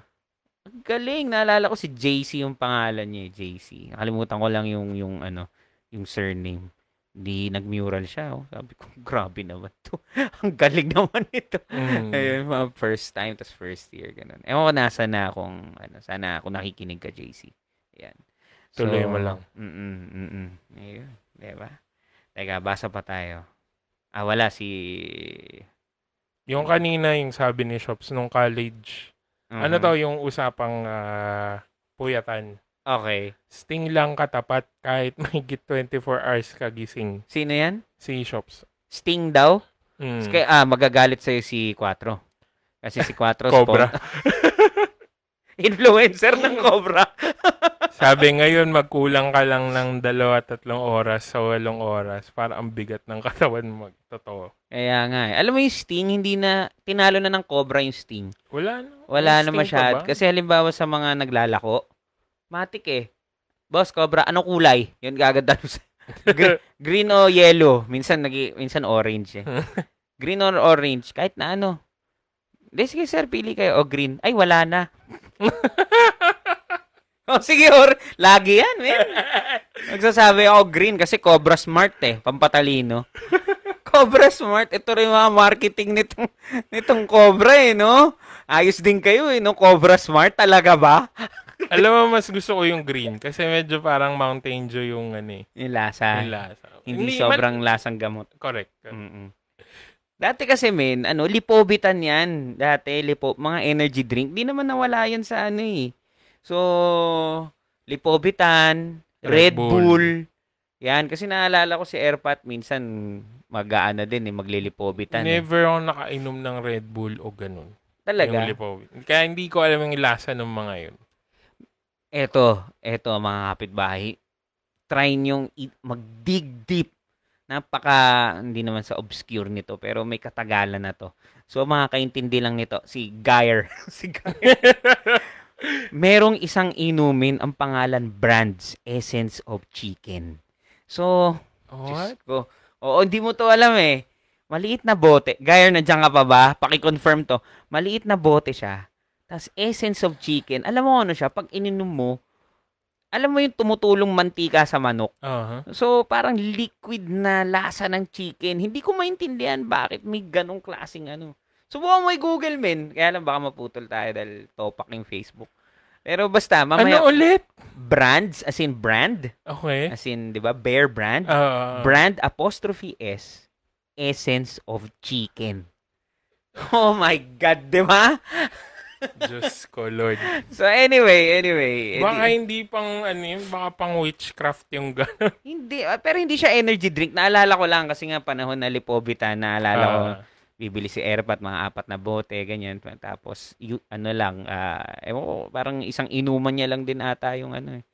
[SPEAKER 1] Ang galing. Naalala ko si JC yung pangalan niya, eh, JC. Nakalimutan ko lang yung, yung ano, yung surname. Di nagmural siya. Oh. Sabi ko, grabe naman to. ang galing naman ito.
[SPEAKER 2] Mm.
[SPEAKER 1] Ayun, mga first time, tas first year, ganun. Ewan ko nasa na akong, ano, sana ako nakikinig ka, JC. Ayan.
[SPEAKER 2] Tuloy mo lang.
[SPEAKER 1] Mm-mm, mm-mm. Ayun, diba? Teka, basa pa tayo. Ah, wala si...
[SPEAKER 2] Yung kanina yung sabi ni Shops nung college.
[SPEAKER 1] Mhm.
[SPEAKER 2] Ano to yung usapang ah, puyatan?
[SPEAKER 1] Okay.
[SPEAKER 2] Sting lang katapat kahit mahigit 24 hours kagising.
[SPEAKER 1] Sino yan?
[SPEAKER 2] Si Shops.
[SPEAKER 1] Sting daw?
[SPEAKER 2] Mm.
[SPEAKER 1] Kaya, ah, magagalit sa'yo si Quatro. Kasi si Quatro
[SPEAKER 2] Cobra.
[SPEAKER 1] spon- Influencer ng Cobra.
[SPEAKER 2] Sabi ngayon, magkulang ka lang ng dalawa, tatlong oras sa walong oras para ang bigat ng katawan mo. Totoo.
[SPEAKER 1] Kaya nga. eh. Alam mo yung Sting, hindi na, tinalo na ng Cobra yung Sting.
[SPEAKER 2] Wala na.
[SPEAKER 1] Wala na
[SPEAKER 2] May sting pa
[SPEAKER 1] masyad.
[SPEAKER 2] ba?
[SPEAKER 1] Kasi halimbawa sa mga naglalako, matik eh. Boss, Cobra, ano kulay? Yun gaganda mo sa... Gr- green o yellow. Minsan, nag minsan orange eh. green or orange. Kahit na ano. De, sige sir, pili kayo. O green. Ay, wala na. o sige, or... Lagi yan, man. Nagsasabi ako "Oh, green kasi Cobra Smart eh. Pampatalino. Cobra Smart. Ito rin yung mga marketing nitong, nitong Cobra eh, no? Ayos din kayo eh, no? Cobra Smart talaga ba?
[SPEAKER 2] Alam mo, mas gusto ko yung green kasi medyo parang Mountain Dew yung ano eh.
[SPEAKER 1] Yung lasa.
[SPEAKER 2] yung lasa.
[SPEAKER 1] Ah, Hindi
[SPEAKER 2] man- Mm.
[SPEAKER 1] sobrang lasang gamot.
[SPEAKER 2] correct.
[SPEAKER 1] Mm-mm. Dati kasi men, ano, lipobitan yan. Dati, lipo, mga energy drink. Di naman nawala yan sa ano eh. So, lipobitan, Red,
[SPEAKER 2] Red
[SPEAKER 1] Bull.
[SPEAKER 2] Bull.
[SPEAKER 1] Yan, kasi naalala ko si Airpat minsan mag-aana din eh, maglilipobitan. Eh.
[SPEAKER 2] Never ako nakainom ng Red Bull o ganun. Yung
[SPEAKER 1] Talaga.
[SPEAKER 2] Lipowi. Kaya hindi ko alam yung lasa ng mga yun.
[SPEAKER 1] Eto, eto mga kapitbahay. Try niyong i- mag-dig deep. Napaka, hindi naman sa obscure nito, pero may katagalan na to. So, makakaintindi lang nito, si Geyer. si Geyer. Merong isang inumin, ang pangalan Brands Essence of Chicken. So, Diyos ko. Oo, hindi mo to alam eh. Maliit na bote. Gayer, nandiyan ka pa ba? Paki-confirm to. Maliit na bote siya. Tapos essence of chicken. Alam mo ano siya, pag ininom mo, alam mo yung tumutulong mantika sa manok.
[SPEAKER 2] Aha.
[SPEAKER 1] So, parang liquid na lasa ng chicken. Hindi ko maintindihan bakit may ganong klaseng ano. Subukan mo i-google, men. Kaya lang baka maputol tayo dahil topak yung Facebook. Pero basta,
[SPEAKER 2] Ano
[SPEAKER 1] mamaya,
[SPEAKER 2] ulit?
[SPEAKER 1] brands, as in brand,
[SPEAKER 2] Okay.
[SPEAKER 1] as in, di ba, bear brand,
[SPEAKER 2] Ah.
[SPEAKER 1] brand apostrophe S, essence of chicken. Oh my God, di ba?
[SPEAKER 2] Diyos ko, Lord.
[SPEAKER 1] So anyway, anyway.
[SPEAKER 2] Baka
[SPEAKER 1] edi-
[SPEAKER 2] hindi pang, ano yun, baka pang witchcraft yung gano'n.
[SPEAKER 1] hindi, ah, pero hindi siya energy drink. Naalala ko lang kasi nga panahon na Lipovita, naalala ko,
[SPEAKER 2] Ah.
[SPEAKER 1] bibili si Erpat, mga apat na bote, ganyan. Tapos, yu- ano lang, ah, ewan ko, parang isang inuman niya lang din ata yung ano eh.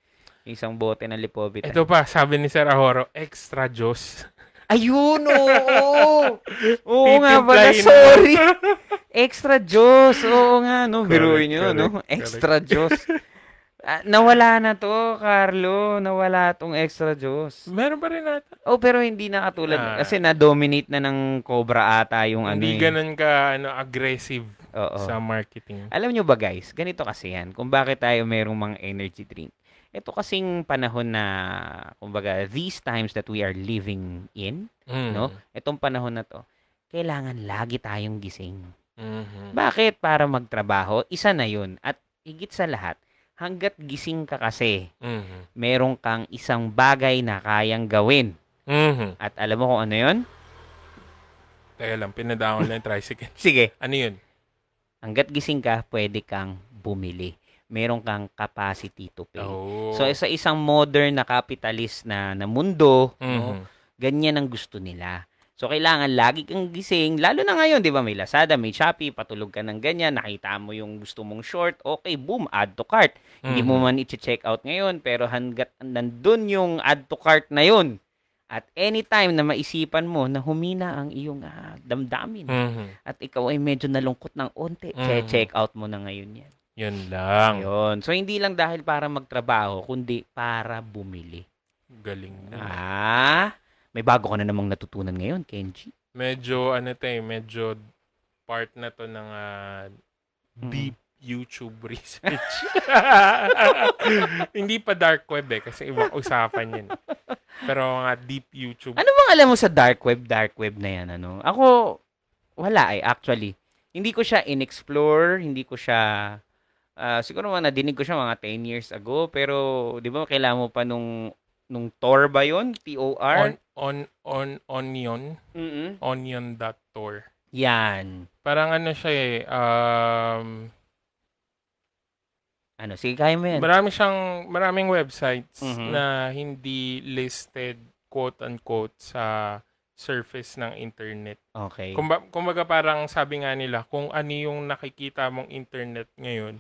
[SPEAKER 1] yung Isang bote ng Lipovita.
[SPEAKER 2] Ito pa, sabi ni Sir Ahoro, extra Diyos.
[SPEAKER 1] Ayun, oo. oo nga
[SPEAKER 2] Pitimplahin
[SPEAKER 1] pala,
[SPEAKER 2] mo.
[SPEAKER 1] sorry. Extra Diyos. Oo nga, no.
[SPEAKER 2] Correct,
[SPEAKER 1] Biruin nyo, no?
[SPEAKER 2] correct,
[SPEAKER 1] Extra Diyos. Ah, nawala na to, Carlo. Nawala tong extra Diyos.
[SPEAKER 2] Meron pa rin ata.
[SPEAKER 1] Oh, pero hindi na katulad.
[SPEAKER 2] Ah.
[SPEAKER 1] kasi na-dominate na ng Cobra ata yung ano. Oh.
[SPEAKER 2] hindi
[SPEAKER 1] eh.
[SPEAKER 2] ganun ka ano, aggressive
[SPEAKER 1] Oo.
[SPEAKER 2] sa marketing.
[SPEAKER 1] Alam nyo ba guys, ganito kasi yan. Kung bakit tayo merong mga energy drink. Ito kasing panahon na, kumbaga, these times that we are living in,
[SPEAKER 2] Mm.
[SPEAKER 1] No? itong panahon na to, kailangan lagi tayong gising.
[SPEAKER 2] Mhm.
[SPEAKER 1] Bakit? Para magtrabaho, isa na yun. At higit sa lahat, hanggat gising ka kasi,
[SPEAKER 2] Mhm.
[SPEAKER 1] meron kang isang bagay na kayang gawin.
[SPEAKER 2] Mhm.
[SPEAKER 1] At alam mo kung ano yun?
[SPEAKER 2] Teka lang, pinadaon lang yung tricycle.
[SPEAKER 1] Sige.
[SPEAKER 2] Ano yun?
[SPEAKER 1] Hanggat gising ka, pwede kang bumili. Meron kang capacity to pay.
[SPEAKER 2] Oh.
[SPEAKER 1] So, sa isang modern na capitalist na, na mundo, no,
[SPEAKER 2] Mhm.
[SPEAKER 1] ganyan ang gusto nila. So, kailangan lagi kang gising. Lalo na ngayon, di ba? May Lazada, may Shopee, patulog ka ng ganyan, nakita mo yung gusto mong short, okay, boom, add to cart. Hindi mo
[SPEAKER 2] Mhm.
[SPEAKER 1] man i-check out ngayon, pero hanggat nandun yung add to cart na yun, at any time na maisipan mo na humina ang iyong ah, damdamin
[SPEAKER 2] Mhm.
[SPEAKER 1] at ikaw ay medyo nalungkot ng onte,
[SPEAKER 2] Mm.
[SPEAKER 1] check out mo na ngayon yan.
[SPEAKER 2] Yun lang.
[SPEAKER 1] Yun. So, hindi lang dahil para magtrabaho, kundi para bumili.
[SPEAKER 2] Galing. na.
[SPEAKER 1] Ah, may bago ka na namang natutunan ngayon, Kenji.
[SPEAKER 2] Medyo, ano tayo, medyo part na to ng ah,
[SPEAKER 1] Mm.
[SPEAKER 2] deep YouTube research. Hindi pa dark web eh, kasi ibang usapan yun. eh. Pero mga deep YouTube.
[SPEAKER 1] Ano bang alam mo sa dark web, dark web na yan, ano? Ako, wala eh, actually. Hindi ko siya in-explore, hindi ko siya, ah, siguro mga nadinig ko siya mga 10 years ago, pero di ba kailangan mo pa nung, nung Tor ba yun?
[SPEAKER 2] On,
[SPEAKER 1] T-O-R?
[SPEAKER 2] on, on, onion.
[SPEAKER 1] Mm-mm.
[SPEAKER 2] Onion.tor.
[SPEAKER 1] Yan.
[SPEAKER 2] Parang ano siya eh, um,
[SPEAKER 1] Ano, sige, kaya mo yan.
[SPEAKER 2] marami siyang, maraming websites
[SPEAKER 1] Mhm.
[SPEAKER 2] na hindi listed quote-unquote sa surface ng internet.
[SPEAKER 1] Okay.
[SPEAKER 2] Kumba, kumbaga parang sabi nga nila, kung ano yung nakikita mong internet ngayon,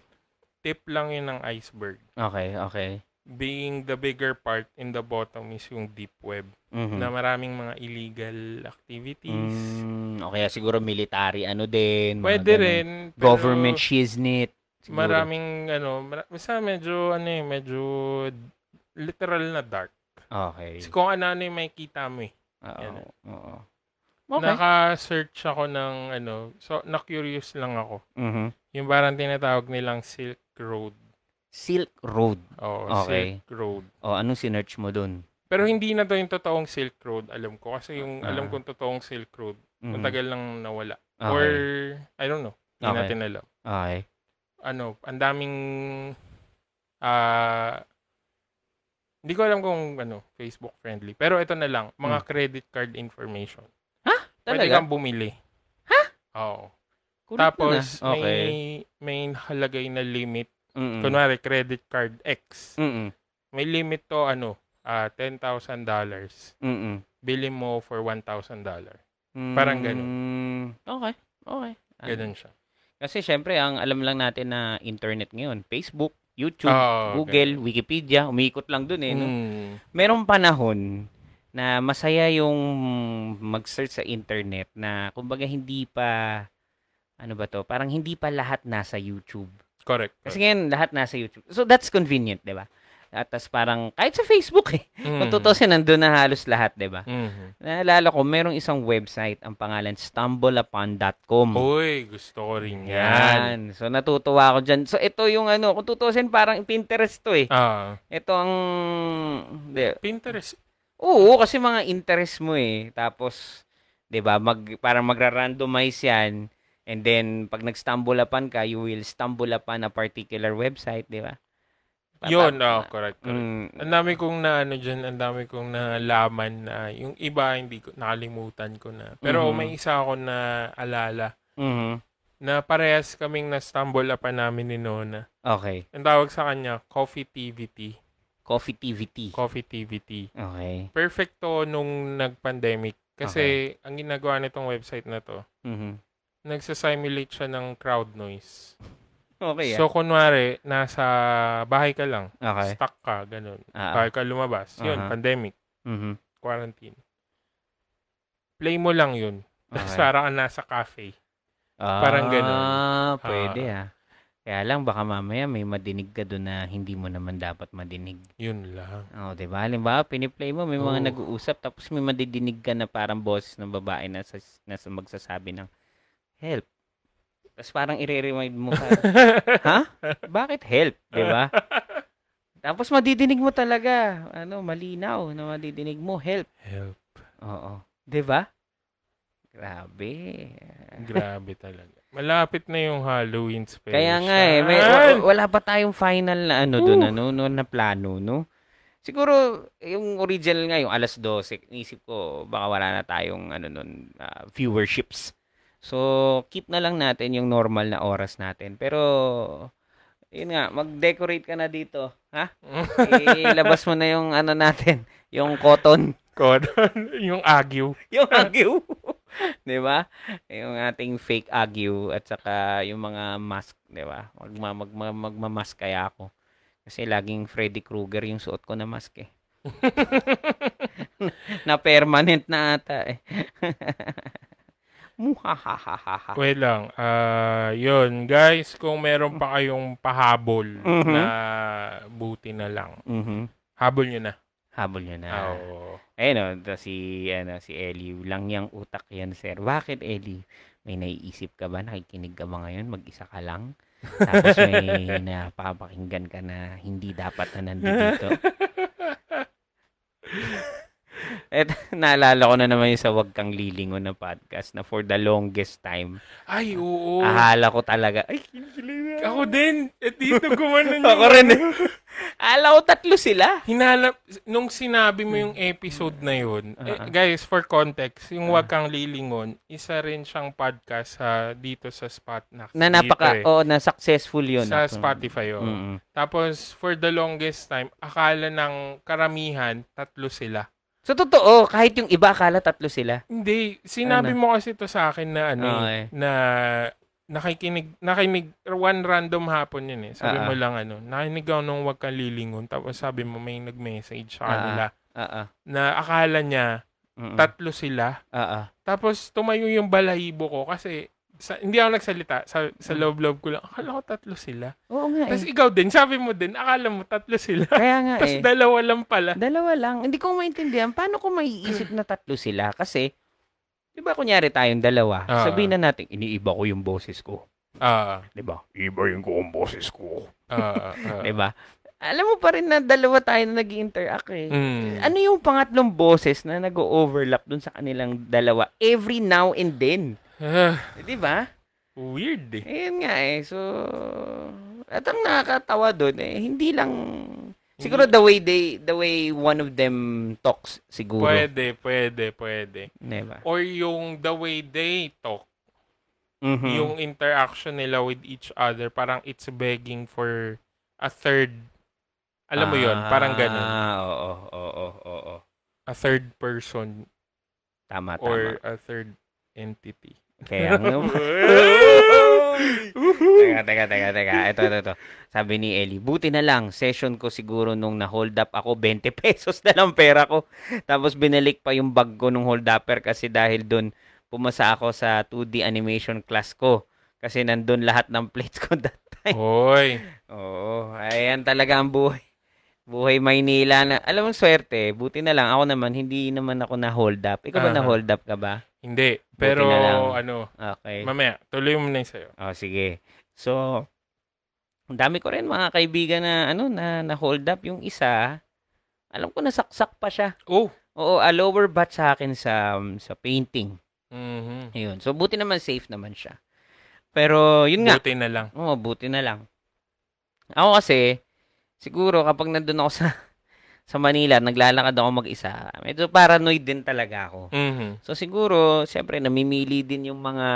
[SPEAKER 2] tip lang yun ng iceberg.
[SPEAKER 1] Okay, okay.
[SPEAKER 2] Being the bigger part in the bottom is yung deep web
[SPEAKER 1] Mhm.
[SPEAKER 2] na maraming mga illegal activities.
[SPEAKER 1] Mm, okay, siguro military ano din. mga
[SPEAKER 2] Pwede
[SPEAKER 1] ganun.
[SPEAKER 2] rin. pero
[SPEAKER 1] Government shiznit. siguro.
[SPEAKER 2] Maraming ano, mara- basta medyo ano eh, medyo literal na dark.
[SPEAKER 1] Okay.
[SPEAKER 2] Kasi kung ano ano yung makikita mo eh.
[SPEAKER 1] Oo.
[SPEAKER 2] Yan.
[SPEAKER 1] oo. Okay.
[SPEAKER 2] Naka-search ako ng ano, so na-curious lang ako.
[SPEAKER 1] Mhm.
[SPEAKER 2] Yung parang tinatawag nilang Silk Road.
[SPEAKER 1] Silk Road.
[SPEAKER 2] Oo,
[SPEAKER 1] Okay.
[SPEAKER 2] Silk Road.
[SPEAKER 1] O, anong sinerch mo dun?
[SPEAKER 2] Pero hindi na to yung totoong Silk Road, alam ko. Kasi yung alam
[SPEAKER 1] Ah.
[SPEAKER 2] kong totoong Silk Road,
[SPEAKER 1] Mhm.
[SPEAKER 2] matagal lang nawala.
[SPEAKER 1] Okay.
[SPEAKER 2] Or, I don't know. Hindi
[SPEAKER 1] Okay.
[SPEAKER 2] natin alam.
[SPEAKER 1] Okay.
[SPEAKER 2] Ano, ang daming, ah, hindi ko alam kung, ano, Facebook friendly. Pero ito na lang, mga credit card information. Pwede
[SPEAKER 1] Hmm. Talaga?
[SPEAKER 2] kang bumili. Ha? Oo.
[SPEAKER 1] Kulit na
[SPEAKER 2] Tapos,
[SPEAKER 1] na. ah. Okay. Hmm.
[SPEAKER 2] may, may halagay na limit.
[SPEAKER 1] Mm-mm.
[SPEAKER 2] Kunwari, credit card X.
[SPEAKER 1] Mm-mm.
[SPEAKER 2] May limit to, ano, ah, $10,000.
[SPEAKER 1] Mm-mm.
[SPEAKER 2] Bili mo for $1,000. Parang ganun.
[SPEAKER 1] Mm, Okay. Okay. Ah,
[SPEAKER 2] Ganun siya.
[SPEAKER 1] Kasi syempre, ang alam lang natin na internet ngayon, Facebook, YouTube,
[SPEAKER 2] Ah, okay.
[SPEAKER 1] Google, Wikipedia, umiikot lang dun eh. no?
[SPEAKER 2] Mm.
[SPEAKER 1] merong panahon na masaya yung mag-search sa internet na kumbaga hindi pa ano ba to, parang hindi pa lahat nasa YouTube.
[SPEAKER 2] Correct.
[SPEAKER 1] Kasi ngayon lahat nasa YouTube. So that's convenient, 'di ba? At tas parang kahit sa Facebook eh,
[SPEAKER 2] mm.
[SPEAKER 1] kung tutusin nandun na halos lahat, 'di ba?
[SPEAKER 2] Mhm.
[SPEAKER 1] Naalala ko merong isang website ang pangalan stumbleupon.com.
[SPEAKER 2] Uy, gusto ko rin Oh, yan.
[SPEAKER 1] Yan. So natutuwa ako diyan. So ito yung ano, kung tutusin parang Pinterest to eh.
[SPEAKER 2] Ah,
[SPEAKER 1] Ito ang hindi,
[SPEAKER 2] Pinterest.
[SPEAKER 1] Oo, kasi mga interest mo eh. Tapos, 'di ba, mag parang magra-randomize 'yan. And then pag nag-stumble upon ka, you will stumble upon a particular website, 'di ba? Pa-
[SPEAKER 2] Yun,
[SPEAKER 1] pa-
[SPEAKER 2] oh, correct, correct.
[SPEAKER 1] Mm,
[SPEAKER 2] Ang dami kong na ano dyan, ang dami kong nalaman na yung iba hindi ko, nakalimutan ko na. Pero
[SPEAKER 1] Mhm.
[SPEAKER 2] may isa ako na alala
[SPEAKER 1] mhm.
[SPEAKER 2] na parehas kaming na-stumble upan namin ni Nona.
[SPEAKER 1] Okay.
[SPEAKER 2] Ang tawag sa kanya, Coffee TVT.
[SPEAKER 1] Coffee TVT.
[SPEAKER 2] Coffee TVT.
[SPEAKER 1] Okay.
[SPEAKER 2] Perfect to nung nag-pandemic. Kasi ang ginagawa nitong website na to,
[SPEAKER 1] Mhm.
[SPEAKER 2] nagsasimulate siya ng crowd noise.
[SPEAKER 1] Okay. ah.
[SPEAKER 2] So, kunwari, nasa bahay ka lang.
[SPEAKER 1] okay.
[SPEAKER 2] Stuck ka, ganun.
[SPEAKER 1] Ah, Uh-huh. ah.
[SPEAKER 2] Bahay ka lumabas. Yun,
[SPEAKER 1] Aha.
[SPEAKER 2] pandemic,
[SPEAKER 1] Mhm.
[SPEAKER 2] quarantine. Play mo lang yun. Tapos
[SPEAKER 1] Okay.
[SPEAKER 2] parang ka nasa cafe.
[SPEAKER 1] Ah,
[SPEAKER 2] parang ganun.
[SPEAKER 1] pwede ah. Kaya lang baka mamaya may madinig ka doon na hindi mo naman dapat madinig.
[SPEAKER 2] Yun lang.
[SPEAKER 1] Oh, 'di ba? Halimbawa, piniplay mo may mga
[SPEAKER 2] Oo.
[SPEAKER 1] nag-uusap tapos may madidinig ka na parang boses ng babae na sa, na sa magsasabi ng help. Tapos parang i-remind mo ka, ha? Bakit help? 'Di ba? Tapos madidinig mo talaga, ano, malinaw na madidinig mo, help.
[SPEAKER 2] Help.
[SPEAKER 1] Oo. 'Di ba? Grabe.
[SPEAKER 2] Grabe talaga. Malapit na yung Halloween special.
[SPEAKER 1] Kaya nga eh, may, wa- wala pa tayong final na ano doon, ano, no, na plano, no? Siguro, yung original nga, yung alas 12, inisip ko, baka wala na tayong ano, nun, ah, viewerships. So, keep na lang natin yung normal na oras natin. Pero, yun nga, mag-decorate ka na dito. Ha? Ilabas mo na yung ano natin, yung cotton.
[SPEAKER 2] God, yung agyo.
[SPEAKER 1] Yung agyo. di ba? Yung ating fake agyo at saka yung mga mask, di ba? Magma, magma, magmamask kaya ako. Kasi laging Freddy Krueger yung suot ko na mask eh. na permanent na ata eh. Muhahahaha.
[SPEAKER 2] Wait lang. Ah, yun, guys, kung meron pa kayong pahabol
[SPEAKER 1] Mhm.
[SPEAKER 2] na buti na lang.
[SPEAKER 1] Mhm.
[SPEAKER 2] Habol nyo na.
[SPEAKER 1] Habol nyo na.
[SPEAKER 2] Ah, Oo.
[SPEAKER 1] Ayun o, da- si, ano, si Eli, lang yang utak yan, sir. Bakit, Eli? May naiisip ka ba? Nakikinig ka ba ngayon? Mag-isa ka lang? Tapos may napapakinggan ka na hindi dapat na nandito. Et, naalala ko na naman yung sa Wag Kang Lilingon na podcast na for the longest time.
[SPEAKER 2] Ay, oo.
[SPEAKER 1] Ahala ko talaga, ay,
[SPEAKER 2] Oh. Ako din. At dito gumanon
[SPEAKER 1] ako rin eh. Ahala ko tatlo sila.
[SPEAKER 2] Hinalap, nung sinabi mo yung episode na yun, eh,
[SPEAKER 1] Ah.
[SPEAKER 2] guys, for context, yung
[SPEAKER 1] Ah.
[SPEAKER 2] Wag Kang Lilingon, isa rin siyang podcast sa, dito sa Spotnax.
[SPEAKER 1] Na
[SPEAKER 2] dito
[SPEAKER 1] napaka,
[SPEAKER 2] eh.
[SPEAKER 1] oo, na successful yun. Mm.
[SPEAKER 2] Sa
[SPEAKER 1] Ako.
[SPEAKER 2] Spotify, oh.
[SPEAKER 1] Mm-mm.
[SPEAKER 2] Tapos, for the longest time, akala ng karamihan, tatlo sila.
[SPEAKER 1] So, totoo, kahit yung iba, akala tatlo sila.
[SPEAKER 2] Hindi, sinabi mo kasi to sa akin na ano, eh,
[SPEAKER 1] Okay.
[SPEAKER 2] na nakikinig, nakinig, one random hapon yun eh. Sabi
[SPEAKER 1] Ah,
[SPEAKER 2] mo lang ano, nakinig ako nung Wag Kang Lilingon, tapos sabi mo may nag-message
[SPEAKER 1] Ah,
[SPEAKER 2] sa
[SPEAKER 1] Hmm.
[SPEAKER 2] kanila
[SPEAKER 1] Oo.
[SPEAKER 2] na akala niya,
[SPEAKER 1] Mm-mm.
[SPEAKER 2] tatlo sila.
[SPEAKER 1] Oo.
[SPEAKER 2] Tapos tumayo yung balahibo ko kasi sa, hindi ako nagsalita. Sa, sa loob-loob ko lang, akala ko tatlo sila.
[SPEAKER 1] Oo nga
[SPEAKER 2] Tapos
[SPEAKER 1] eh.
[SPEAKER 2] ikaw din, sabi mo din, akala mo tatlo sila.
[SPEAKER 1] Kaya nga
[SPEAKER 2] Tapos
[SPEAKER 1] eh.
[SPEAKER 2] dalawa lang pala.
[SPEAKER 1] Dalawa lang. Hindi ko maintindihan. Paano ko maiisip na tatlo sila? Kasi, di ba kunyari tayong dalawa,
[SPEAKER 2] Ah.
[SPEAKER 1] sabihin na natin, iniiba ko yung boses ko.
[SPEAKER 2] Ah,
[SPEAKER 1] Di ba?
[SPEAKER 3] Iba yung kong boses ko.
[SPEAKER 2] ah, ah.
[SPEAKER 1] Di ba? Alam mo pa rin na dalawa tayo na nag interact eh.
[SPEAKER 2] Mm.
[SPEAKER 1] Ano yung pangatlong boses na nag-overlap dun sa kanilang dalawa every now and then?
[SPEAKER 2] Ah,
[SPEAKER 1] Di ba?
[SPEAKER 2] weird eh.
[SPEAKER 1] Ayun nga eh. So, at ang nakakatawa doon eh, hindi lang siguro the way they the way one of them talks siguro.
[SPEAKER 2] Pwede, pwede, pwede.
[SPEAKER 1] Diba?
[SPEAKER 2] Or yung the way they talk,
[SPEAKER 1] Mhm.
[SPEAKER 2] yung interaction nila with each other, parang it's begging for a third. Alam mo yon parang ganun.
[SPEAKER 1] Ah, oo, oo, oo, oo.
[SPEAKER 2] A third person
[SPEAKER 1] Ah, Tama, tama.
[SPEAKER 2] or a third entity.
[SPEAKER 1] Kaya nga.
[SPEAKER 2] Uhuh.
[SPEAKER 1] teka, teka, teka, teka. Ito, ito, ito. Sabi ni Ellie, buti na lang, session ko siguro nung na-hold up ako, 20 pesos na lang pera ko. Tapos binalik pa yung bag ko nung hold upper kasi dahil dun pumasa ako sa 2D animation class ko. Kasi nandun lahat ng plates ko that time.
[SPEAKER 2] Hoy.
[SPEAKER 1] Oo, ayan talaga ang buhay. Buhay Maynila na. Alam mo, swerte. Buti na lang. Ako naman, hindi naman ako na-hold up. Ikaw ba
[SPEAKER 2] Aha.
[SPEAKER 1] na-hold up ka ba?
[SPEAKER 2] Hindi. Pero
[SPEAKER 1] na lang.
[SPEAKER 2] ano,
[SPEAKER 1] Okay.
[SPEAKER 2] mamaya, tuloy mo na yung sa'yo.
[SPEAKER 1] Oh, sige. So, ang dami ko rin mga kaibigan na ano na na hold up yung isa. Alam ko nasaksak pa siya.
[SPEAKER 2] Oh.
[SPEAKER 1] Oo, a lower bat sa akin sa um, sa painting.
[SPEAKER 2] Mhm.
[SPEAKER 1] Ayun. So buti naman safe naman siya. Pero yun nga,
[SPEAKER 2] Buti na lang.
[SPEAKER 1] Oo, buti na lang. Ako kasi, siguro kapag nandun ako sa sa Manila, naglalakad ako mag-isa, medyo paranoid din talaga ako.
[SPEAKER 2] Mhm.
[SPEAKER 1] So siguro, siyempre namimili din yung mga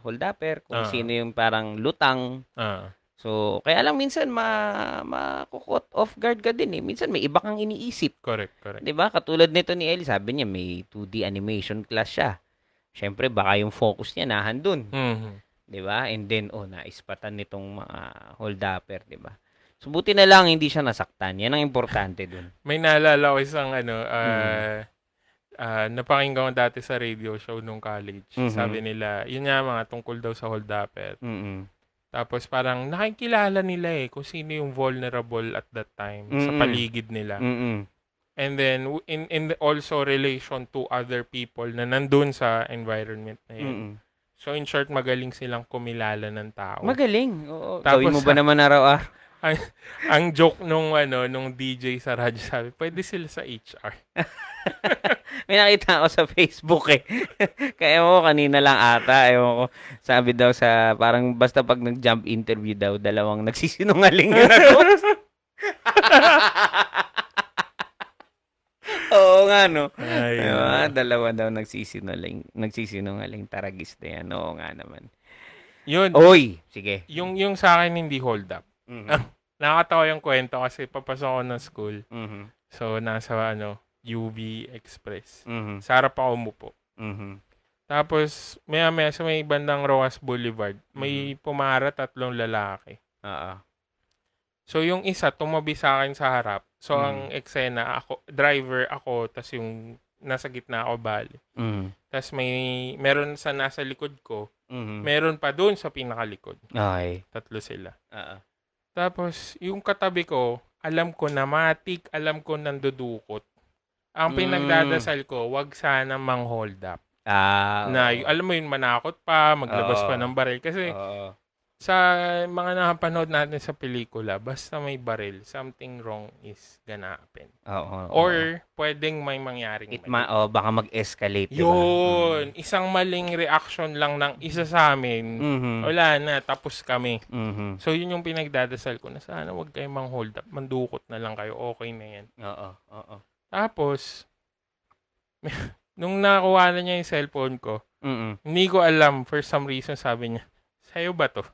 [SPEAKER 1] hold upper kung
[SPEAKER 2] Ah.
[SPEAKER 1] sino yung parang lutang.
[SPEAKER 2] Ah.
[SPEAKER 1] So, kaya lang minsan ma makukot off guard ka din eh. Minsan may iba kang iniisip,
[SPEAKER 2] Correct, correct.
[SPEAKER 1] 'di ba? Katulad nito ni Ellie, sabi niya may 2D animation class siya. Siyempre, baka yung focus niya nahan dun.
[SPEAKER 2] Mhm.
[SPEAKER 1] 'di ba? And then oh, naispatan nitong mga hold upper, 'di ba? So buti na lang hindi siya nasaktan. Yan ang importante dun.
[SPEAKER 2] May naalala ko isang ano, ah, ah, napakinggan ko dati sa radio show nung college.
[SPEAKER 1] Mhm.
[SPEAKER 2] Sabi nila, yun nga mga tungkol daw sa hold up eh.
[SPEAKER 1] Mm.
[SPEAKER 2] Tapos parang nakikilala nila eh kung sino yung vulnerable at that time sa
[SPEAKER 1] Mhm.
[SPEAKER 2] paligid nila.
[SPEAKER 1] Mm.
[SPEAKER 2] And then w- in in the- also relation to other people na nandun sa environment na yun.
[SPEAKER 1] Mm.
[SPEAKER 2] So in short, magaling silang kumilala ng tao.
[SPEAKER 1] Magaling. Oo.
[SPEAKER 2] Tapos
[SPEAKER 1] Gawin mo ba
[SPEAKER 2] sa-
[SPEAKER 1] naman araw-araw?
[SPEAKER 2] ang, ang joke nung ano nung DJ sa radyo sabi, pwede sila sa HR.
[SPEAKER 1] May nakita ako sa Facebook eh. Kaya mo kanina lang ata, ewan ko. Sabi daw sa parang basta pag nag-jump interview daw, dalawang nagsisinungaling na host. Oo nga no.
[SPEAKER 2] Ay,
[SPEAKER 1] Diba? Dalawa daw nagsisinungaling, nagsisinungaling taragista yan. Oo nga naman.
[SPEAKER 2] Yun,
[SPEAKER 1] Oy, sige.
[SPEAKER 2] yung yung sa akin hindi hold up.
[SPEAKER 1] Mhm.
[SPEAKER 2] Nakakatawa yung kwento kasi papasok ako ng school.
[SPEAKER 1] Mhm.
[SPEAKER 2] So nasa ano, UV Express.
[SPEAKER 1] Mhm.
[SPEAKER 2] Sa harap ako umupo.
[SPEAKER 1] Mhm.
[SPEAKER 2] Tapos, maya maya sa may bandang Roas Boulevard, may pumara tatlong lalaki.
[SPEAKER 1] Oo.
[SPEAKER 2] So, yung isa tumabi sa akin sa harap. So,
[SPEAKER 1] Mm.
[SPEAKER 2] ang eksena, ako, driver ako, tas yung nasa gitna ako, bali.
[SPEAKER 1] Mhm.
[SPEAKER 2] Tas may, meron sa nasa likod ko,
[SPEAKER 1] Mhm.
[SPEAKER 2] meron pa doon sa pinakalikod.
[SPEAKER 1] Okay.
[SPEAKER 2] Tatlo sila.
[SPEAKER 1] Oo.
[SPEAKER 2] Tapos, yung katabi ko, alam ko na matik, alam ko nandudukot. Ang
[SPEAKER 1] Mm.
[SPEAKER 2] pinagdadasal ko, wag sana mang hold up.
[SPEAKER 1] Ah.
[SPEAKER 2] Na, y- alam mo eh. yun, manakot pa, maglabas pa
[SPEAKER 1] Oo.
[SPEAKER 2] ng baril. Kasi,
[SPEAKER 1] Oo.
[SPEAKER 2] sa mga nakapanood natin sa pelikula, basta may baril, something wrong is gonna happen.
[SPEAKER 1] Oo.
[SPEAKER 2] Or pwedeng may mangyaring
[SPEAKER 1] It
[SPEAKER 2] mali.
[SPEAKER 1] ma- oh, baka mag-escalate. diba?
[SPEAKER 2] Yun, isang maling reaction lang ng isa sa amin.
[SPEAKER 1] Mhm.
[SPEAKER 2] Wala na, tapos kami.
[SPEAKER 1] Mhm.
[SPEAKER 2] So yun yung pinagdadasal ko na sana wag kayong mang hold up, mandukot na lang kayo, okay na yan.
[SPEAKER 1] Oo. Oo.
[SPEAKER 2] Tapos, nung nakuha na niya yung cellphone ko,
[SPEAKER 1] Mhm.
[SPEAKER 2] hindi ko alam, for some reason sabi niya, sa'yo ba to?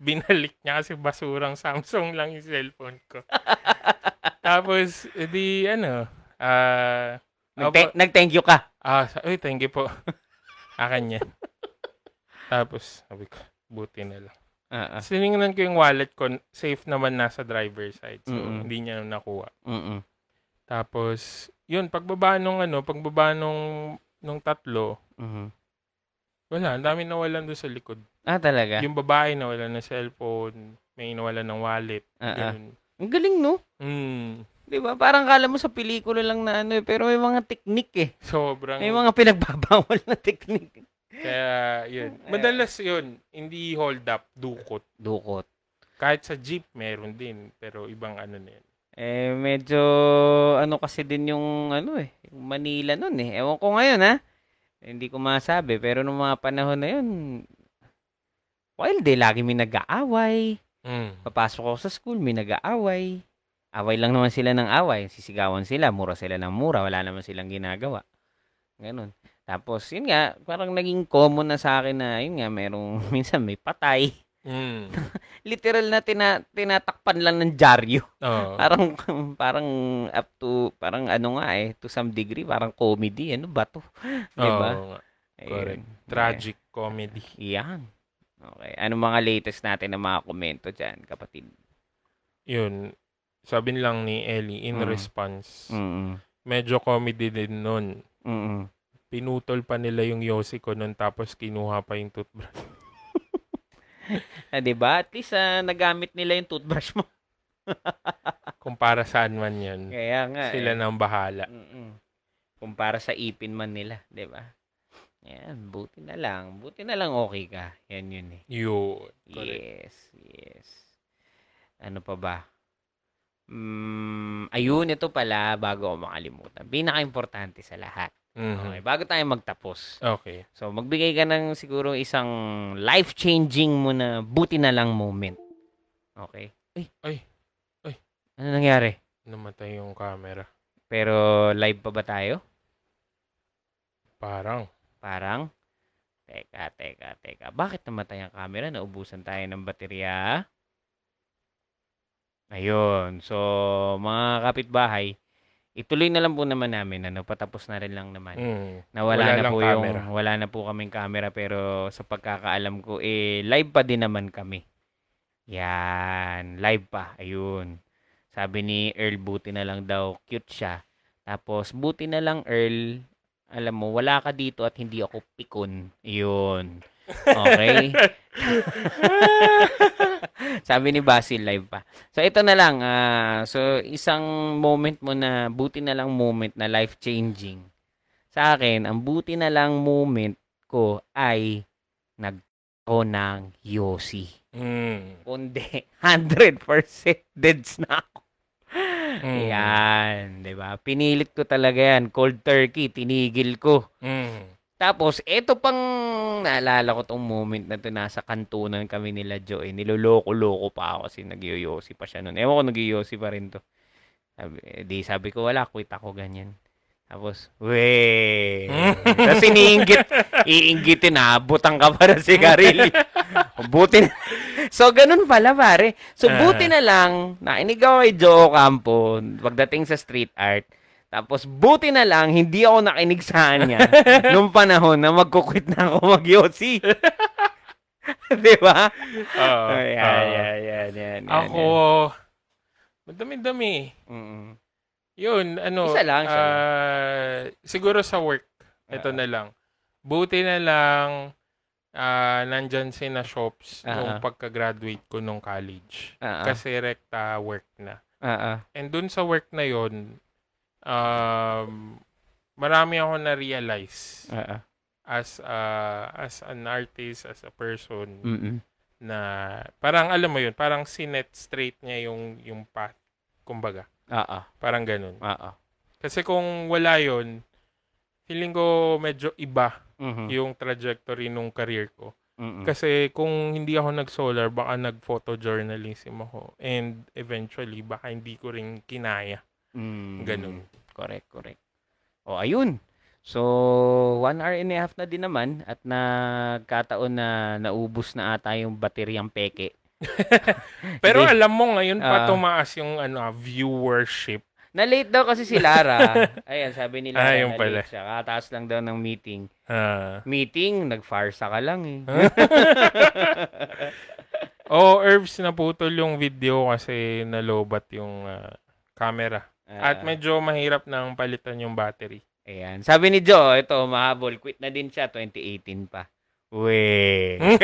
[SPEAKER 2] Binalik niya kasi basurang Samsung lang yung cellphone ko. Tapos, di ano, ah,
[SPEAKER 1] Nagte- nag-thank you ka.
[SPEAKER 2] ah, sa- uy, thank you po. Akin niya. Tapos, sabi ko, buti na lang.
[SPEAKER 1] Oo.
[SPEAKER 2] Tapos, tinignan Ah. ko yung wallet ko, safe naman nasa driver side. So,
[SPEAKER 1] Mm-mm.
[SPEAKER 2] hindi niya nakuha.
[SPEAKER 1] Mhm.
[SPEAKER 2] Tapos, yun, pagbaba nung ano, pagbaba nung, nung tatlo,
[SPEAKER 1] Mhm.
[SPEAKER 2] wala, ang dami nawalan doon sa likod.
[SPEAKER 1] Ah, talaga?
[SPEAKER 2] Yung babae nawala ng cellphone, may nawala ng wallet,
[SPEAKER 1] Oo.
[SPEAKER 2] ganun.
[SPEAKER 1] Ang galing, no?
[SPEAKER 2] Mm,
[SPEAKER 1] Di ba? Parang kala mo sa pelikula lang na ano eh, pero may mga teknik eh.
[SPEAKER 2] sobrang
[SPEAKER 1] May mga pinagbabawal na teknik.
[SPEAKER 2] kaya yun.
[SPEAKER 1] Eh.
[SPEAKER 2] Madalas yun, hindi hold up, dukot.
[SPEAKER 1] Dukot.
[SPEAKER 2] Kahit sa jeep meron din, pero ibang ano na yun.
[SPEAKER 1] Eh, medyo ano kasi din yung ano eh, yung Manila nun eh. Ewan ko ngayon ha. Hindi ko masabi. Pero nung mga panahon na yun, well, di lagi may nag-aaway.
[SPEAKER 2] Mm.
[SPEAKER 1] Papasok ako sa school, may nag-aaway. Away lang naman sila ng away. Sisigawan sila, mura sila ng mura. Wala naman silang ginagawa. Ganun. Tapos, yun nga, parang naging common na sa akin na, yun nga, merong, minsan may patay.
[SPEAKER 2] Mm.
[SPEAKER 1] Literal na tina, tinatakpan lang ng dyaryo.
[SPEAKER 2] Oo.
[SPEAKER 1] Parang parang up to parang ano nga eh to some degree parang comedy ano ba to? 'Di ba?
[SPEAKER 2] Oo nga.
[SPEAKER 1] Ayun.
[SPEAKER 2] correct. Tragic comedy.
[SPEAKER 1] Eh, Yan. Okay. Ano mga latest natin ng mga komento diyan, kapatid?
[SPEAKER 2] Yun. Sabi lang ni Ellie, in
[SPEAKER 1] Mm.
[SPEAKER 2] response,
[SPEAKER 1] Mm.
[SPEAKER 2] medyo comedy din nun.
[SPEAKER 1] Mm.
[SPEAKER 2] Pinutol pa nila yung yosi ko nun tapos kinuha pa yung toothbrush.
[SPEAKER 1] Ah, 'di ba? At least ah, nagamit nila yung toothbrush mo.
[SPEAKER 2] Kung para saan man yan,
[SPEAKER 1] Kaya nga.
[SPEAKER 2] Hmm. sila
[SPEAKER 1] eh.
[SPEAKER 2] nang bahala.
[SPEAKER 1] Mm-mm. Kumpara sa ipin man nila, 'di ba? Yan, buti na lang. Buti na lang okay ka. Yan yun eh.
[SPEAKER 2] Yun. Correct.
[SPEAKER 1] Yes, yes. Ano pa ba? Mm, ayun, ito pala, bago ako makalimutan. Pinaka-importante sa lahat.
[SPEAKER 2] Mhm.
[SPEAKER 1] Okay, bago tayo magtapos.
[SPEAKER 2] Okay.
[SPEAKER 1] So, magbigay ka ng siguro isang life-changing mo na buti na lang moment. Okay? Ay!
[SPEAKER 2] Ay, ay.
[SPEAKER 1] Ano nangyari?
[SPEAKER 2] Namatay yung camera.
[SPEAKER 1] Pero live pa ba tayo?
[SPEAKER 2] Parang.
[SPEAKER 1] Parang, teka, teka, teka. Bakit namatay ang camera? Naubusan tayo ng baterya. Ayun. So, mga kapitbahay, ituloy na lang po naman namin. Ano, patapos na rin lang naman.
[SPEAKER 2] Mm.
[SPEAKER 1] Nawala
[SPEAKER 2] wala
[SPEAKER 1] na
[SPEAKER 2] lang
[SPEAKER 1] po
[SPEAKER 2] camera.
[SPEAKER 1] yung, wala na po kaming camera. Pero sa pagkakaalam ko, eh, live pa din naman kami. Yan. Live pa. Ayun. Sabi ni Earl, buti na lang daw. Cute siya. Tapos, buti na lang, Earl. Alam mo, wala ka dito at hindi ako pikon. Yun. Okay? Sabi ni Basil, live pa. So, ito na lang. ah, so, isang moment mo na, buti na lang moment na life-changing. Sa akin, ang buti na lang moment ko ay nag ako ng Yossi.
[SPEAKER 2] Mm.
[SPEAKER 1] Kundi, 100% deads na ako.
[SPEAKER 2] Mm.
[SPEAKER 1] Yan, di ba? Pinilit ko talaga yan. Cold turkey, tinigil ko.
[SPEAKER 2] Mm.
[SPEAKER 1] Tapos, eto pang naalala ko tong moment na to. Nasa kantunan kami nila Joe. Eh. Niloloko-loko pa ako kasi nagyoyosi pa siya nun. Ewan ko, nagyoyosi pa rin to. Sabi, eh, di sabi ko, wala, quit ako, ganyan. Tapos, we. Tapos iniinggit, iinggitin ha, butang ka para si Karili. Buti na- So, ganun pala, pare. So,
[SPEAKER 2] Ah.
[SPEAKER 1] buti na lang, nainig ako kay Joe Campo pagdating sa street art. Tapos, buti na lang, hindi ako nakinig sa kanya nung panahon na magkukwit na ako mag-yossi. Di ba? Oh,
[SPEAKER 2] Ah,
[SPEAKER 1] Ayan,
[SPEAKER 2] ah.
[SPEAKER 1] ayan, ayan, ayan,
[SPEAKER 2] Ako, madami-dami.
[SPEAKER 1] ayan. Mm-mm.
[SPEAKER 2] Yun, ano.
[SPEAKER 1] Isa lang, isa lang.
[SPEAKER 2] ah, siguro sa work. Ito
[SPEAKER 1] Ah.
[SPEAKER 2] na lang. Buti na lang ah nandyan si na shops
[SPEAKER 1] Ah.
[SPEAKER 2] nung pagka-graduate ko nung college.
[SPEAKER 1] Ah, ah.
[SPEAKER 2] Kasi rekta work na.
[SPEAKER 1] Ah, ah.
[SPEAKER 2] And dun sa work na yon um, marami ako na-realize
[SPEAKER 1] Ah, ah.
[SPEAKER 2] as ah, as an artist, as a person
[SPEAKER 1] Mm-mm.
[SPEAKER 2] na parang alam mo yun, parang sinet straight niya yung yung path, kumbaga.
[SPEAKER 1] Ah, ah.
[SPEAKER 2] Parang ganun.
[SPEAKER 1] Ah, ah.
[SPEAKER 2] Kasi kung wala yon feeling ko medyo iba
[SPEAKER 1] Mhm.
[SPEAKER 2] yung trajectory nung career ko.
[SPEAKER 1] Mm-mm.
[SPEAKER 2] Kasi kung hindi ako nag-solar, baka nag-photojournalism ako. And eventually, baka hindi ko rin kinaya.
[SPEAKER 1] Mm.
[SPEAKER 2] Ganun.
[SPEAKER 1] Correct, correct. O, ayun. So, one hour and a half na din naman at nagkataon na naubos na ata yung bateryang peke.
[SPEAKER 2] Pero alam mo, ngayon
[SPEAKER 1] Ah.
[SPEAKER 2] pa tumaas yung ano, viewership.
[SPEAKER 1] Na-late daw kasi si Lara. Ayan, sabi ni Lara
[SPEAKER 2] Ah,
[SPEAKER 1] na
[SPEAKER 2] yun pala.
[SPEAKER 1] late siya. Kataas lang daw ng meeting.
[SPEAKER 2] Ah.
[SPEAKER 1] Meeting, nag-farsa ka lang eh.
[SPEAKER 2] Oo, oh, Herbs, naputol yung video kasi nalobat yung ah, camera.
[SPEAKER 1] Ah,
[SPEAKER 2] At medyo mahirap nang palitan yung battery.
[SPEAKER 1] Ayan. Sabi ni Joe, ito, mahabol. Quit na din siya, 2018 pa. Uwe.
[SPEAKER 2] Hmm?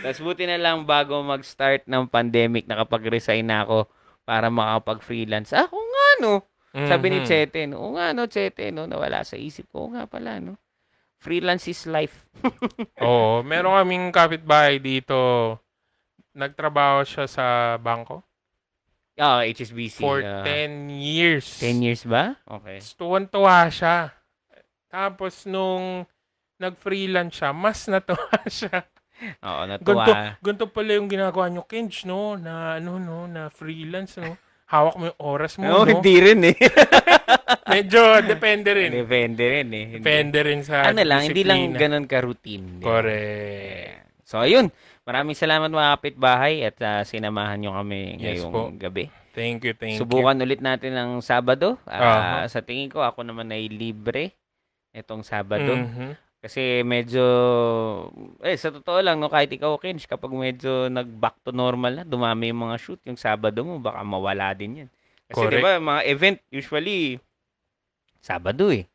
[SPEAKER 1] Tapos buti na lang bago mag-start ng pandemic, nakapag-resign na ako para makapag-freelance. Ah, oo nga, no? Sabi ni
[SPEAKER 2] Mhm.
[SPEAKER 1] Chete, no? Oo nga, no, Chete, no? Nawala sa isip ko. Oo nga pala, no? Freelance is life.
[SPEAKER 2] Oo, meron kaming kapitbahay dito. Nagtrabaho siya sa bangko
[SPEAKER 1] Ah, HSBC.
[SPEAKER 2] for
[SPEAKER 1] ah,
[SPEAKER 2] 10 years.
[SPEAKER 1] 10 years ba? Okay.
[SPEAKER 2] Tuwan-tuwa siya. Tapos nung nag-freelance siya, mas natuwa siya.
[SPEAKER 1] Oo,
[SPEAKER 2] Ganto,
[SPEAKER 1] natuwa.
[SPEAKER 2] ganto pala yung ginagawa nyo, Kenj, no? Na, ano, no? Na freelance, no? Hawak mo yung oras mo,
[SPEAKER 1] No,
[SPEAKER 2] no?
[SPEAKER 1] hindi rin eh.
[SPEAKER 2] Medyo depende rin.
[SPEAKER 1] Depende rin eh. Hindi.
[SPEAKER 2] Depende rin sa
[SPEAKER 1] Ano lang, hindi lang
[SPEAKER 2] disiplina.
[SPEAKER 1] ganun ka-routine. di ba?
[SPEAKER 2] Correct.
[SPEAKER 1] Ayan. So, ayun. Maraming salamat mga kapitbahay at ah, sinamahan nyo kami
[SPEAKER 2] Yes
[SPEAKER 1] ngayong
[SPEAKER 2] po.
[SPEAKER 1] gabi.
[SPEAKER 2] Thank you, thank you.
[SPEAKER 1] Subukan ulit natin ng Sabado. Ah,
[SPEAKER 2] Aha.
[SPEAKER 1] Sa tingin ko, ako naman ay libre itong Sabado.
[SPEAKER 2] Mhm.
[SPEAKER 1] Kasi medyo, eh, sa totoo lang, no, kahit ikaw, Kench, kapag medyo nag-back to normal na, dumami yung mga shoot, yung Sabado mo, baka mawala din yan. Kasi
[SPEAKER 2] Correct.
[SPEAKER 1] di ba, mga event, usually, Sabado eh.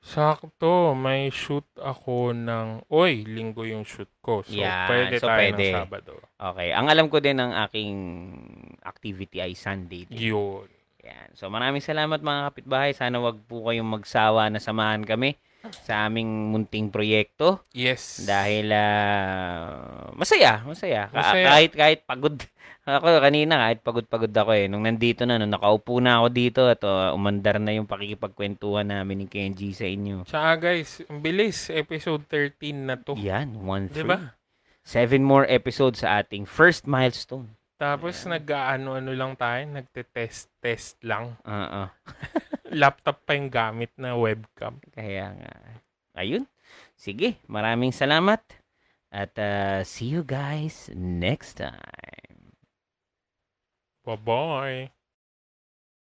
[SPEAKER 2] Sakto, may shoot ako ng... Oy, linggo yung shoot ko. So,
[SPEAKER 1] Yan,
[SPEAKER 2] pwede
[SPEAKER 1] so
[SPEAKER 2] tayo
[SPEAKER 1] pwede.
[SPEAKER 2] ng Sabado.
[SPEAKER 1] Okay. Ang alam ko din ng aking activity ay Sunday. din.
[SPEAKER 2] Yun.
[SPEAKER 1] Yan. So maraming salamat mga kapitbahay. Sana wag po kayong magsawa na samahan kami sa aming munting proyekto
[SPEAKER 2] Yes.
[SPEAKER 1] dahil ah, masaya, masaya. Ka-
[SPEAKER 2] Masaya.
[SPEAKER 1] Kahit kahit pagod ako kanina kahit pagod-pagod ako eh nung nandito na nung nakaupo na ako dito at ah, umandar na yung pakikipagkwentuhan namin ni Kenji sa inyo.
[SPEAKER 2] Tsaka guys, ang bilis. Episode 13 na to.
[SPEAKER 1] Yan, 1
[SPEAKER 2] Di ba?
[SPEAKER 1] Seven more episodes sa ating first milestone.
[SPEAKER 2] Tapos nag-ano-ano lang tayo. Nagte-test-test lang.
[SPEAKER 1] Oo.
[SPEAKER 2] Laptop pa yung gamit na webcam.
[SPEAKER 1] Kaya nga. Ayun. Sige, maraming salamat. At uh, see you guys next time.
[SPEAKER 2] Bye-bye.